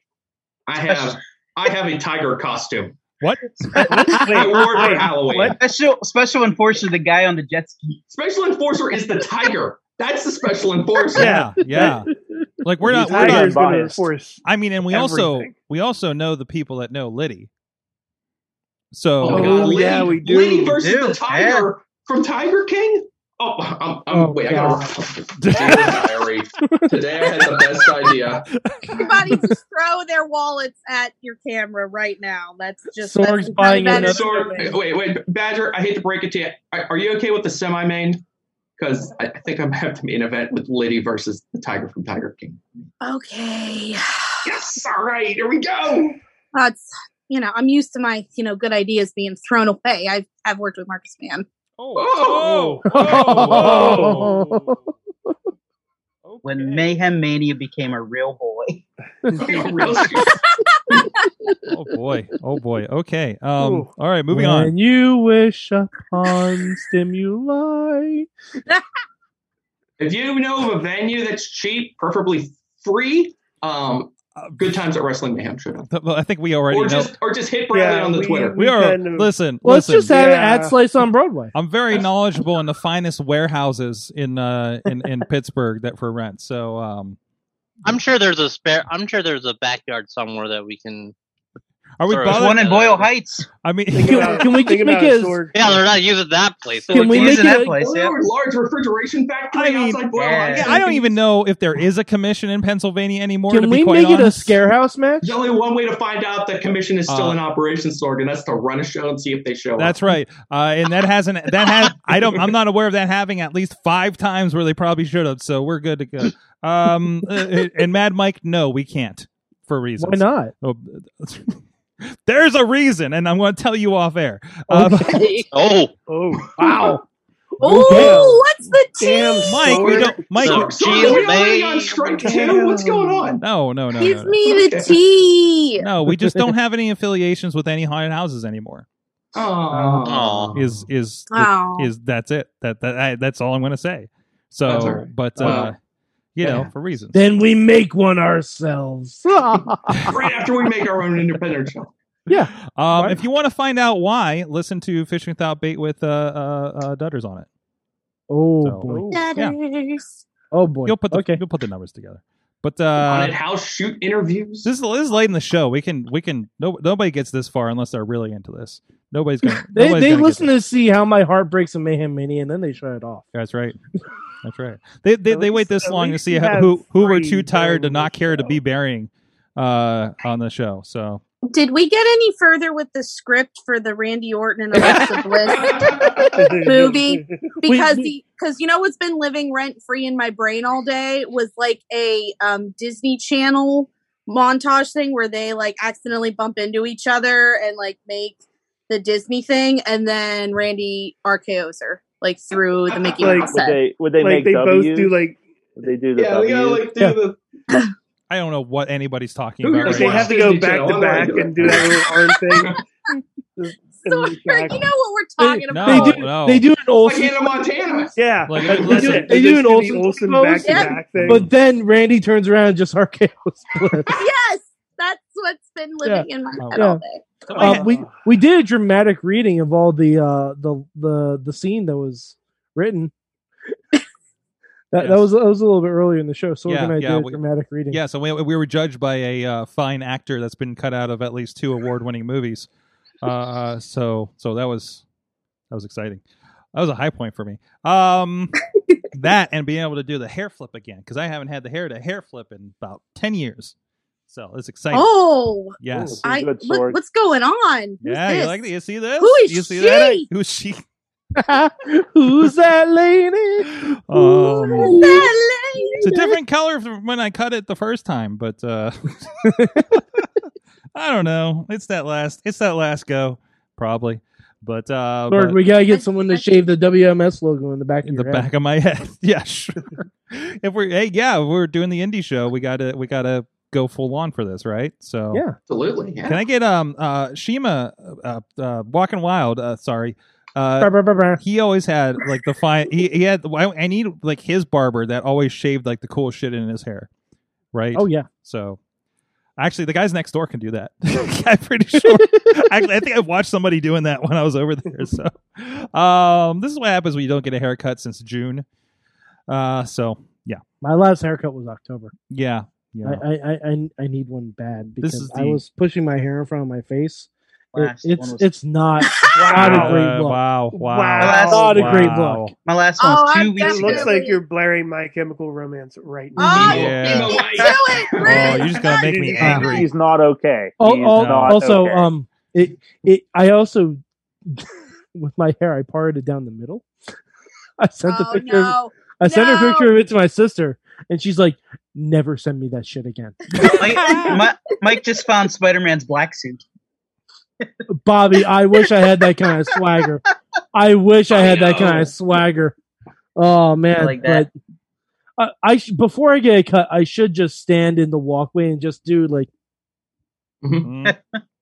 I: I have, I have a tiger costume.
B: What?
I: I wore it for Halloween.
J: Special special enforcer, the guy on the jet ski.
I: Special enforcer is the tiger. That's the special enforcer.
B: Yeah, yeah. Like we're not. We're not
E: Tiger's gonna
B: biased.
E: enforce
B: I mean, and we also
E: everything.
B: we also know the people that know Liddy. So
I: Oh, my God. Liddy, Liddy versus the tiger from Tiger King. Oh, I'm, I'm,
B: Oh,
I: wait, I got to diary. Today I had the best idea.
L: Everybody just throw their wallets at your camera right now. That's just that's
D: Sorg's
L: how
D: buying
L: bad it is.
I: Sorg, wait, wait, Badger. I hate to break it to you. Are, are you okay with the semi-main? Because I, I think I'm having to main event with Liddy versus the tiger from Tiger King.
L: Okay.
I: Yes. All right. Here we go.
L: That's you know I'm used to my you know good ideas being thrown away. I've I've worked with Marcus Mann.
B: Oh.
J: When Mayhem Mania became a real boy.
B: oh boy, oh boy. Okay. Um.
D: Ooh.
B: All right. Moving
D: when
B: on.
D: you wish upon stimuli.
I: If you know of a venue that's cheap, preferably free, um, good times at Wrestling Mayhem should.
B: Th- Well, I think we already
I: Or
B: know.
I: just or just hit Bradley
E: Yeah,
I: on the
E: we-
I: Twitter.
B: we are listen.
D: Let's
B: listen.
D: just have an ad slice on Broadway.
B: I'm very knowledgeable in the finest warehouses in uh in, in Pittsburgh that for rent. So um,
M: I'm sure there's a spare. I'm sure there's a backyard somewhere that we can.
B: are we
M: Sorry,
B: bothered?
M: there's one in Boyle
J: Heights.
B: I mean,
D: Can, can we just make it? as-
M: Yeah, they're not using that place.
D: Can we make it? a-
I: Or large refrigeration factory outside Boyle Heights.
B: Yeah, I don't even know if there is a commission in Pennsylvania anymore. to
D: Can
B: be
D: we
B: quite
D: make it a
B: honest.
D: scarehouse match?
I: There's only one way to find out that commission is still
B: Uh,
I: in operation, Sorg, and that's to run a show and see if they show
B: That's
I: up.
B: right, uh, and that hasn't. That has. I don't. I'm not aware of that having at least five times where they probably should have. So we're good to go. Um, uh, and Mad Mike, no, we can't for reasons.
D: Why not?
B: Oh, there's a reason, and I'm going to tell you off air. Uh,
L: Okay.
M: oh,
B: oh, wow.
L: Oh, what's the
B: Damn,
L: tea?
B: Mike, we don't. Mike,
I: Sorg, Sorg, are we already on strike two? What's going on?
B: No, no, no,
L: Give
B: no, no.
L: me the tea.
B: No, we just don't have any affiliations with any haunted houses anymore.
I: Oh.
B: Is is
L: Aw.
B: is that's it? That that I, that's all I'm going to say. So,
D: That's all right.
B: but uh,
D: Well,
B: you know,
D: yeah.
B: for reasons.
D: Then we make one ourselves.
I: right after we make our own independent show.
D: Yeah.
B: Um, if you want to find out why, listen to Fishing Without Bait with uh, uh, uh, Dutters on it.
D: Oh
B: So-
D: boy.
L: Letters.
D: Oh boy.
B: You'll put the you'll put the numbers together. But uh,
I: on it, house shoot interviews.
B: This is, this is late in the show. We can we can no nobody gets this far unless they're really into this. Nobody's gonna.
D: They,
B: nobody's
D: they
B: gonna get
D: listen to see how my heart breaks in Mayhem Mania, and then they shut it off.
B: That's right. That's right. They they, they wait this
D: at
B: long to
D: least
B: see
D: you
B: how,
D: have
B: who who were
D: three
B: too tired to not care to be burying uh, on the show. So
L: Did we get any further with the script for the Randy Orton and Alexa Bliss movie? Because the because you know what's been living rent free in my brain all day was like a um, Disney Channel montage thing where they like accidentally bump into each other and like make the Disney thing, and then Randy RKO's her like through the Mickey
K: Like,
L: Mouse
K: would
L: set.
K: they would they
E: Like,
K: make
E: they both
K: W's?
E: do, like-
K: Would they do the W's?
I: do the
B: I don't know what anybody's talking
E: Who
B: about.
E: cares
B: right
E: they
B: now.
E: have to go back to back and do that little arm thing.
L: Sorry, you know what we're talking about.
B: No,
E: They do-
B: no.
D: They do an old
E: Yeah,
B: Like,
E: they,
B: listen,
E: do, they do an Olsen, Olsen back to back thing.
D: But then Randy turns around and just RKO splits.
L: Yes, that's what's been living in my
B: Oh,
L: head all day.
D: Um, Oh. we we did a dramatic reading of all the uh, the the the scene that was written. That, that was that was a little bit earlier in the show. So we're gonna do a
B: we-
D: dramatic reading.
B: Yeah, so we, we were judged by a uh, fine actor that's been cut out of at least two award-winning movies. Uh, so so that was that was exciting. That was a high point for me. Um, that and being able to do the hair flip again because I haven't had the hair to hair flip in about ten years. So it's exciting.
L: Oh,
B: yes,
L: I, what- what's going on?
B: yeah,
L: Who's
B: you
L: this?
B: like you see this?
L: Who is
B: you see
L: she?
B: that? Who's she?
D: Who's that lady?
B: Um,
L: that
B: It's a different color from when I cut it the first time, but uh I don't know. It's that last. It's that last go, probably. But uh,
D: Lord,
B: but-
D: we gotta get someone to shave the WMS logo in the back of
B: the
D: your
B: back
D: head.
B: of my head. yeah, sure. if we're hey, yeah, if we're doing the indie show. We gotta we gotta go full on for this, right? So
D: Yeah.
I: Absolutely, yeah.
B: Can I get um uh Shima uh, uh Walking Wild? Uh, sorry. Uh,
D: Brr, brr, brr, brr.
B: he always had like the fine. He, he had. I, I need like his barber that always shaved like the cool shit in his hair, right?
D: Oh, yeah.
B: So actually, the guys next door can do that. I'm pretty sure. actually, I think I watched somebody doing that when I was over there. So um, this is what happens when you don't get a haircut since June. Uh, so yeah,
D: My last haircut was October.
B: yeah, yeah.
D: I, I, I- I I need one bad because
B: This is
D: I
B: the-
D: was pushing my hair in front of my face. It-
J: Last one
D: it's
J: was-
D: it's not not a great
B: Uh,
D: look.
B: wow, wow,
D: not a great
B: wow.
D: look.
J: My last
L: one
J: one's
L: was
J: two
L: two
J: weeks
E: It looks
J: ago.
E: like you're blaring My Chemical Romance right now.
L: Oh,
B: Yeah.
L: you can't do it,
B: Oh,
L: Rick.
B: you're just gonna make me
K: He's-
B: angry.
K: He's not okay.
D: Oh,
K: He's
D: oh,
K: not
D: also,
K: okay.
D: um, it it I also with my hair I parted it down the middle. I sent
L: Oh,
D: a picture.
L: no.
D: Of, I sent a
L: No.
D: picture of it to my sister, and she's like, "Never send me that shit again."
J: Mike, Mi- Mike just found Spider Man's black suit.
D: Bobby, I wish I had that kind of swagger. I wish I had that kind of swagger. Oh man,
J: like that.
D: but I, I sh- before I get a cut, I should just stand in the walkway and just do like Mm-hmm.
B: Mhm.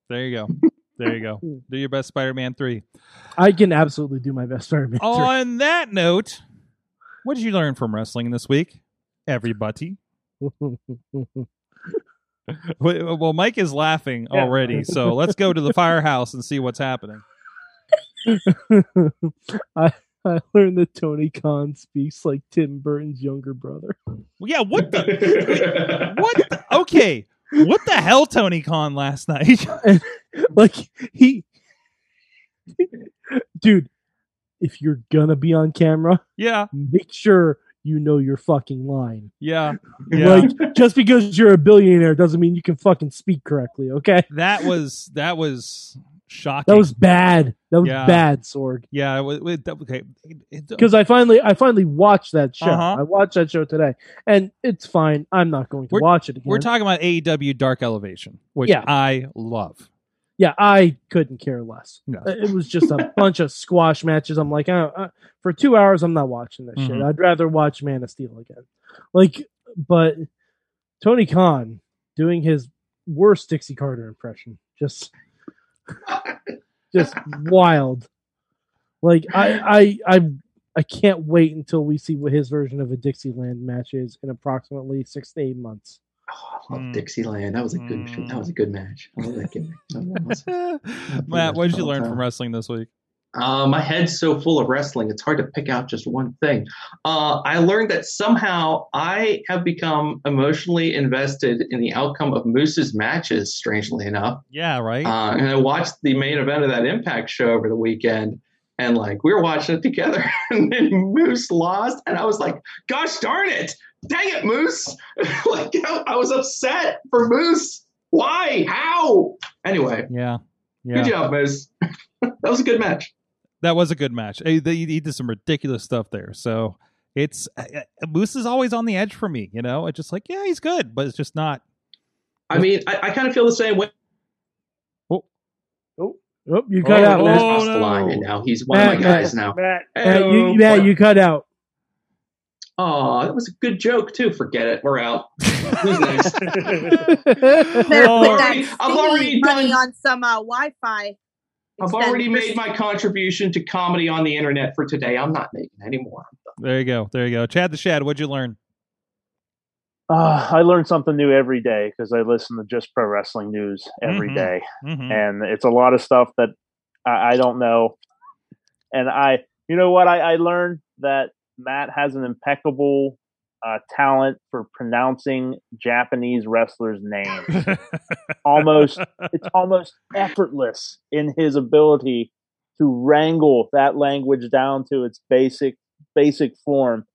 B: There you go. There you go. Do your best, Spider-Man Three.
D: I can absolutely do my best for me.
B: On that note, what did you learn from wrestling this week, everybody? Well, well, Mike is laughing
D: Yeah.
B: already, so let's go to the firehouse and see what's happening.
D: I I learned that Tony Khan speaks like Tim Burton's younger brother.
B: Well, yeah, what the? what? The, okay, what the hell, Tony Khan last night?
D: like he, dude, if you're gonna be on camera,
B: Yeah.
D: make sure you know your fucking line.
B: yeah, yeah.
D: Like just because you're a billionaire doesn't mean you can fucking speak correctly. Okay,
B: that was that was shocking.
D: that was bad. That was
B: Yeah.
D: bad, Sorg.
B: Yeah, it, wa- it, okay. It- it-
D: Because I finally, I finally watched that show.
B: Uh-huh.
D: I watched that show today, and it's fine. I'm not going to
B: We're-
D: watch it again.
B: We're talking about AEW Dark Elevation, which
D: Yeah.
B: I love.
D: yeah, I couldn't care less.
B: No.
D: Uh, It was just a bunch of squash matches. I'm like, uh, uh, for two hours, I'm not watching this shit.
B: Mhm.
D: I'd rather watch Man of Steel again. Like, but Tony Khan doing his worst Dixie Carter impression, just, just wild. Like, I, I, I, I can't wait until we see what his version of a Dixieland match is in approximately six to eight months.
I: love Dixieland. That was a good. That was a good match. I love that gimmick. That was awesome.
B: Matt, what did you learn from wrestling this week?
I: Uh, my head's so full of wrestling, it's hard to pick out just one thing. Uh, I learned that somehow I have become emotionally invested in the outcome of Moose's matches, strangely enough.
B: Yeah, right.
I: Uh, and I watched the main event of that Impact show over the weekend, and like we were watching it together, and then Moose lost, and I was like, "Gosh darn it! Dang it, Moose!" like you know, I was upset for Moose. Why? How? Anyway,
B: yeah, yeah.
I: good job, Moose. that was a good match.
B: That was a good match. He, he- he did some ridiculous stuff there. So it's uh, uh, Moose is always on the edge for me. You know, it's just like yeah, he's good, but it's just not.
I: I mean, I, I kind of feel the same way.
D: Oh, you cut out.
I: Moose
D: Matt.
B: Oh.
I: crossed the line, and now he's one of my
D: Matt,
I: guys
D: Matt,
I: now.
D: Matt, you, Matt, you cut out.
I: Oh, that was a good joke too. Forget it. We're out. Who's next?
L: Better
I: Oh.
L: put
I: Already-
L: that
I: I've
L: singing
I: already
L: money on some uh, Wi-Fi.
I: I've already made my contribution to comedy on the internet for today. I'm not making any more.
B: There you go. There you go. Chad the Shad, what'd you learn?
K: Uh, I learn something new every day because I listen to just pro wrestling news every
A: Mhm.
B: Mm-hmm.
K: day,
A: Mhm.
K: and it's a lot of stuff that I, I don't know. And I, you know what, I, I learned that Matt has an impeccable uh, talent for pronouncing Japanese wrestlers' names. almost, it's almost effortless in his ability to wrangle that language down to its basic basic form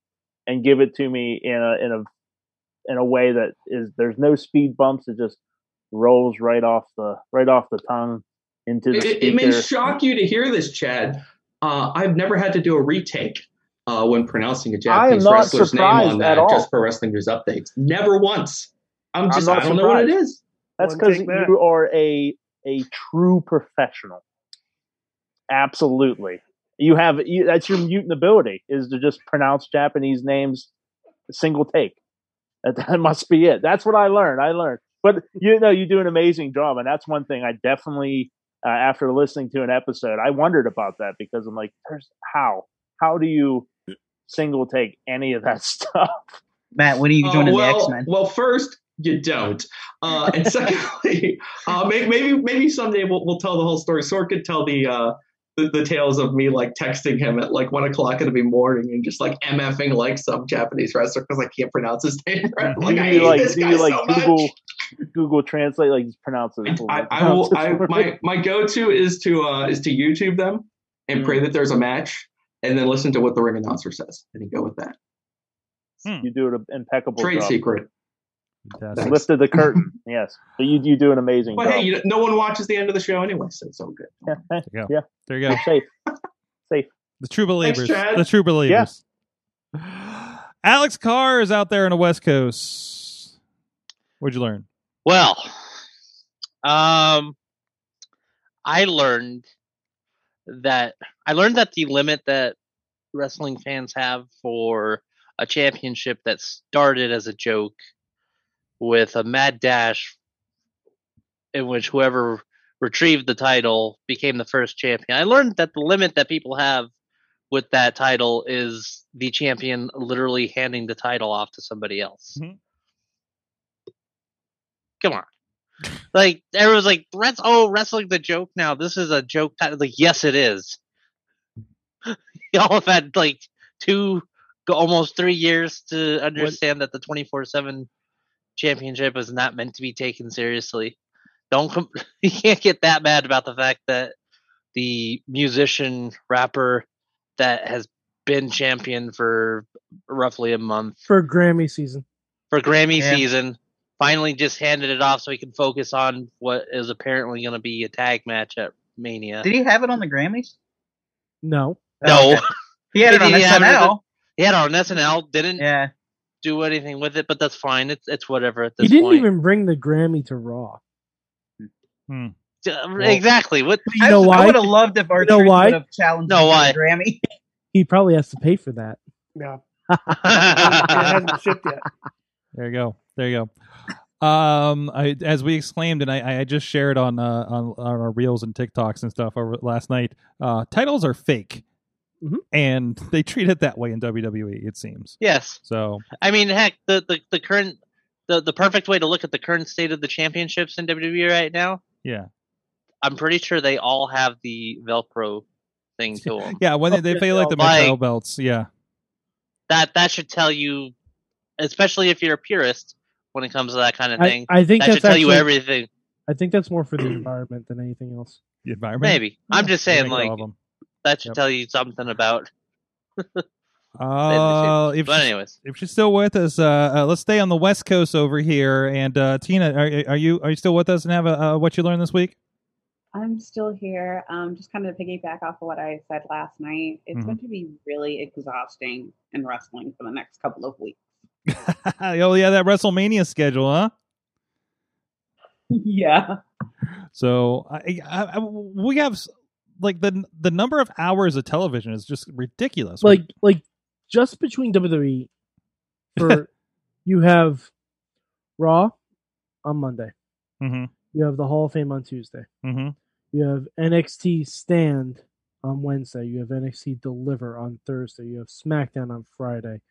K: and give it to me in a in a in a way that is there's no speed bumps. It just rolls right off the right off the tongue into the
I: It, it-
K: speaker.
I: it may shock you to hear this, Chad. Uh, I've never had to do a retake uh, when pronouncing a Japanese
K: not
I: wrestler's name on
K: surprised at
I: that
K: all.
I: Just Pro Wrestling News updates. Never once. I'm just. I don't know what it
K: surprised.
I: is.
K: That's because you are a a true professional. Absolutely, you have you, that's your mutant ability is to just pronounce Japanese names single take. That, that must be it. That's what I learned. I learned, but you know, you do an amazing job, and that's one thing I definitely. Uh, after listening to an episode, I wondered about that because I'm like, "There's how? How do you single take any of that stuff?"
J: Matt, when are you
I: Uh,
J: joining
I: well,
J: the X Men?
I: Well, first you don't, uh, and secondly, uh, may- maybe maybe someday we'll, we'll tell the whole story. Sort could tell the, uh, the the tales of me like texting him at like one o'clock in the morning and just like mfing like some Japanese wrestler because I can't pronounce his name. Right?
K: do
I: Like, I
K: you
I: hate
K: like
I: this
K: do
I: guy
K: you like
I: so much.
K: Google Google Translate like just pronounce it?
I: I, I will. I, my my go to is to uh, is to YouTube them and
J: Mm.
I: pray that there's a match, and then listen to what the ring announcer says, and then go with that.
B: Hmm.
K: You do an impeccable
I: Trade
K: job.
I: secret. Thanks.
K: Lifted the curtain. yes, but you you do an amazing
I: But
K: job.
I: hey, you, no one watches the end of the show anyway, so it's all good.
K: yeah,
B: yeah.
K: yeah.
B: There you go.
K: Safe. Safe.
B: The true believers.
I: Chad.
B: the true believers. Alex Carr is out there on the West Coast. What'd you learn?
M: Well, um, I learned that I learned that the limit that wrestling fans have for a championship that started as a joke with a mad dash in which whoever retrieved the title became the first champion. I learned that the limit that people have with that title is the champion literally handing the title off to somebody else. Come on. Like everyone's like, "Wrest- oh, wrestling's a joke now. This is a joke." ti-" Like, yes, it is. Y'all have had like two, almost three years to understand that the twenty four seven championship is not meant to be taken seriously. Don't com- you can't get that mad about the fact that the musician rapper that has been champion for roughly a month
D: for Grammy season.
M: for Grammy
D: Yeah.
M: season. Finally, just handed it off so he can focus on what is apparently going to be a tag match at Mania.
J: Did he have it on the Grammys?
D: No.
M: No, um,
J: He had it on
M: Didn't have
J: SNL.
M: He had it on SNL. Didn't
J: yeah.
M: do anything with it, but that's fine. It's it's whatever at
D: He
M: this
D: didn't
M: point.
D: even bring the Grammy to Raw.
B: Hmm.
M: Uh, exactly. What
D: You know why?
J: loved if
D: You know why?
J: challenged
M: No, why?
J: Grammy.
D: He probably has to pay for that.
E: Yeah.
B: There you go. There you go. Um, I, as we exclaimed, and I, I just shared on uh, on on our reels and TikToks and stuff over last night. Uh, titles are fake,
M: Mm-hmm.
B: and they treat it that way in WWE. It seems.
M: Yes.
B: So
M: I mean, heck, the, the, the current the, the perfect way to look at the current state of the championships in WWE right now.
B: yeah,
M: I'm pretty sure they all have the Velcro thing to them.
B: yeah. When they, they feel like the
M: Like,
B: Mattel belts, yeah.
M: that that should tell you, especially if you're a purist when it comes to that kind of
D: I-
M: thing.
D: I think
M: that
D: that's
M: should tell you
D: actually-
M: everything.
D: I think that's more for the environment than anything else.
B: The environment.
M: Maybe I'm just saying,
B: think all
M: like
B: of 'em.
M: that should tell you something about.
B: Uh, if
M: But
B: she's-
M: anyways.
B: if she's still with us, uh, uh, let's stay on the West Coast over here. And uh, Tina, are, are you are you still with us? And have a uh, what you learned this week?
N: I'm still here. Um, just kind of to piggyback off of what I said last night. It's
I: Mm-hmm.
B: Mhm.
N: going to be really exhausting in wrestling for the next couple of weeks.
B: oh yeah, that WrestleMania schedule, huh?
N: yeah.
B: So I, I, I- we have s- like the the number of hours of television is just ridiculous.
D: Like like just between WWE for you have Raw on Monday.
B: Mm-hmm.
D: You have the Hall of Fame on Tuesday.
B: Mhm.
D: You have NXT Stand on Wednesday. You have NXT Deliver on Thursday. You have SmackDown on Friday,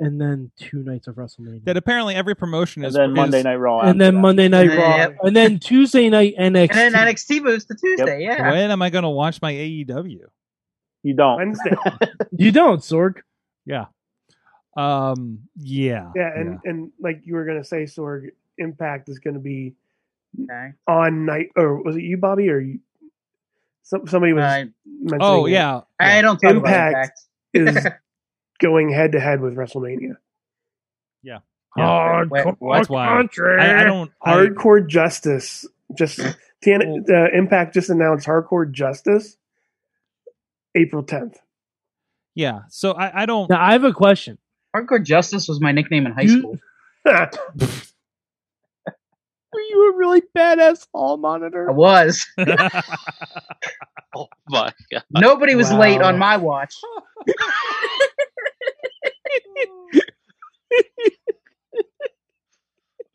D: and then two nights of WrestleMania.
B: That apparently every promotion
K: And
B: is
K: then Monday
B: is-
K: Night Raw
D: and then Monday Night Raw,
K: Yep.
D: and then Tuesday night NXT.
J: And then NXT moves to Tuesday, yeah.
B: When am I going to watch my E AEW?
K: You don't.
E: Wednesday.
D: you don't, Sorg.
B: Yeah. Um. Yeah.
E: Yeah, and and like you were gonna say, Sorg, Impact is gonna be on night, or was it you, Bobby, or you? Some, somebody was.
J: I-
E: mentioning
B: Oh,
E: it.
B: yeah.
J: I don't talk about
E: Impact is going head to head with WrestleMania.
B: Yeah.
E: Hard
B: Wait, wait, that's why.
E: country.
B: I- I don't- I-
E: hardcore justice. Just TN, uh, Impact just announced hardcore justice. April tenth.
B: Yeah. So I, I don't.
D: Now I have a question.
J: Hardcore Justice was my nickname in high school.
D: Were you a really badass hall monitor?
J: I was.
M: oh my god!
J: Nobody was
M: Wow.
J: late on my watch.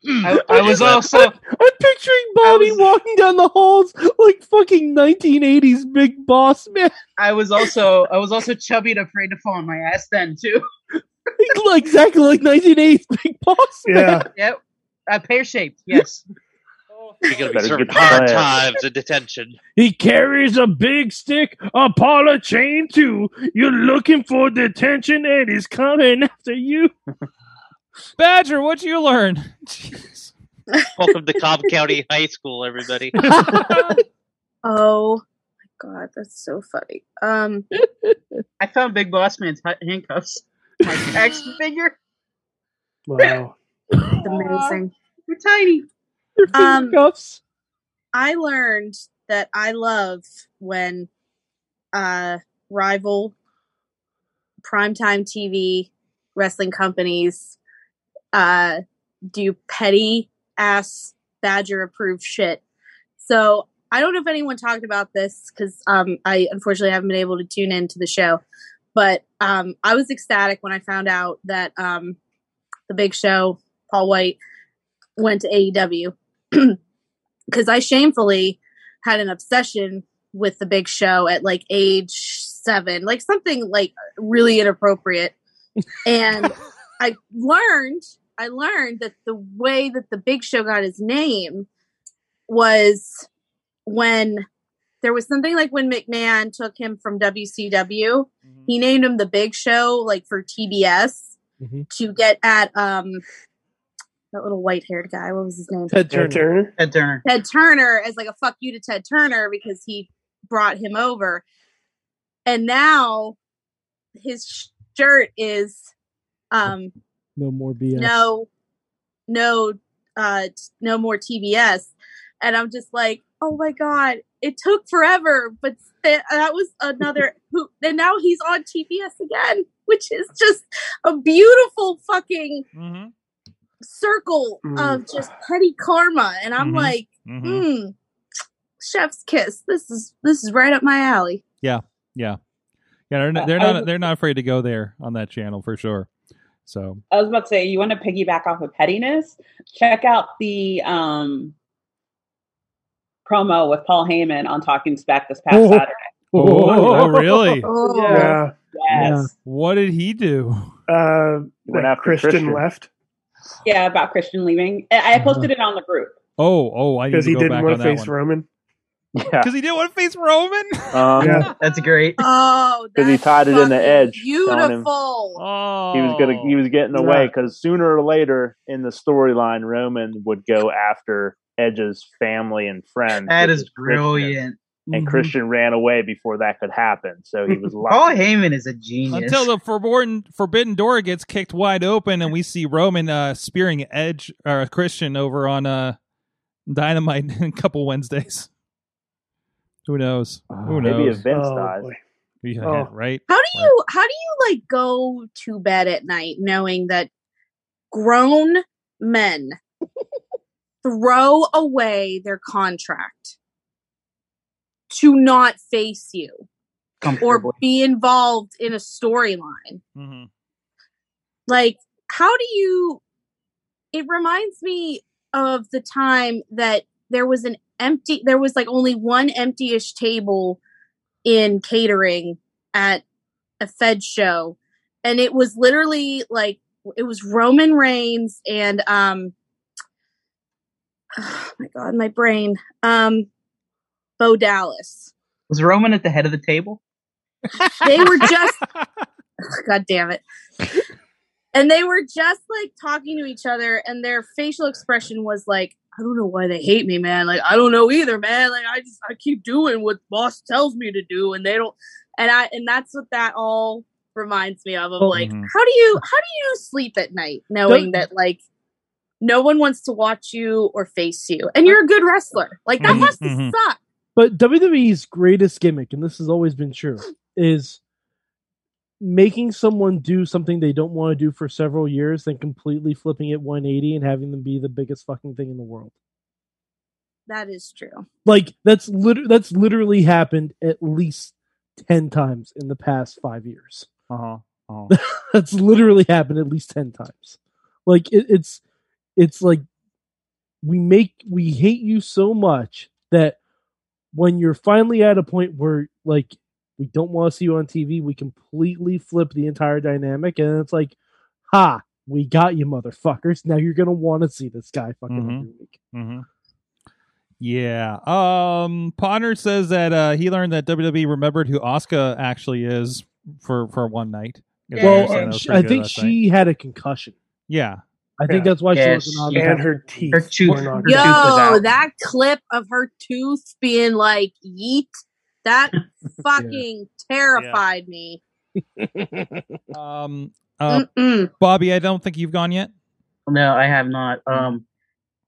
J: I, I was also
D: I'm picturing Bobby walking down the halls like fucking 1980s big boss man.
J: I was also I was also chubby and afraid to fall on my ass then too.
D: like exactly like 1980s big boss man.
J: Yep. Uh, pear shaped. Yes.
M: You're going to be
D: Better
M: serving
D: get
M: hard
D: the plan.
M: times in detention.
D: He carries a big stick upon a chain too. You're looking for detention and he's coming after you.
B: Badger, what'd you learn?
M: Welcome to Cobb County High School, everybody.
D: Um,
L: Oh my god, that's so funny. Um,
J: I found Big Boss Man's hi- handcuffs. My action figure.
E: Wow.
L: It's amazing.
J: They're tiny.
L: Um,
D: cuffs.
L: I learned that I love when uh, rival primetime TV wrestling companies uh, do petty ass Badger approved shit. So I don't know if anyone talked about this because um, I unfortunately haven't been able to tune into the show, but um, I was ecstatic when I found out that um, the Big Show, Paul White, went to AEW because I shamefully had an obsession with the Big Show at like age seven, like something like really inappropriate. And I learned, I learned that the way that the Big Show got his name was when there was something like when McMahon took him from WCW, he named him the Big Show, like for TBS, to get at um that little white haired guy. What was his name?
J: Ted Turner.
L: Ted Turner as like a fuck you to Ted Turner because he brought him over. And now his sh- shirt is um
D: No more BS.
L: no no uh t- no more TBS and I'm just like oh my god it took forever but th- that was another who and now he's on TBS again which is just a beautiful fucking circle of
A: Mm.
L: just petty karma and I'm
B: Mhm.
L: like
B: Mhm.
L: hmm chef's kiss this is this is right up my alley
B: Yeah. Yeah. Yeah. They're
J: Uh,
B: not. They're
N: I- I
B: not,
N: was-
B: they're not afraid to go there on that channel for sure. So
N: I was about to say, you want to piggyback off of pettiness? Check out the um, promo with Paul Heyman on Talking Smack this past
B: Oh.
N: Saturday.
B: Oh, really?
E: Yeah.
N: Yes.
B: What did he do?
E: Uh,
B: went
E: that
B: after
E: Christian,
B: Christian.
E: left
N: Yeah. about Christian leaving. I I posted it on the group.
B: Oh, oh, I need
E: because
B: to
E: he
B: go
E: didn't
B: back
E: want
B: on
E: to
B: that
E: face
B: one.
E: Roman.
K: Yeah.
B: Because he didn't want to face Roman.
K: Um,
J: That's great.
L: Oh,
K: because he tied it in the edge. telling him
L: beautiful.
B: Oh,
K: He was gonna. He was getting
E: Yeah.
K: away because sooner or later in the storyline, Roman would go after Edge's family and friends.
J: That
K: which
J: is
K: Christian.
J: brilliant. Mm-hmm.
D: Mm-hmm.
K: And Christian ran away before that could happen, so he was lucky.
J: Paul Heyman is a genius.
B: Until the forbidden forbidden door gets kicked wide open, and we see Roman uh, spearing Edge or Christian over on uh, Dynamite in a couple Wednesdays. Who knows? Who knows?
K: maybe if Vince Oh, dies. boy.
B: Yeah,
K: Oh.
B: Right?
L: How do you how do you like go to bed at night knowing that grown men throw away their contract to not face you or be involved in a storyline?
B: Mhm.
L: Like how do you it reminds me of the time that there was an empty there was like only one empty-ish table in catering at a fed show and it was literally like it was roman reigns and um oh my god my brain um bo dallas
J: Was Roman at the head of the table?
L: they were just god damn it and they were just like talking to each other and their facial expression was like i don't know why they hate me man like i don't know either man like i just i keep doing what boss tells me to do and they don't and i and that's what that all reminds me
J: Oh,
L: of of
A: Well-
L: like
J: mm-hmm.
A: Mhm.
L: how do you how do you sleep at night knowing
A: Don't-
L: that like no one wants to watch you or face you and you're a good wrestler like that
J: Mm-hmm,
D: Mhm,
L: must
D: mhm.
L: suck
D: But WWE's greatest gimmick, and this has always been true, is making someone do something they don't want to do for several years, then completely flipping it 180 and having them be the biggest fucking thing in the world.
L: that is true
D: Like that's lit- that's literally happened at least ten times in the past five years.
B: Uh huh.
D: that's literally happened at least ten times. Like it, it's it's like we make we hate you so much that when you're finally at a point where like we don't want to see you on TV, we completely flip the entire dynamic, and it's like, ha, we got you, motherfuckers. Now you're gonna want to see this guy fucking every week.
B: Mm-hmm. Yeah. Um Potter says that uh he learned that WWE remembered who Asuka actually is for for one night. 'Cause I understand
D: Well,
B: that was
D: she-
B: pretty
D: I
B: good
D: think
B: last night.
D: she had a concussion.
B: Yeah.
D: I think
B: Yeah.
D: that's why
B: Yeah,
D: she wasn't
B: she-
D: on.
B: and her
E: teeth.
J: Her tooth.
B: What-
J: Her tooth was
L: Yo,
J: out.
L: that clip of her tooth being like yeet, that fucking terrified me.
B: um uh, Bobby, I don't think you've gone yet.
J: No, I have not. Um,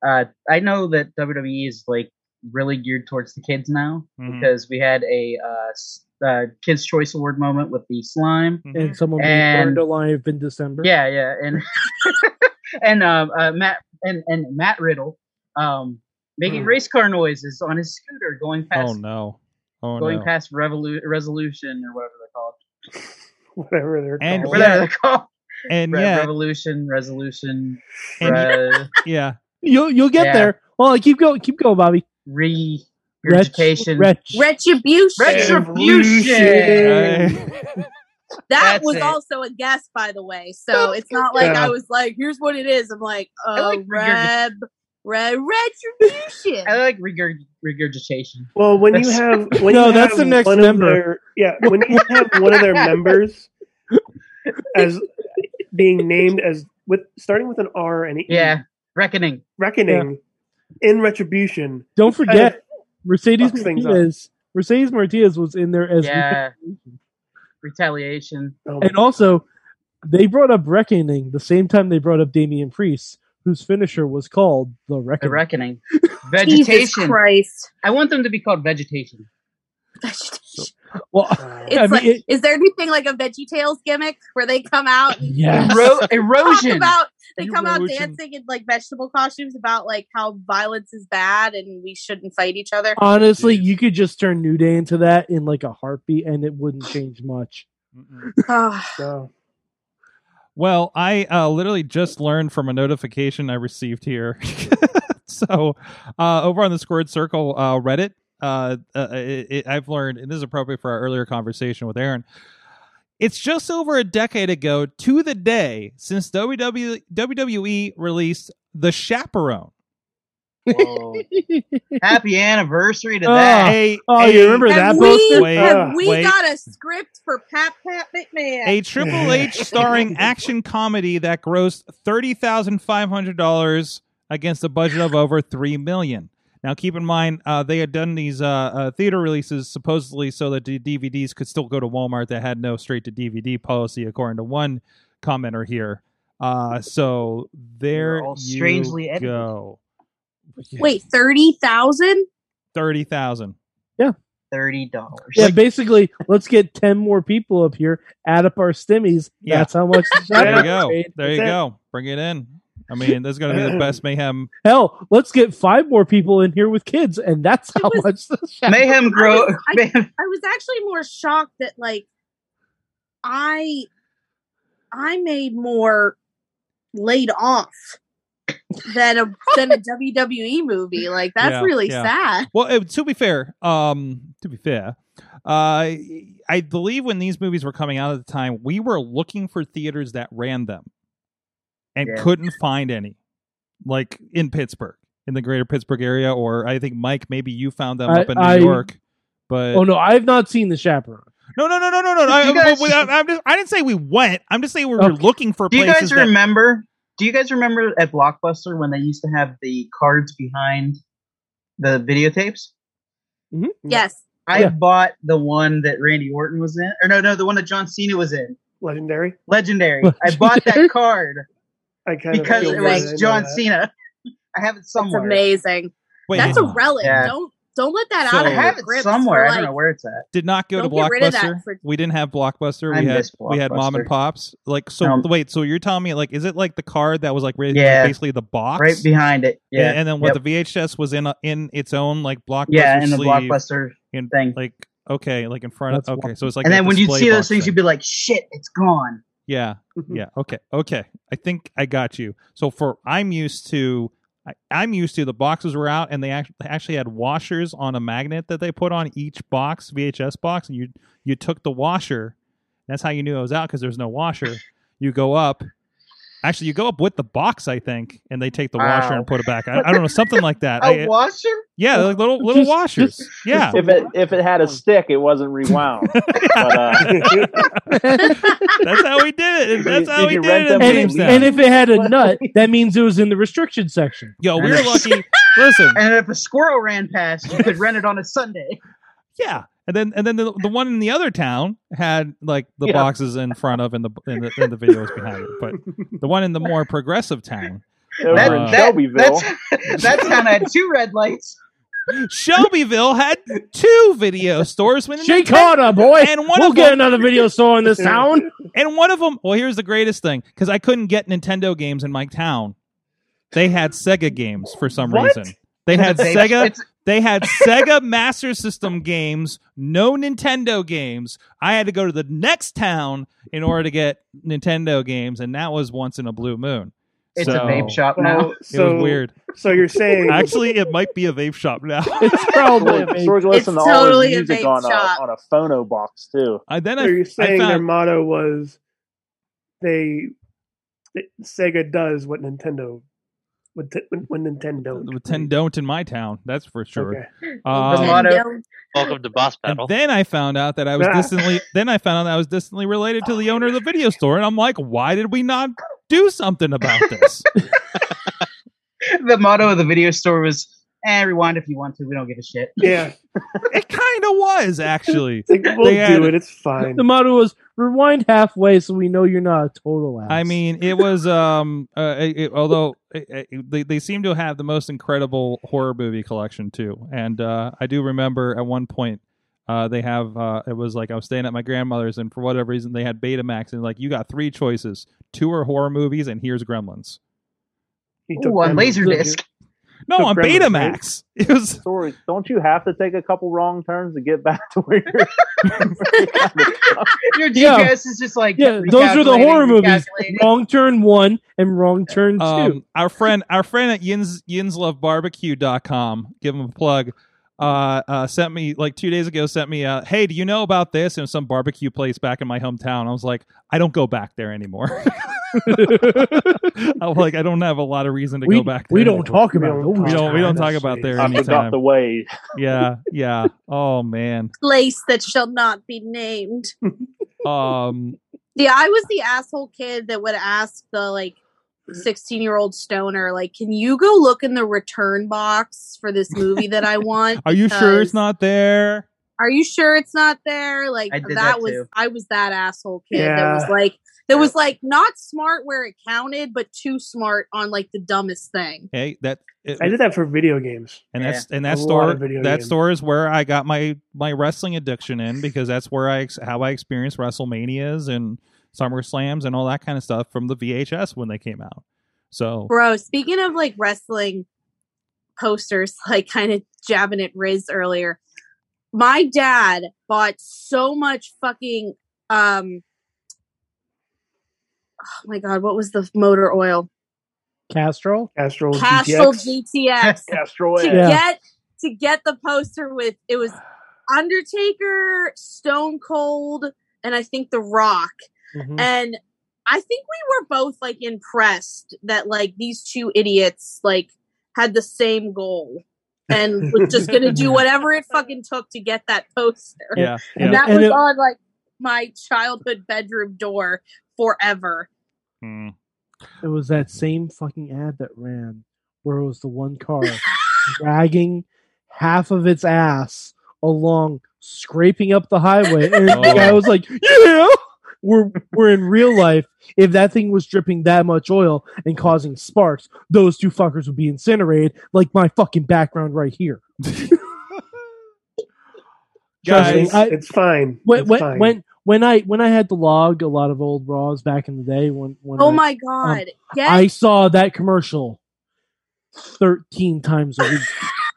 J: uh, I know that WWE is like really geared towards the kids now
B: Mhm.
J: because we had a uh, s- uh, Kids Choice Award moment with the slime
B: Mm-hmm.
D: And someone
J: And-
D: burned alive in December.
J: Yeah, yeah, and and um, uh, Matt and and Matt Riddle um, making
B: Mm.
J: race car noises on his scooter going
B: Oh
J: past
B: no. Oh
J: going
B: no.
J: past Revolu- Resolution or whatever they're called.
E: whatever they're
B: And
E: called.
J: Whatever they're
B: yet,
J: called.
B: and
J: Re-
B: yet,
J: Revolution, Resolution,
B: And yet-
J: re-
B: yeah.
D: You'll you'll get
J: Yeah.
D: there. Well, keep going, keep going, Bobby.
J: re
D: Retch-
J: education,
D: retch.
L: Retribution.
J: retribution.
L: That
J: That's
L: was
J: it.
L: also a guess, by the way. So it's not like
J: Yeah.
L: I was like, here's what it is. I'm like, uh,
J: like
L: Reb, Reb, Retribution.
J: I like regurg- regurgitation.
E: Well, when you
J: That's-
E: have when you have one of their- yeah, when you have one of their members as being named as with starting with an R and an E,
J: yeah, reckoning,
E: reckoning in retribution.
D: Don't forget, Mercedes
E: fucks things up.
D: Martinez. Mercedes Martinez was in there as
J: yeah, retaliation.
D: and also they brought up Reckoning the same time they brought up Damian Priest, whose finisher was called the
J: the
D: Reckoning.
J: reckoning, vegetation.
L: Christ!
J: I want them to be called vegetation.
D: well,
L: It's like, is there anything like a Veggie Tales gimmick where they come out? and
D: Yes.
J: Ero-
L: Talk
J: erosion.
L: about they come out
J: Erosion.
L: dancing in like vegetable costumes about like how violence is bad and we shouldn't fight each other.
D: honestly, you could just turn New Day into that in like a heartbeat, and it wouldn't change much.
J: Mm-hmm.
L: Oh.
B: Well, I uh, literally just learned from a notification I received here. so, uh, over on the Squared Circle uh, Reddit, uh, uh, it, it, I've learned, and this is appropriate for our earlier conversation with Aaron. It's just over a decade ago to the day since WW, WWE E released The Chaperone.
J: Whoa. Happy anniversary to
B: Oh,
J: that.
B: hey, oh, you hey. remember that
L: have
B: poster?
L: We,
B: Wait,
L: have we
B: wait.
L: got a script for Pat Pat McMahon?
B: A Triple H starring action comedy that grossed thirty thousand five hundred dollars against a budget of over three million. Now, keep in mind uh, they had done these uh, uh, theater releases supposedly so that the DVDs could still go to Walmart that had no straight to DVD policy, according to one commenter here. Uh, so there
J: all
B: you
J: strangely edited.
B: go.
L: Wait, thirty thousand?
B: Thirty thousand.
D: Yeah.
J: Thirty dollars.
D: Yeah, basically, let's get ten more people up here, add up our stimmies.
B: Yeah.
D: That's how much. the
B: There you
D: Chaperone
B: go.
D: made.
B: There you go. Bring it in. I mean, this is going to be the best mayhem
D: Hell, let's get five more people in here with kids, and that's how much the
J: Mayhem grow.
L: I, I was actually more shocked that like I I made more laid off than a than a WWE movie. Like that's
B: Yeah,
L: really
B: yeah.
L: sad.
B: Well, uh, to be fair, um, to be fair, uh, I believe when these movies were coming out at the time, we were looking for theaters that ran them, and
M: Yeah.
B: couldn't find any, like in Pittsburgh, in the greater Pittsburgh area, or I think Mike, maybe you found them
D: I-
B: up in New
D: I-
B: York. But
D: Oh no, I've not seen the chaperon.
B: no, no, no, no, no, no.
D: You
B: I, I-
D: guys-
B: I, I'm just, I didn't say we went. I'm just saying we were looking for
J: Do you
B: places.
J: guys
B: that-
J: remember? Do you guys remember at Blockbuster when they used to have the cards behind the videotapes?
D: Mm-hmm.
L: Yes.
J: I
L: Yeah.
J: bought the one that Randy Orton was in, or no, no, the one that John Cena was in.
E: Legendary.
J: Legendary. I bought that card
E: I kind of
J: because
E: feel
J: it
E: bad. I know
J: was John
E: that.
J: Cena. I have it
L: It's
J: somewhere.
L: amazing.
B: Wait,
L: that's
B: hang
L: a
B: on.
L: relic.
B: Yeah.
L: Don't don't let that
B: So-
L: out of
B: I have
L: your
B: it
L: grips for,
J: somewhere. I don't
L: like-
J: know where it's at.
B: Did not go to
L: Don't get rid of that
B: Blockbuster.
L: for-
B: We didn't have Blockbuster.
J: I
B: we had
J: miss
B: we had mom and
J: Blockbuster.
B: pops. Like so.
J: Um,
B: wait. So you're telling me like is it like the card that was like, ra- like,
J: Yeah.
B: basically the box
J: Right behind it. Yeah.
B: And, and then what
J: Yep.
B: the VHS was in a, in its own like Blockbuster.
J: Yeah, in the
B: sleeve,
J: Blockbuster
B: in,
J: thing.
B: Like okay, like in front of. Okay, so it's like
J: and
B: a
J: then when you
B: display
J: see
B: box
J: those things,
B: thing.
J: you'd be like, "Shit, it's gone."
B: Yeah.
J: Mm-hmm.
B: Yeah. Okay. Okay. I think I got you. So for I'm used to I, I'm used to the boxes were out and they actually actually had washers on a magnet that they put on each box VHS box and you you took the washer. That's how you knew it was out because there's no washer. You go up. Actually, you go up with the box, I think, and they take the washer
J: Wow.
B: and put it back. I, I don't know something like that. I-
J: A washer?
B: Yeah, like little little washers. yeah.
K: If it if it had a stick, it wasn't rewound. but, uh,
B: that's how we did it. That's how
K: Did
B: we
K: you
B: did
K: rent
B: it. in
K: them
D: And if,
K: James
D: and if it had a nut, that means it was in the restriction section.
B: Yo,
J: we were
B: Oh, lucky. Listen.
J: And if a squirrel ran past, you could rent it on a Sunday.
B: Yeah, and then and then the, the one in the other town had like the
J: Yeah.
B: boxes in front of and the and the, and the videos behind it, but the one in the more progressive town,
J: That-
B: uh,
J: that- That's, that town had two red lights.
B: Shelbyville had two video stores. When
D: She caught her, boy.
B: And one
D: We'll
B: of
D: get
B: them-
D: another video store in this town.
B: And one of them. Well, here's the greatest thing because I couldn't get Nintendo games in my town. They had Sega games for some
M: What?
B: reason. They
M: It's
B: had
M: a base-
B: Sega.
M: it's-
B: They had Sega Master System games, no Nintendo games. I had to go to the next town in order to get Nintendo games, and that was once in a blue moon.
J: It's a
B: So-
J: vape shop
B: Oh,
J: now.
B: it
J: So-
B: was weird.
E: So you're saying
B: actually it might be a vape shop now.
D: It's probably
K: a vape George shop. listened to all his Totally a E music vape on a- shop. on a phono box too.
B: I then
E: so
B: I,
E: you're
B: I
E: saying their
B: found
E: motto was they, that Sega does what Nintendo what, t- when, when Nintendo
B: ten don't in my town. That's for sure.
E: Okay.
B: Um,
M: Welcome to Boss Battle.
B: Then I found out that I was
M: Ah.
B: distantly. then I found out that I was distantly related to the owner of the video store, and I'm like, why did we not do something about this?
J: the motto of the video store was eh, rewind if you want to. We don't give a shit.
E: Yeah.
B: it kind of was, actually.
E: we'll
B: They had-
E: do it. It's fine.
D: The motto was rewind halfway so we know you're not a total ass.
B: I mean, it was um. Uh, it, it- although it, it- they they seem to have the most incredible horror movie collection too, and uh, I do remember at one point. Uh, they have uh, it was like I was staying at my grandmother's, and for whatever reason, they had Betamax, and like you got three choices: two are horror movies, and here's Gremlins.
E: He
J: Ooh, on Laserdisc.
B: No,
K: Took
B: on
K: Gremlins,
B: Betamax. It was
K: Sorry, don't you have to take a couple wrong turns to get back to where you're?
J: Your GPS
D: Yeah.
J: is just like
D: yeah, those are the
J: recalculating,
D: horror movies.
J: recalculating.
D: Wrong turn one and wrong turn two.
B: Um, our friend, our friend at Yins YinsLoveBarbecue.com, give him a plug. Uh, uh, sent me like two days ago. Sent me, uh, hey, do you know about this? And some barbecue place back in my hometown. I was like, I don't go back there anymore. I'm like, I don't have a lot of reason to
D: We-
B: go back. there
D: we don't
B: anymore.
D: talk about
B: We
D: those
B: don't. We don't talk
D: kinds.
B: about there.
K: I forgot
B: anytime.
K: the way.
B: Yeah, yeah. Oh man.
L: Place that shall not be named.
B: Um.
L: Yeah, I was the asshole kid that would ask the like sixteen year old stoner, like, can you go look in the return box for this movie that I want?
B: Are you sure
L: Because-
B: it's not there?
L: Are you sure it's not there? Like
B: I
L: that,
B: did that
L: was
B: too.
L: I was that asshole kid that was
B: Yeah.
L: like that was like not smart where it counted, but too smart on like the dumbest thing.
B: Hey, that it-
E: I did that for video games.
B: and that's and
E: A
B: that
E: lot
B: store
E: of video
B: that
E: games.
B: store is where I got my my wrestling addiction in because that's where I ex- how I experienced WrestleManias and SummerSlams and all that kind of stuff from the VHS when they came out. So
L: Bro, speaking of like wrestling posters, like kind of jabbing at Riz earlier, my dad bought so much fucking um oh my god, what was the motor oil?
D: Castrol?
E: Castrol
L: Castle GTX.
E: Castrol
L: to
D: Yeah.
L: get to get the poster with it was Undertaker, Stone Cold, and I think The Rock.
D: Mm-hmm.
L: And I think we were both like impressed that like these two idiots like had the same goal and was just gonna do whatever it fucking took to get that poster.
A: Yeah, yeah.
L: And that
A: And
L: was
A: it-
L: on like my childhood bedroom door forever.
B: Hmm.
D: It was that same fucking ad that ran where it was the one car dragging half of its ass along, scraping up the highway, and the
A: Oh.
D: guy was like, "Yeah." We're, we're in real life. If that thing was dripping that much oil and causing sparks, those two fuckers would be incinerated, like my fucking background right here. Trust me,
E: Guys,
D: I-
E: it's fine.
D: when,
E: it's
D: when,
E: fine.
D: when when I when I had to log a lot of old Raws back in the day, when, when
L: Oh
D: I- um,
L: my God. Yes.
D: I saw that commercial thirteen times a week.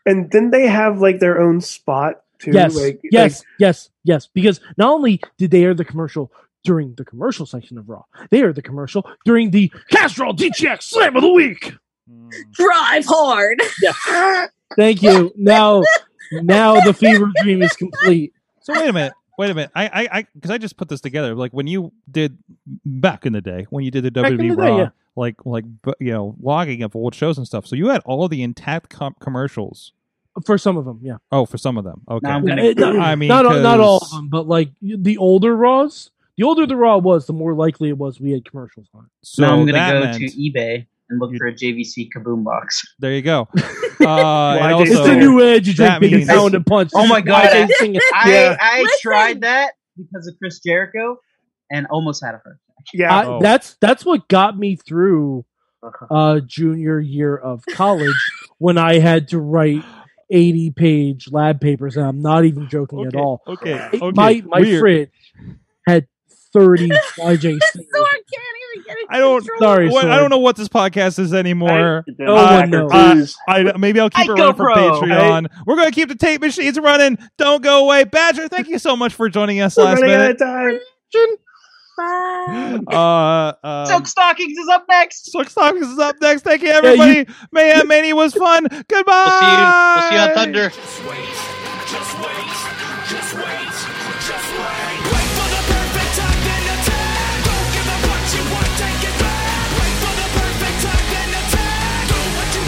E: and didn't they have like their own spot too?
D: yes,
E: Like,
D: yes, yes, yes. Because not only did they air the commercial during the commercial section of Raw, they aired the commercial during the Castrol DTX Slam of the Week.
L: Drive hard.
D: Thank you. Now, now the fever dream is complete.
B: So wait a minute. Wait a minute. I I I because I just put this together. Like when you did back in the day when you did the
D: Back in
B: WWE
D: the day,
B: Raw,
D: yeah.
B: like like bu- you know logging of old shows and stuff. So you had all the intact com- commercials.
D: For some of them, yeah. Uh,
B: Oh, for some of them. Okay.
D: No, it- not,
B: I mean,
D: not all, not all
B: 'cause-
D: of them, but like the older Raws, the older the Raw was, the more likely it was we had commercials on. it.
B: So
J: now I'm going to
B: that
J: go
B: meant-
J: to eBay and look for a JVC Kaboom box.
B: There you go. Uh, and
J: I
B: also,
J: did It's the new
D: edge. You
B: that
D: drink big
B: means-
D: and pound and punch.
J: Oh my god! I, I,
D: Yeah.
J: I tried that because of Chris Jericho and almost had a heart attack.
D: I- that's that's what got me through
B: Uh-huh.
D: uh junior year of college when I had to write 80 page lab papers and I'm not even joking at all.
B: Okay.
D: It-
B: Okay.
D: My my
B: weird.
D: fridge had 30 YJ singles.
B: I don't.
D: Sorry,
B: what- I
D: Sword.
B: don't know what this podcast is anymore.
D: I- no one knows.
B: I, I- maybe I'll keep it
D: Ico
B: running for
D: Bro.
B: Patreon. We're gonna keep the tape machines running. Don't go away, Badger. Thank you so much for joining us last
E: running
B: minute.
E: out of
L: time. Bye.
B: Uh, um,
J: Silk Stockings is up next.
B: Silk Stockings is up next. Thank you, everybody. Mayhem Mania was fun. Goodbye.
M: We'll see you. We'll see you on Thunder.
A: Just wait, just wait, just wait, just wait. Wait for the perfect time, then attack. Don't give up what you want, take it back. Wait for the perfect time, then attack. Do what you